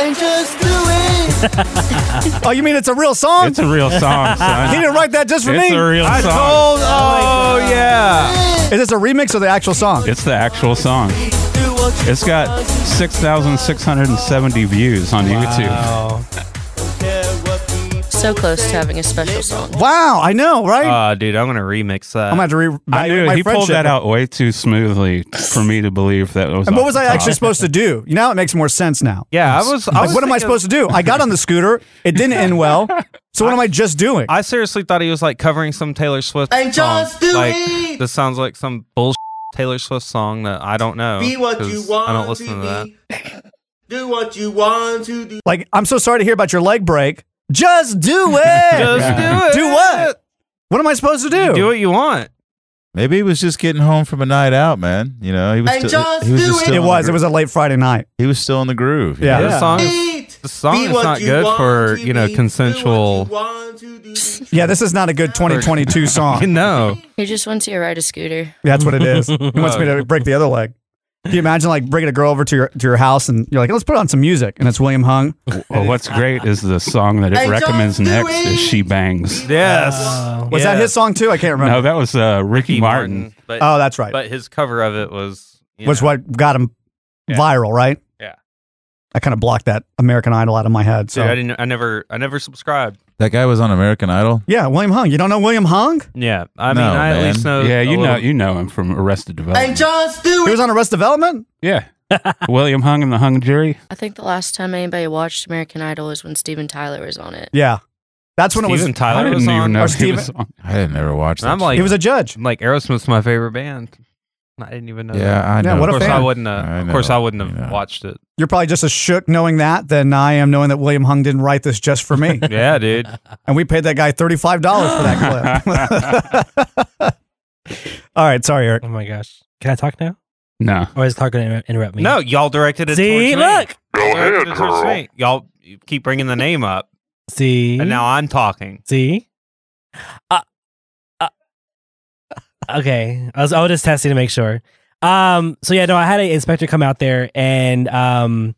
[SPEAKER 14] And just do it.
[SPEAKER 5] oh, you mean it's a real song?
[SPEAKER 6] It's a real song, son.
[SPEAKER 5] he didn't write that just for
[SPEAKER 6] It's
[SPEAKER 5] me.
[SPEAKER 6] a real I song.
[SPEAKER 5] told. Oh yeah. Is this a remix of the actual song?
[SPEAKER 6] It's the actual song. It's got 6,670 views on
[SPEAKER 7] Oh.
[SPEAKER 6] YouTube.
[SPEAKER 10] So close to having a special song.
[SPEAKER 5] Wow, I know, right?
[SPEAKER 8] Uh, dude, I'm gonna remix that.
[SPEAKER 5] I'm gonna have to re-
[SPEAKER 6] I knew
[SPEAKER 5] my
[SPEAKER 6] it. he pulled
[SPEAKER 5] friendship.
[SPEAKER 6] that out way too smoothly for me to believe that it was.
[SPEAKER 5] And what
[SPEAKER 6] off
[SPEAKER 5] was
[SPEAKER 6] the
[SPEAKER 5] I
[SPEAKER 6] top.
[SPEAKER 5] actually supposed to do? You know, it makes more sense now.
[SPEAKER 8] Yeah, I was- I
[SPEAKER 5] like,
[SPEAKER 8] was
[SPEAKER 5] what am I
[SPEAKER 8] thinking-
[SPEAKER 5] supposed to do? I got on the scooter. It didn't end well. So what am I just doing?
[SPEAKER 8] I seriously thought he was like covering some Taylor Swift
[SPEAKER 14] And
[SPEAKER 8] song.
[SPEAKER 14] just do
[SPEAKER 8] like,
[SPEAKER 14] it.
[SPEAKER 8] This sounds like some bullshit Taylor Swift song that I don't know.
[SPEAKER 14] Be what you
[SPEAKER 8] 'cause
[SPEAKER 14] want
[SPEAKER 8] I don't listen to, that.
[SPEAKER 14] Do what you want to do.
[SPEAKER 5] Like, I'm so sorry to hear about your leg break. Just do it.
[SPEAKER 14] Just do it.
[SPEAKER 5] Do what? What am I supposed to do?
[SPEAKER 8] do what you want.
[SPEAKER 9] Maybe he was just getting home from a night out, man. You know, he was.
[SPEAKER 14] And
[SPEAKER 9] still-
[SPEAKER 14] just
[SPEAKER 9] he was
[SPEAKER 14] do
[SPEAKER 9] just
[SPEAKER 14] it.
[SPEAKER 9] still
[SPEAKER 5] It
[SPEAKER 9] in the
[SPEAKER 5] was. It
[SPEAKER 9] gro-
[SPEAKER 5] was a late Friday night.
[SPEAKER 9] He was still in the groove. you
[SPEAKER 5] Yeah.
[SPEAKER 9] know?
[SPEAKER 8] The song
[SPEAKER 14] Eat.
[SPEAKER 8] is, the song
[SPEAKER 14] Be
[SPEAKER 8] is
[SPEAKER 14] what
[SPEAKER 8] not
[SPEAKER 14] you
[SPEAKER 8] good
[SPEAKER 14] want
[SPEAKER 8] for
[SPEAKER 14] to
[SPEAKER 8] you know
[SPEAKER 14] be.
[SPEAKER 8] consensual.
[SPEAKER 5] Yeah, this is not a good 2022
[SPEAKER 8] You
[SPEAKER 5] song.
[SPEAKER 8] know,
[SPEAKER 10] He just wants you to ride a scooter.
[SPEAKER 5] That's what it is. He wants me to break the other leg. Can you imagine like bringing a girl over to your to your house and you're like, let's put on some music, and it's William Hung.
[SPEAKER 6] Well, what's great is the song that it
[SPEAKER 5] And
[SPEAKER 6] recommends
[SPEAKER 5] just do
[SPEAKER 6] next is "She Bangs."
[SPEAKER 8] yes.
[SPEAKER 5] Was that
[SPEAKER 8] Yeah.
[SPEAKER 5] his song too? I can't remember.
[SPEAKER 6] No, that was uh, Ricky Martin.
[SPEAKER 8] But,
[SPEAKER 5] Oh, that's right.
[SPEAKER 8] But his cover of it was you
[SPEAKER 5] was
[SPEAKER 8] know,
[SPEAKER 5] what got him viral, right?
[SPEAKER 8] Yeah.
[SPEAKER 5] I kind of blocked that American Idol out of my head. So
[SPEAKER 8] Dude, I didn't. I never. I never subscribed.
[SPEAKER 9] That guy was on American Idol.
[SPEAKER 5] yeah, William Hung. You don't know William Hung?
[SPEAKER 8] Yeah, I
[SPEAKER 9] No,
[SPEAKER 8] mean, I
[SPEAKER 9] man.
[SPEAKER 8] at least know.
[SPEAKER 6] yeah,
[SPEAKER 8] a
[SPEAKER 6] you know,
[SPEAKER 8] little-
[SPEAKER 6] you know him from Arrested Development.
[SPEAKER 14] And just do
[SPEAKER 5] He
[SPEAKER 14] it.
[SPEAKER 5] was on Arrest Development.
[SPEAKER 6] yeah, William Hung and the Hung Jury.
[SPEAKER 10] I think the last time anybody watched American Idol was when Steven Tyler was on it.
[SPEAKER 5] Yeah, that's when it
[SPEAKER 8] Steven
[SPEAKER 5] was.
[SPEAKER 8] Tyler
[SPEAKER 6] I didn't
[SPEAKER 8] was
[SPEAKER 6] even
[SPEAKER 8] on.
[SPEAKER 6] know
[SPEAKER 5] or
[SPEAKER 6] he
[SPEAKER 5] Steven-
[SPEAKER 6] was on.
[SPEAKER 9] I didn't ever watch
[SPEAKER 8] And
[SPEAKER 9] that.
[SPEAKER 8] I'm like,
[SPEAKER 5] He was a judge.
[SPEAKER 8] I'm like Aerosmith's my favorite band. I didn't even know.
[SPEAKER 9] yeah, I
[SPEAKER 5] Yeah,
[SPEAKER 9] know.
[SPEAKER 5] what
[SPEAKER 8] That.
[SPEAKER 5] a
[SPEAKER 8] Of course,
[SPEAKER 5] fan.
[SPEAKER 8] I wouldn't. Uh,
[SPEAKER 9] I
[SPEAKER 8] of course,
[SPEAKER 9] know,
[SPEAKER 8] I wouldn't have
[SPEAKER 9] you know.
[SPEAKER 8] watched it.
[SPEAKER 5] You're probably just as shook knowing that than I am knowing that William Hung didn't write this just for me.
[SPEAKER 8] Yeah, dude.
[SPEAKER 5] and we paid that guy $35 for that clip. All right, sorry, Eric.
[SPEAKER 7] Oh my gosh. Can I talk now?
[SPEAKER 6] No,
[SPEAKER 7] Or is Clark going to interrupt me?
[SPEAKER 8] no, y'all directed it.
[SPEAKER 7] See,
[SPEAKER 8] towards me.
[SPEAKER 7] look.
[SPEAKER 16] Go
[SPEAKER 8] Y'all
[SPEAKER 16] ahead,
[SPEAKER 8] directed it towards
[SPEAKER 16] girl.
[SPEAKER 8] me. Y'all keep bringing the name up,
[SPEAKER 7] See.
[SPEAKER 8] and now I'm talking.
[SPEAKER 7] See. Uh, uh, okay. I was, I was just testing to make sure. Um. So yeah, no, I had an inspector come out there and um,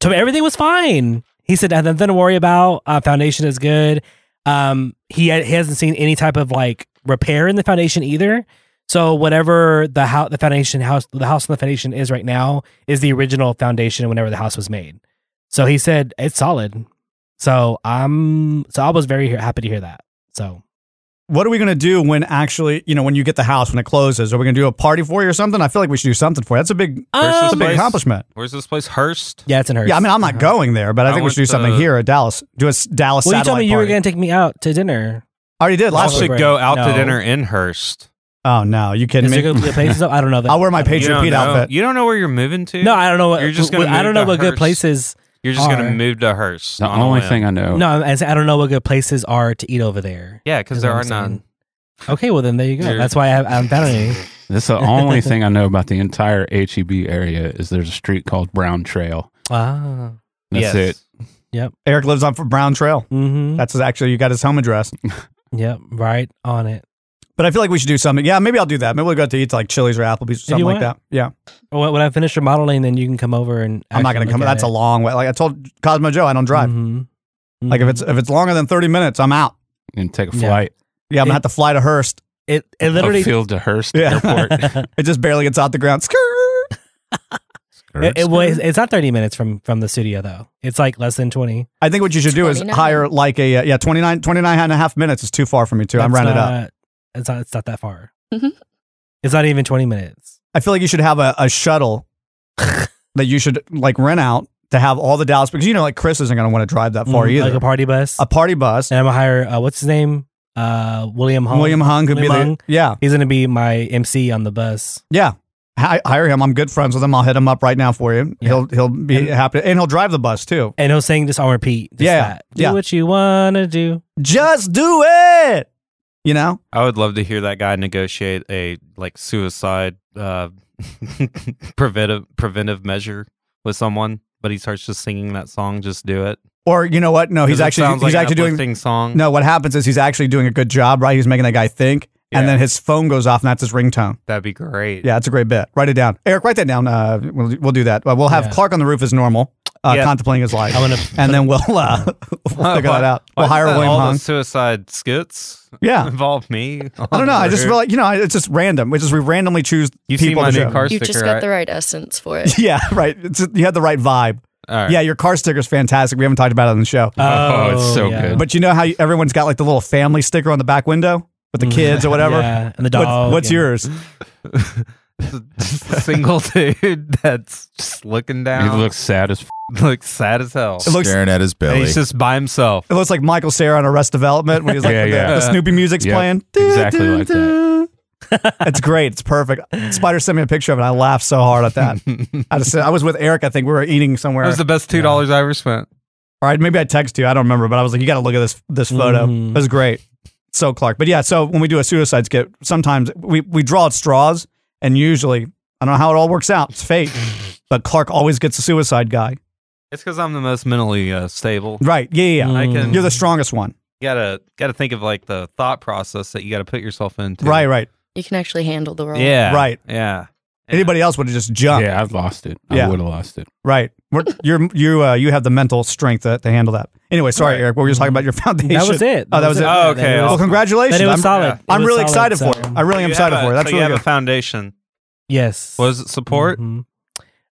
[SPEAKER 7] told me everything was fine. He said "Nothing- nothing to worry about. Uh, foundation is good. Um. He ha- he hasn't seen any type of like repair in the foundation either. So whatever the house, the foundation house, the house on the foundation is right now is the original foundation. Whenever the house was made, so he said it's solid. So I'm so I was very he- happy to hear that. So
[SPEAKER 5] What are we going to do when actually, you know, when you get the house, when it closes? Are we going to do a party for you or something? I feel like we should do something for you. That's a big,
[SPEAKER 8] Where's
[SPEAKER 5] that's
[SPEAKER 8] this
[SPEAKER 5] a big
[SPEAKER 8] place?
[SPEAKER 5] accomplishment.
[SPEAKER 8] Where's this place? Hearst.
[SPEAKER 7] yeah, it's in her.
[SPEAKER 5] Yeah, I mean, I'm not going there, but I
[SPEAKER 8] I
[SPEAKER 5] think we should do
[SPEAKER 8] went
[SPEAKER 5] something
[SPEAKER 8] to-
[SPEAKER 5] here at Dallas. Do a s- Dallas
[SPEAKER 7] Well, you
[SPEAKER 5] satellite
[SPEAKER 7] told me you were
[SPEAKER 5] party.
[SPEAKER 7] gonna take me out to dinner.
[SPEAKER 5] I already did
[SPEAKER 8] I
[SPEAKER 5] last
[SPEAKER 8] should
[SPEAKER 5] week.
[SPEAKER 7] Right.
[SPEAKER 8] go out
[SPEAKER 7] No.
[SPEAKER 8] to dinner in Hearst.
[SPEAKER 5] Oh no, you kidding
[SPEAKER 7] Is there
[SPEAKER 5] me?
[SPEAKER 7] gonna be a place? I don't know. That.
[SPEAKER 5] I'll wear my
[SPEAKER 8] You
[SPEAKER 5] Patriot
[SPEAKER 8] don't
[SPEAKER 5] Pete
[SPEAKER 8] know.
[SPEAKER 5] outfit.
[SPEAKER 8] You don't know where you're moving to.
[SPEAKER 7] no, I don't know. What,
[SPEAKER 8] You're just gonna.
[SPEAKER 7] I don't
[SPEAKER 8] move
[SPEAKER 7] know
[SPEAKER 8] to
[SPEAKER 7] what good
[SPEAKER 8] Hearst.
[SPEAKER 7] places.
[SPEAKER 8] You're just
[SPEAKER 7] are.
[SPEAKER 8] gonna move to Hearst.
[SPEAKER 6] The
[SPEAKER 8] on a
[SPEAKER 6] only
[SPEAKER 8] whim.
[SPEAKER 6] thing I know.
[SPEAKER 7] No, I, I don't know what good places are to eat over there.
[SPEAKER 8] Yeah, because
[SPEAKER 7] Is
[SPEAKER 8] there
[SPEAKER 7] what
[SPEAKER 8] are
[SPEAKER 7] I'm saying.
[SPEAKER 8] none.
[SPEAKER 7] Okay, well then there you go.
[SPEAKER 8] You're-
[SPEAKER 7] That's why I, I'm better.
[SPEAKER 6] That's the only thing I know about the entire HEB area is there's a street called Brown Trail.
[SPEAKER 7] Wow.
[SPEAKER 6] That's
[SPEAKER 8] yes.
[SPEAKER 6] it.
[SPEAKER 7] Ah. Yep.
[SPEAKER 5] Eric lives on Brown Trail.
[SPEAKER 7] Mm-hmm.
[SPEAKER 5] That's his- actually you got his home address.
[SPEAKER 7] Yep. Right on it.
[SPEAKER 5] But I feel like we should do something. Yeah, maybe I'll do that. Maybe we'll go out to eat to like Chili's or Applebee's or something like
[SPEAKER 7] want?
[SPEAKER 5] that. Yeah.
[SPEAKER 7] When, when I finish remodeling, then you can come over and.
[SPEAKER 5] I'm not going to come. That's a long way. Like I told Cosmo Joe, I don't drive.
[SPEAKER 7] Mm-hmm.
[SPEAKER 5] Like if it's if it's longer than 30 minutes, I'm out.
[SPEAKER 6] And take a
[SPEAKER 7] Yeah.
[SPEAKER 6] flight.
[SPEAKER 5] Yeah, I'm gonna
[SPEAKER 7] It-
[SPEAKER 5] have to fly to Hearst.
[SPEAKER 7] it, it
[SPEAKER 6] A
[SPEAKER 7] literally
[SPEAKER 6] field to Hearst
[SPEAKER 5] Yeah.
[SPEAKER 6] Airport.
[SPEAKER 5] It just barely gets out the ground. Skrrr.
[SPEAKER 7] It, it was. It's not thirty minutes from from the studio though. It's like less than twenty.
[SPEAKER 5] I think what you should do is
[SPEAKER 10] 29.
[SPEAKER 5] hire like a uh, yeah 29 29 and a half minutes is too far for me too. I'm
[SPEAKER 7] That's
[SPEAKER 5] rounded up.
[SPEAKER 7] not- It's not. It's not that far.
[SPEAKER 10] Mhm.
[SPEAKER 7] It's not even twenty minutes.
[SPEAKER 5] I feel like you should have a, a shuttle that you should like rent out to have all the Dallas because you know like Chris isn't going to want to drive that far
[SPEAKER 7] Mhm.
[SPEAKER 5] either.
[SPEAKER 7] Like a party bus.
[SPEAKER 5] a party bus.
[SPEAKER 7] and I'm gonna hire uh, what's his name? uh, William Hung.
[SPEAKER 5] William Hung could be
[SPEAKER 7] William
[SPEAKER 5] the- yeah.
[SPEAKER 7] He's gonna be my MC on the bus.
[SPEAKER 5] Yeah. Hi- hire him. I'm good friends with him. I'll hit him up right now for you. He'll he'll be happy, and he'll drive the bus too.
[SPEAKER 7] And he'll sing this on repeat. Just
[SPEAKER 5] yeah,
[SPEAKER 7] that. Do
[SPEAKER 5] yeah.
[SPEAKER 7] what you wanna do.
[SPEAKER 5] Just do it. You know,
[SPEAKER 8] I would love to hear that guy negotiate a like suicide uh, preventive preventive measure with someone, but he starts just singing that song. Just do it.
[SPEAKER 5] or you know what? No,
[SPEAKER 8] 'Cause
[SPEAKER 5] he's
[SPEAKER 8] it
[SPEAKER 5] actually
[SPEAKER 8] sounds
[SPEAKER 5] he's
[SPEAKER 8] like an
[SPEAKER 5] actually doing
[SPEAKER 8] uplifting song.
[SPEAKER 5] No, what happens is he's actually doing a good job, right? He's making that guy think, and then his phone goes off, and that's his ringtone.
[SPEAKER 8] That'd be great.
[SPEAKER 5] Yeah, it's a great bit. Write it down, Eric. Write that down. Uh, we'll we'll do that. Uh, we'll have
[SPEAKER 8] Yeah.
[SPEAKER 5] Clark on the roof as normal, uh,
[SPEAKER 8] Yeah.
[SPEAKER 5] contemplating his life,
[SPEAKER 8] I'm gonna-
[SPEAKER 5] and then we'll uh, we'll figure that out. We'll
[SPEAKER 8] Why
[SPEAKER 5] hire
[SPEAKER 8] does that-
[SPEAKER 5] William
[SPEAKER 8] all
[SPEAKER 5] Hung.
[SPEAKER 8] the suicide skits.
[SPEAKER 5] Yeah.
[SPEAKER 8] involve me.
[SPEAKER 5] I don't know. I just feel like you know, it's just random. We just we randomly choose
[SPEAKER 8] You've seen
[SPEAKER 5] people
[SPEAKER 8] my
[SPEAKER 5] to
[SPEAKER 8] new
[SPEAKER 5] show.
[SPEAKER 8] car
[SPEAKER 10] You just got the right essence for it.
[SPEAKER 5] yeah, right. It's, you had the right vibe.
[SPEAKER 8] All right.
[SPEAKER 5] Yeah, your car sticker's fantastic. We haven't talked about it on the show.
[SPEAKER 7] Oh, it's so yeah. good.
[SPEAKER 5] But you know how you, everyone's got like the little family sticker on the back window with the kids or whatever,
[SPEAKER 7] Mm-hmm. Yeah, and the
[SPEAKER 5] What's-
[SPEAKER 7] dog,
[SPEAKER 5] What's
[SPEAKER 7] yeah.
[SPEAKER 5] yours?
[SPEAKER 8] just a single dude that's just looking down.
[SPEAKER 6] He looks sad as. F-
[SPEAKER 8] looks sad as hell.
[SPEAKER 5] It looks- Staring at his
[SPEAKER 8] And
[SPEAKER 5] belly.
[SPEAKER 8] He's just by himself.
[SPEAKER 5] It looks like Michael Sarah on Arrest Development when he's like
[SPEAKER 8] Yeah,
[SPEAKER 5] the,
[SPEAKER 8] yeah.
[SPEAKER 5] the Snoopy music's
[SPEAKER 8] Yep,
[SPEAKER 5] playing.
[SPEAKER 8] exactly like
[SPEAKER 5] that. it's great. It's perfect. Spider sent me a picture of it. I laughed so hard at that. I just I was with Eric. I think we were eating somewhere.
[SPEAKER 8] That was the best two dollars I ever spent.
[SPEAKER 5] All right, maybe I text you. I don't remember, but I was like, you got to look at this this photo.
[SPEAKER 8] Mhm.
[SPEAKER 5] It was great. So Clark, but yeah. So when we do a suicide skit, sometimes we we draw at straws, and usually I don't know how it all works out. It's fate, but Clark always gets a suicide guy.
[SPEAKER 8] It's because I'm the most mentally uh, stable.
[SPEAKER 5] Right? Yeah, yeah. yeah.
[SPEAKER 8] I
[SPEAKER 7] Mm.
[SPEAKER 8] can-
[SPEAKER 5] You're the strongest one.
[SPEAKER 8] You gotta gotta think of like the thought process that you gotta put yourself into.
[SPEAKER 5] Right, right.
[SPEAKER 10] You can actually handle the role.
[SPEAKER 8] Yeah.
[SPEAKER 5] Right.
[SPEAKER 8] Yeah.
[SPEAKER 5] Anybody else would have just jumped.
[SPEAKER 6] Yeah, I've lost it. I
[SPEAKER 5] Yeah.
[SPEAKER 6] would have lost it.
[SPEAKER 5] Right. We're, you're you uh, you have the mental strength to, to handle that. Anyway, sorry, Eric. We were just talking about your foundation.
[SPEAKER 7] was it.
[SPEAKER 5] Oh, that was it.
[SPEAKER 8] Oh, okay.
[SPEAKER 5] Well,
[SPEAKER 8] awesome.
[SPEAKER 5] congratulations.
[SPEAKER 7] That it was
[SPEAKER 5] I'm,
[SPEAKER 7] solid. Yeah.
[SPEAKER 5] I'm
[SPEAKER 7] It was
[SPEAKER 5] really
[SPEAKER 7] solid,
[SPEAKER 5] excited for
[SPEAKER 7] so-
[SPEAKER 5] it. I really am
[SPEAKER 8] You
[SPEAKER 5] excited
[SPEAKER 8] have a-
[SPEAKER 5] for it. That's
[SPEAKER 8] so you
[SPEAKER 5] really
[SPEAKER 8] have
[SPEAKER 5] good.
[SPEAKER 8] a foundation.
[SPEAKER 7] Yes. Mm-hmm.
[SPEAKER 8] Was it support?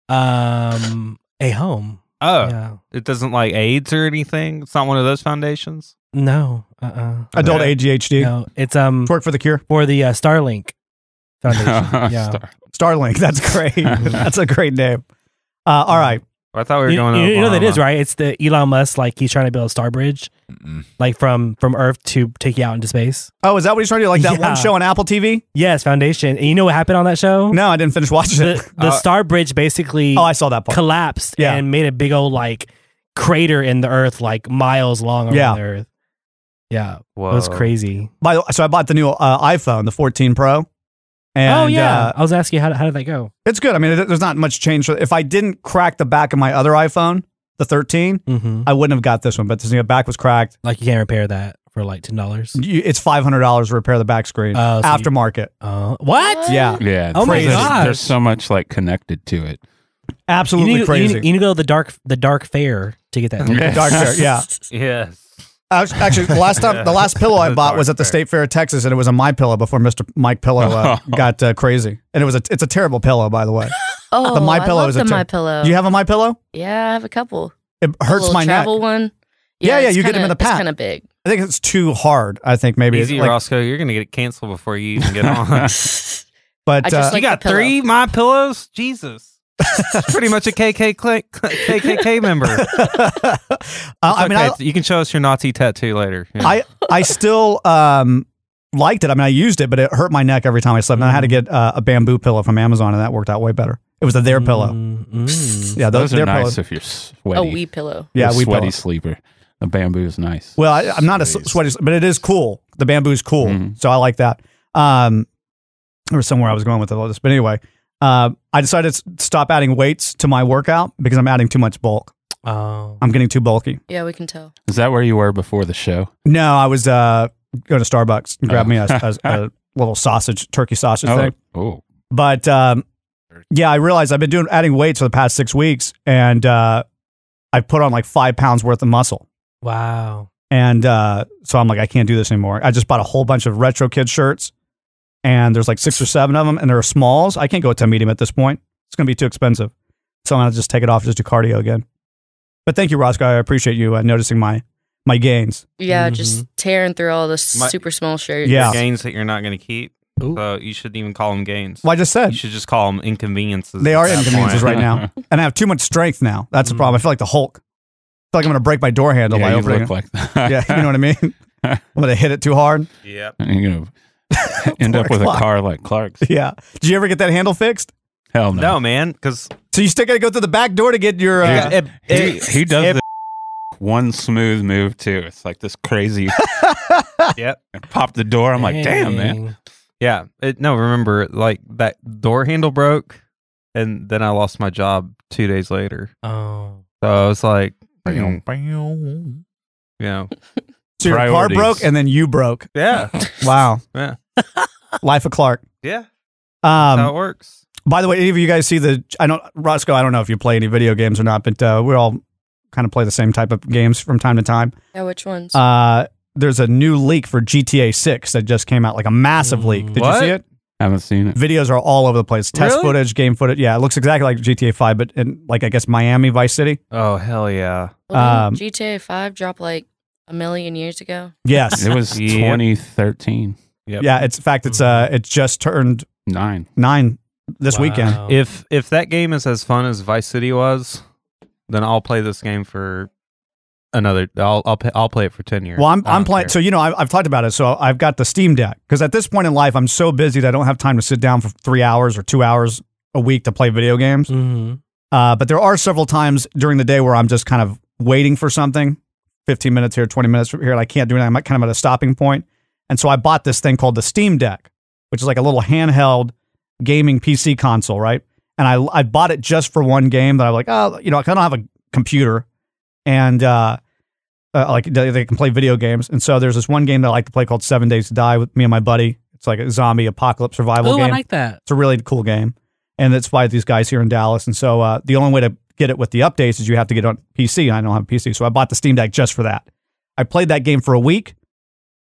[SPEAKER 7] Um a home.
[SPEAKER 8] Oh,
[SPEAKER 7] Yeah.
[SPEAKER 8] it doesn't like AIDS or anything. It's not one of those foundations.
[SPEAKER 7] No. Uh uh
[SPEAKER 5] Adult ADHD.
[SPEAKER 7] No. It's um
[SPEAKER 5] work for the cure.
[SPEAKER 7] For the uh, Starlink Foundation. yeah.
[SPEAKER 5] Starlink. That's great. That's a great name. Uh, all right.
[SPEAKER 8] I thought we were
[SPEAKER 7] you,
[SPEAKER 8] going. to
[SPEAKER 7] you- you know that is
[SPEAKER 8] Oklahoma.
[SPEAKER 7] right. It's the Elon Musk like he's trying to build a star bridge, like from from Earth to take you out into space.
[SPEAKER 5] Oh, is that what he's trying to do? Like that
[SPEAKER 7] Yeah.
[SPEAKER 5] one show on Apple TV?
[SPEAKER 7] Yes, Foundation. And you know what happened on that show?
[SPEAKER 5] No, I didn't finish watching
[SPEAKER 7] The,
[SPEAKER 5] it.
[SPEAKER 7] the
[SPEAKER 5] Uh,
[SPEAKER 7] star bridge basically
[SPEAKER 5] Oh, I saw that part.
[SPEAKER 7] collapsed
[SPEAKER 5] Yeah.
[SPEAKER 7] and made a big old like crater in the Earth, like miles long around
[SPEAKER 5] Yeah.
[SPEAKER 7] the Earth. Yeah, it was
[SPEAKER 5] Whoa.
[SPEAKER 7] crazy.
[SPEAKER 5] By the way, so I bought the new uh, iPhone, the 14 Pro. And,
[SPEAKER 7] oh yeah,
[SPEAKER 5] uh,
[SPEAKER 7] I was asking you how how did that go?
[SPEAKER 5] It's good. I mean, it- there's not much change. If I didn't crack the back of my other iPhone, the 13,
[SPEAKER 7] Mhm.
[SPEAKER 5] I wouldn't have got this one. But the back was cracked.
[SPEAKER 7] Like you can't repair that for like ten dollars.
[SPEAKER 5] You, it's five hundred dollars to repair the back screen
[SPEAKER 7] Oh, so you-
[SPEAKER 5] aftermarket.
[SPEAKER 7] Uh, what?
[SPEAKER 5] Yeah,
[SPEAKER 6] Yeah.
[SPEAKER 7] Oh my
[SPEAKER 6] there's-
[SPEAKER 7] gosh.
[SPEAKER 6] There's so much like connected to it.
[SPEAKER 5] absolutely
[SPEAKER 7] you need, to-
[SPEAKER 5] crazy.
[SPEAKER 7] You need, you need to go to the dark the dark fair to get that.
[SPEAKER 5] Yes. Dark fair, yeah.
[SPEAKER 8] Yes.
[SPEAKER 5] Act- Uh, Actually, the last time the last pillow I bought was at the State Fair of Texas, and it was a my pillow before Mister Mike Pillow uh, got uh, crazy. And it was a it's a terrible pillow, by the way.
[SPEAKER 10] Oh,
[SPEAKER 5] the my
[SPEAKER 10] I
[SPEAKER 5] pillow
[SPEAKER 10] love
[SPEAKER 5] is
[SPEAKER 10] the
[SPEAKER 5] a ter-
[SPEAKER 10] My Pillow.
[SPEAKER 5] You have a my pillow?
[SPEAKER 10] Yeah, I have a couple.
[SPEAKER 5] It
[SPEAKER 10] A
[SPEAKER 5] hurts
[SPEAKER 10] little
[SPEAKER 5] my neck.
[SPEAKER 10] travel one.
[SPEAKER 5] Yeah, yeah,
[SPEAKER 10] it's
[SPEAKER 5] you get 'em
[SPEAKER 10] kinda-
[SPEAKER 5] in the
[SPEAKER 10] It's
[SPEAKER 5] pack.
[SPEAKER 10] kind of big.
[SPEAKER 5] I think it's too hard. I think maybe it's
[SPEAKER 8] Easy,
[SPEAKER 5] like-
[SPEAKER 8] Roscoe. You're gonna get canceled before you even get on.
[SPEAKER 5] But
[SPEAKER 8] I
[SPEAKER 5] uh,
[SPEAKER 8] just like You got the pillow. three my pillows. Jesus, That's pretty much a KK cl- KKK member.
[SPEAKER 5] Uh, I
[SPEAKER 8] It's
[SPEAKER 5] mean,
[SPEAKER 8] okay.
[SPEAKER 5] I-
[SPEAKER 8] It's- you can show us your Nazi tattoo later. Yeah.
[SPEAKER 5] I I still um liked it. I mean, I used it, but it hurt my neck every time I slept. And I had to get uh, a bamboo pillow from Amazon, and that worked out way better. It was a their pillow. Mm. Yeah, those,
[SPEAKER 6] Mm-hmm. those,
[SPEAKER 5] their
[SPEAKER 6] are nice
[SPEAKER 5] pillow.
[SPEAKER 6] if you're sweaty.
[SPEAKER 10] wee pillow.
[SPEAKER 5] Yeah,
[SPEAKER 6] You're a
[SPEAKER 5] wee
[SPEAKER 6] sweaty
[SPEAKER 5] pillow.
[SPEAKER 6] sleeper. The bamboo is nice.
[SPEAKER 5] Well, I, I'm not a s- sweaty, but it is cool. The bamboo is cool, so I like that. Um, there was somewhere I was going with all this, but anyway, uh, I decided to s- stop adding weights to my workout because I'm adding too much bulk.
[SPEAKER 7] Oh.
[SPEAKER 5] I'm getting too bulky.
[SPEAKER 10] Yeah, we can tell.
[SPEAKER 6] Is that where you were before the show?
[SPEAKER 5] No, I was uh, going to Starbucks and grab
[SPEAKER 6] Oh.
[SPEAKER 5] me a, a, a little sausage, turkey sausage
[SPEAKER 6] Oh,
[SPEAKER 5] thing.
[SPEAKER 6] oh.
[SPEAKER 5] But um, yeah, I realized I've been doing adding weights for the past six weeks, and uh, I put on like five pounds worth of muscle.
[SPEAKER 7] Wow.
[SPEAKER 5] And uh, so I'm like, I can't do this anymore. I just bought a whole bunch of retro kid shirts, and there's like six or seven of them, and there are smalls. I can't go to a medium at this point. It's going to be too expensive. So I'm going to just take it off, just do cardio again. But thank you, Roscoe. I appreciate you uh, noticing my my gains.
[SPEAKER 10] Yeah,
[SPEAKER 6] Mm-hmm.
[SPEAKER 10] just tearing through all the s-
[SPEAKER 8] My-
[SPEAKER 10] super small shirts.
[SPEAKER 5] Mm-hmm. Yeah.
[SPEAKER 8] gains that you're not going to keep. So you shouldn't even call them gains.
[SPEAKER 5] Well, I just said-
[SPEAKER 8] you should just call them inconveniences.
[SPEAKER 5] They
[SPEAKER 8] at
[SPEAKER 5] are
[SPEAKER 8] that
[SPEAKER 5] inconveniences
[SPEAKER 8] point.
[SPEAKER 5] right now, and I have too much strength now. That's the problem. I feel like the Hulk. I feel like I'm going to break my door handle
[SPEAKER 6] Mm. Yeah,
[SPEAKER 5] by
[SPEAKER 6] you
[SPEAKER 5] opening
[SPEAKER 6] look
[SPEAKER 5] it.
[SPEAKER 6] like that.
[SPEAKER 5] yeah, you know what I mean. I'm gonna hit it too hard.
[SPEAKER 8] Yep.
[SPEAKER 6] And you're gonna end up
[SPEAKER 5] Four
[SPEAKER 6] with a
[SPEAKER 5] o'clock.
[SPEAKER 6] car like Clark's.
[SPEAKER 5] Yeah. Did you ever get that handle fixed?
[SPEAKER 6] Hell no.
[SPEAKER 8] No, man. Because
[SPEAKER 5] So you still gotta go through the back door to get your. Uh,
[SPEAKER 6] Dude, he, he does the one smooth move too. It's like this crazy.
[SPEAKER 8] yep.
[SPEAKER 6] Pop the door. I'm like, damn, man.
[SPEAKER 8] Yeah. It, no, remember, like that door handle broke, and then I lost my job two days later.
[SPEAKER 7] Oh.
[SPEAKER 8] So I was like,
[SPEAKER 9] Bam,
[SPEAKER 8] mm, you know,
[SPEAKER 5] So your car broke and then you broke.
[SPEAKER 8] Yeah.
[SPEAKER 5] Wow.
[SPEAKER 8] Yeah.
[SPEAKER 5] Life of Clark.
[SPEAKER 8] Yeah.
[SPEAKER 5] Um,
[SPEAKER 8] how it works.
[SPEAKER 5] By the way, any of you guys see the? I don't, Roscoe. I don't know if you play any video games or not, but uh, we all kind of play the same type of games from time to time.
[SPEAKER 10] Yeah, which ones?
[SPEAKER 5] Uh, there's a new leak for GTA 6 that just came out, like a massive leak.
[SPEAKER 8] Mm.
[SPEAKER 5] Did you
[SPEAKER 6] What?
[SPEAKER 5] see it?
[SPEAKER 6] I haven't seen it.
[SPEAKER 5] Videos are all over the place. Test
[SPEAKER 6] Really?
[SPEAKER 5] footage, game footage. Yeah, it looks exactly like GTA 5, but in like I guess Miami Vice City.
[SPEAKER 8] Oh hell yeah!
[SPEAKER 10] Well,
[SPEAKER 5] Um,
[SPEAKER 10] didn't GTA 5 dropped like a million years ago.
[SPEAKER 5] Yes,
[SPEAKER 6] It was
[SPEAKER 5] Yep.
[SPEAKER 6] 2013.
[SPEAKER 5] Yeah, it's in fact it's uh it just turned
[SPEAKER 6] nine
[SPEAKER 5] nine this weekend.
[SPEAKER 8] If if that game is as fun as Vice City was, then I'll play this game for another. I'll I'll pay, I'll play it for ten years.
[SPEAKER 5] Well, I'm,
[SPEAKER 8] I
[SPEAKER 5] I'm
[SPEAKER 8] don't
[SPEAKER 5] playing. So, you know, I, I've talked about it. So I've got the Steam Deck because at this point in life, I'm so busy that I don't have time to sit down for three hours or two hours a week to play video games.
[SPEAKER 8] Mm-hmm.
[SPEAKER 5] Uh, but there are several times during the day where I'm just kind of waiting for something 15 minutes here, 20 minutes here. and I can't do anything. I'm at- kind of at a stopping point. And so I bought this thing called the Steam Deck, which is like a little handheld gaming PC console, right? And I, I bought it just for one game that I was like, oh, you know, I kind of have a computer and uh, uh, like they they can play video games. And so there's this one game that I like to play called Seven Days to Die with me and my buddy. It's like a zombie apocalypse survival
[SPEAKER 7] Ooh, I
[SPEAKER 5] game.
[SPEAKER 7] like that.
[SPEAKER 5] It's a really cool game, and it's by these guys here in Dallas. And so uh, the only way to get it with the updates is you have to get it on PC. And I don't have a PC, so I bought the Steam Deck just for that. I played that game for a week,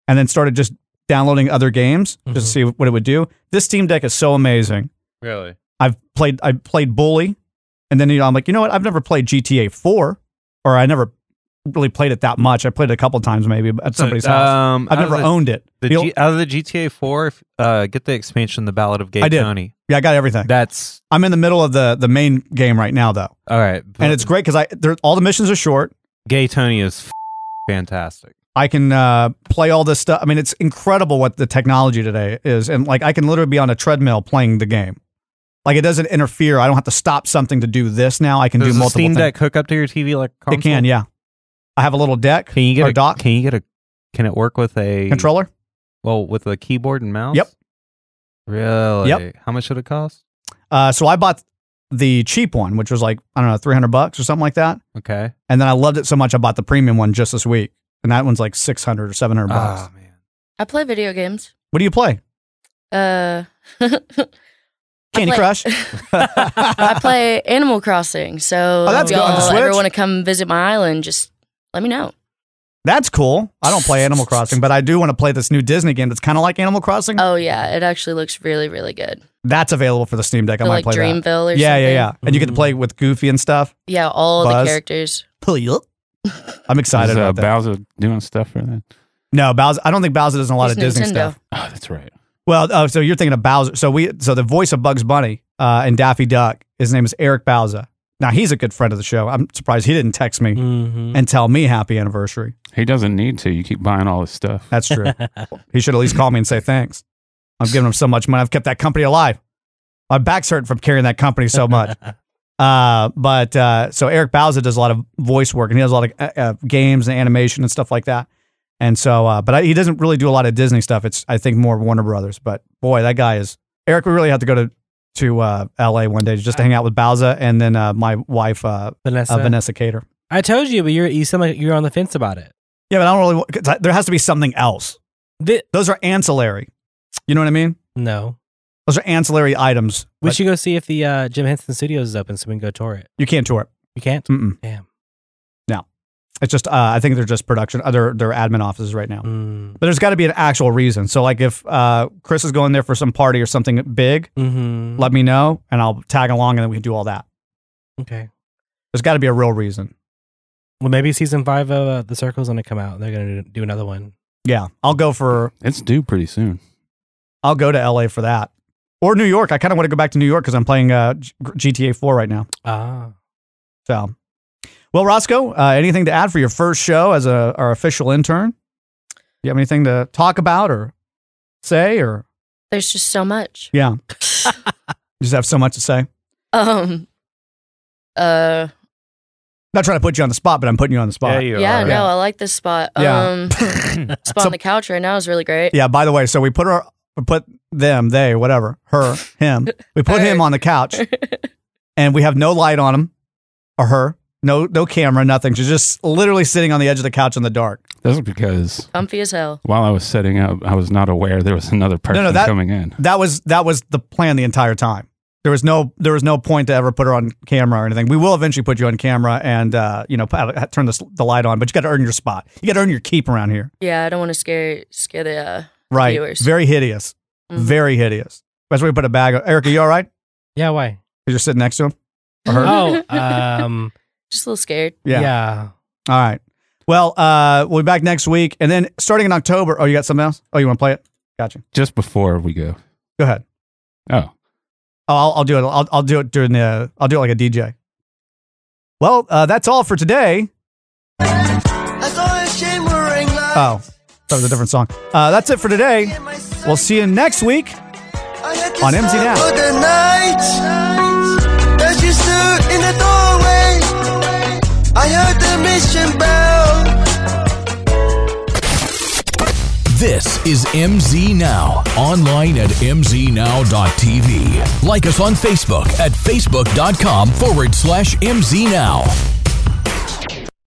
[SPEAKER 5] and then started just downloading other games
[SPEAKER 8] Mm-hmm.
[SPEAKER 5] just to see what it would do. This Steam Deck is so amazing.
[SPEAKER 8] Really?
[SPEAKER 5] I've played I played Bully, and then you know I'm like, you know what? I've never played GTA 4, or I never really played it that much. I played it a couple times maybe at somebody's house. I've
[SPEAKER 8] um, out of
[SPEAKER 5] never
[SPEAKER 8] the-
[SPEAKER 5] owned it.
[SPEAKER 8] The
[SPEAKER 5] The ol-
[SPEAKER 8] G, out of the GTA Four, if- uh, get the expansion, The Ballad of Gay
[SPEAKER 5] I did.
[SPEAKER 8] Tony.
[SPEAKER 5] Yeah, I got everything.
[SPEAKER 8] That's
[SPEAKER 5] I'm in the middle of the the main game right now though,
[SPEAKER 8] All right,
[SPEAKER 5] and it's great because I they're- all the missions are short.
[SPEAKER 8] Gay Tony is f- fantastic.
[SPEAKER 5] I can uh, play all this stuff. I mean, it's incredible what the technology today is, and like I can literally be on a treadmill playing the game. Like it doesn't interfere. I don't have to stop something to do this now. I can
[SPEAKER 8] Does
[SPEAKER 5] do
[SPEAKER 8] the
[SPEAKER 5] multiple
[SPEAKER 8] Steam
[SPEAKER 5] things.
[SPEAKER 8] Deck hook up to your TV like a
[SPEAKER 5] It can,
[SPEAKER 8] console?
[SPEAKER 5] yeah. I have a little deck.
[SPEAKER 8] Can you get
[SPEAKER 5] or
[SPEAKER 8] a
[SPEAKER 5] dock?
[SPEAKER 8] Can you get a? Can it work with a
[SPEAKER 5] Controller?
[SPEAKER 8] Well, with a keyboard and mouse.
[SPEAKER 5] Yep.
[SPEAKER 8] Really?
[SPEAKER 5] Yep.
[SPEAKER 8] How much should it cost?
[SPEAKER 5] Uh, so I bought the cheap one, which was like I don't know, three hundred bucks or something like that.
[SPEAKER 8] Okay.
[SPEAKER 5] And then I loved it so much, I bought the premium one just this week, and that one's like six hundred or seven
[SPEAKER 6] Ah,
[SPEAKER 5] hundred bucks.
[SPEAKER 10] I play video games.
[SPEAKER 5] What do you play?
[SPEAKER 10] Uh,
[SPEAKER 5] Candy
[SPEAKER 10] play-
[SPEAKER 5] Crush.
[SPEAKER 10] I play Animal Crossing. So
[SPEAKER 5] Oh, that's
[SPEAKER 10] if
[SPEAKER 5] good on the
[SPEAKER 10] y'all ever
[SPEAKER 5] Switch.
[SPEAKER 10] want to come visit my island, just let me know.
[SPEAKER 5] That's cool. I don't play Animal Crossing, but I do want to play this new Disney game that's kind of like Animal Crossing.
[SPEAKER 10] Oh yeah, it actually looks really really good.
[SPEAKER 5] That's available for the Steam Deck. I
[SPEAKER 10] For,
[SPEAKER 5] might
[SPEAKER 10] like,
[SPEAKER 5] play that.
[SPEAKER 10] Dreamville or
[SPEAKER 5] yeah, yeah,
[SPEAKER 10] something?
[SPEAKER 5] yeah. And you get to play with Goofy and stuff.
[SPEAKER 10] Yeah, all
[SPEAKER 5] Buzz.
[SPEAKER 10] the characters.
[SPEAKER 5] I'm excited
[SPEAKER 6] Is, uh,
[SPEAKER 5] about that.
[SPEAKER 6] Bowser doing stuff for that?
[SPEAKER 5] No, Bowser. I don't think Bowser does a lot
[SPEAKER 10] He's
[SPEAKER 5] of Disney
[SPEAKER 10] Nintendo.
[SPEAKER 5] stuff.
[SPEAKER 6] Oh, that's right.
[SPEAKER 5] Well, oh, so you're thinking of Bowser. So we, so the voice of Bugs Bunny uh, and Daffy Duck. His name is Eric Bowser. Now he's a good friend of the show. I'm surprised he didn't text me and tell me happy anniversary.
[SPEAKER 6] He doesn't need to. You keep buying all his stuff.
[SPEAKER 5] That's true. he should at least call me and say thanks. I'm giving him so much money. I've kept that company alive. My back's hurting from carrying that company so much. Uh, but uh, so Eric Bauza does a lot of voice work and he does a lot of uh, uh, games and animation and stuff like that. And so, uh, but I, he doesn't really do a lot of Disney stuff. It's I think more Warner Brothers. But boy, that guy is Eric. We really have to go to to uh, L.A. one day just to hang out with Bauza and then uh, my wife uh,
[SPEAKER 7] Vanessa.
[SPEAKER 5] uh, Vanessa Cater.
[SPEAKER 7] I told you, but you're you sound like you're on the fence about it.
[SPEAKER 5] Yeah, but I don't really. want- 'cause I- There has to be something else. Those are ancillary. You know what I mean?
[SPEAKER 7] No.
[SPEAKER 5] Those are ancillary items.
[SPEAKER 7] We
[SPEAKER 5] but
[SPEAKER 7] should go see if the uh, Jim Henson Studios is open, so we can go tour it.
[SPEAKER 5] you can't tour it.
[SPEAKER 7] You can't.
[SPEAKER 5] Mm-mm.
[SPEAKER 7] Damn.
[SPEAKER 5] No, it's just. Uh, I think they're just production. Other their admin offices right now.
[SPEAKER 7] Mm.
[SPEAKER 5] But there's got to be an actual reason. So like if uh, Chris is going there for some party or something big,
[SPEAKER 7] Mm-hmm.
[SPEAKER 5] let me know and I'll tag along and then we can do all that.
[SPEAKER 7] Okay.
[SPEAKER 5] There's got to be a real reason.
[SPEAKER 7] Well, maybe season five of uh, the Circle's going to come out. They're going to do another one.
[SPEAKER 5] Yeah, I'll go for.
[SPEAKER 6] It's due pretty soon.
[SPEAKER 5] I'll go to LA for that or New York. I kind of want to go back to New York because I'm playing uh, G- GTA 4 right now.
[SPEAKER 7] Ah.
[SPEAKER 5] So, well, Roscoe, uh, anything to add for your first show as a, our official intern? you have anything to talk about or say or
[SPEAKER 10] There's just so much.
[SPEAKER 5] yeah? just have so much to say.
[SPEAKER 10] Um. Uh.
[SPEAKER 5] Not trying to put you on the spot, but I'm putting you on the spot.
[SPEAKER 10] yeah. No, I like this spot.
[SPEAKER 5] Yeah.
[SPEAKER 10] Um. spot on the couch right now is really great.
[SPEAKER 5] Yeah, by the way, so we put our we put them, they, whatever, her, him. We put him on the couch and we have no light on him or her. No no camera, nothing. She's just literally sitting on the edge of the couch in the dark.
[SPEAKER 6] That's because
[SPEAKER 10] Comfy as hell.
[SPEAKER 6] while I was setting up, I was not aware there was another person
[SPEAKER 5] no, that-
[SPEAKER 6] coming in.
[SPEAKER 5] That was that was the plan the entire time. There was no there was no point to ever put her on camera or anything. We will eventually put you on camera and uh, you know have- have- turn this, the light on, but you got to earn your spot. You got to earn your keep around here.
[SPEAKER 10] Yeah, I don't want to scare scare the uh,
[SPEAKER 5] Right.
[SPEAKER 10] viewers.
[SPEAKER 5] Very hideous.
[SPEAKER 10] Mhm.
[SPEAKER 5] Very hideous. That's why we put a bag. Of, Eric, are you all right?
[SPEAKER 7] Yeah. Why?
[SPEAKER 5] Because you're sitting next to him. Or her?
[SPEAKER 7] Oh, um,
[SPEAKER 10] just a little scared.
[SPEAKER 5] Yeah.
[SPEAKER 7] yeah.
[SPEAKER 5] All right. Well, uh, we'll be back next week, and then starting in October. Oh, you got something else? Oh, you want to play it? Gotcha.
[SPEAKER 6] Just before we go.
[SPEAKER 5] Go ahead.
[SPEAKER 6] Oh.
[SPEAKER 5] Oh, I'll, I'll do it. I'll, I'll do it during the. I'll do it like a DJ. Well, uh, that's all for today.
[SPEAKER 11] I saw his chamber ring light.
[SPEAKER 5] Oh, that was a different song. Uh, that's it for today. We'll see you next week on MZ
[SPEAKER 11] For
[SPEAKER 5] Now.
[SPEAKER 11] the night that you stood in the doorway, I heard the mission bell.
[SPEAKER 15] This is MZ Now, online at mznow.tv. Like us on Facebook at facebook.com forward slash mznow.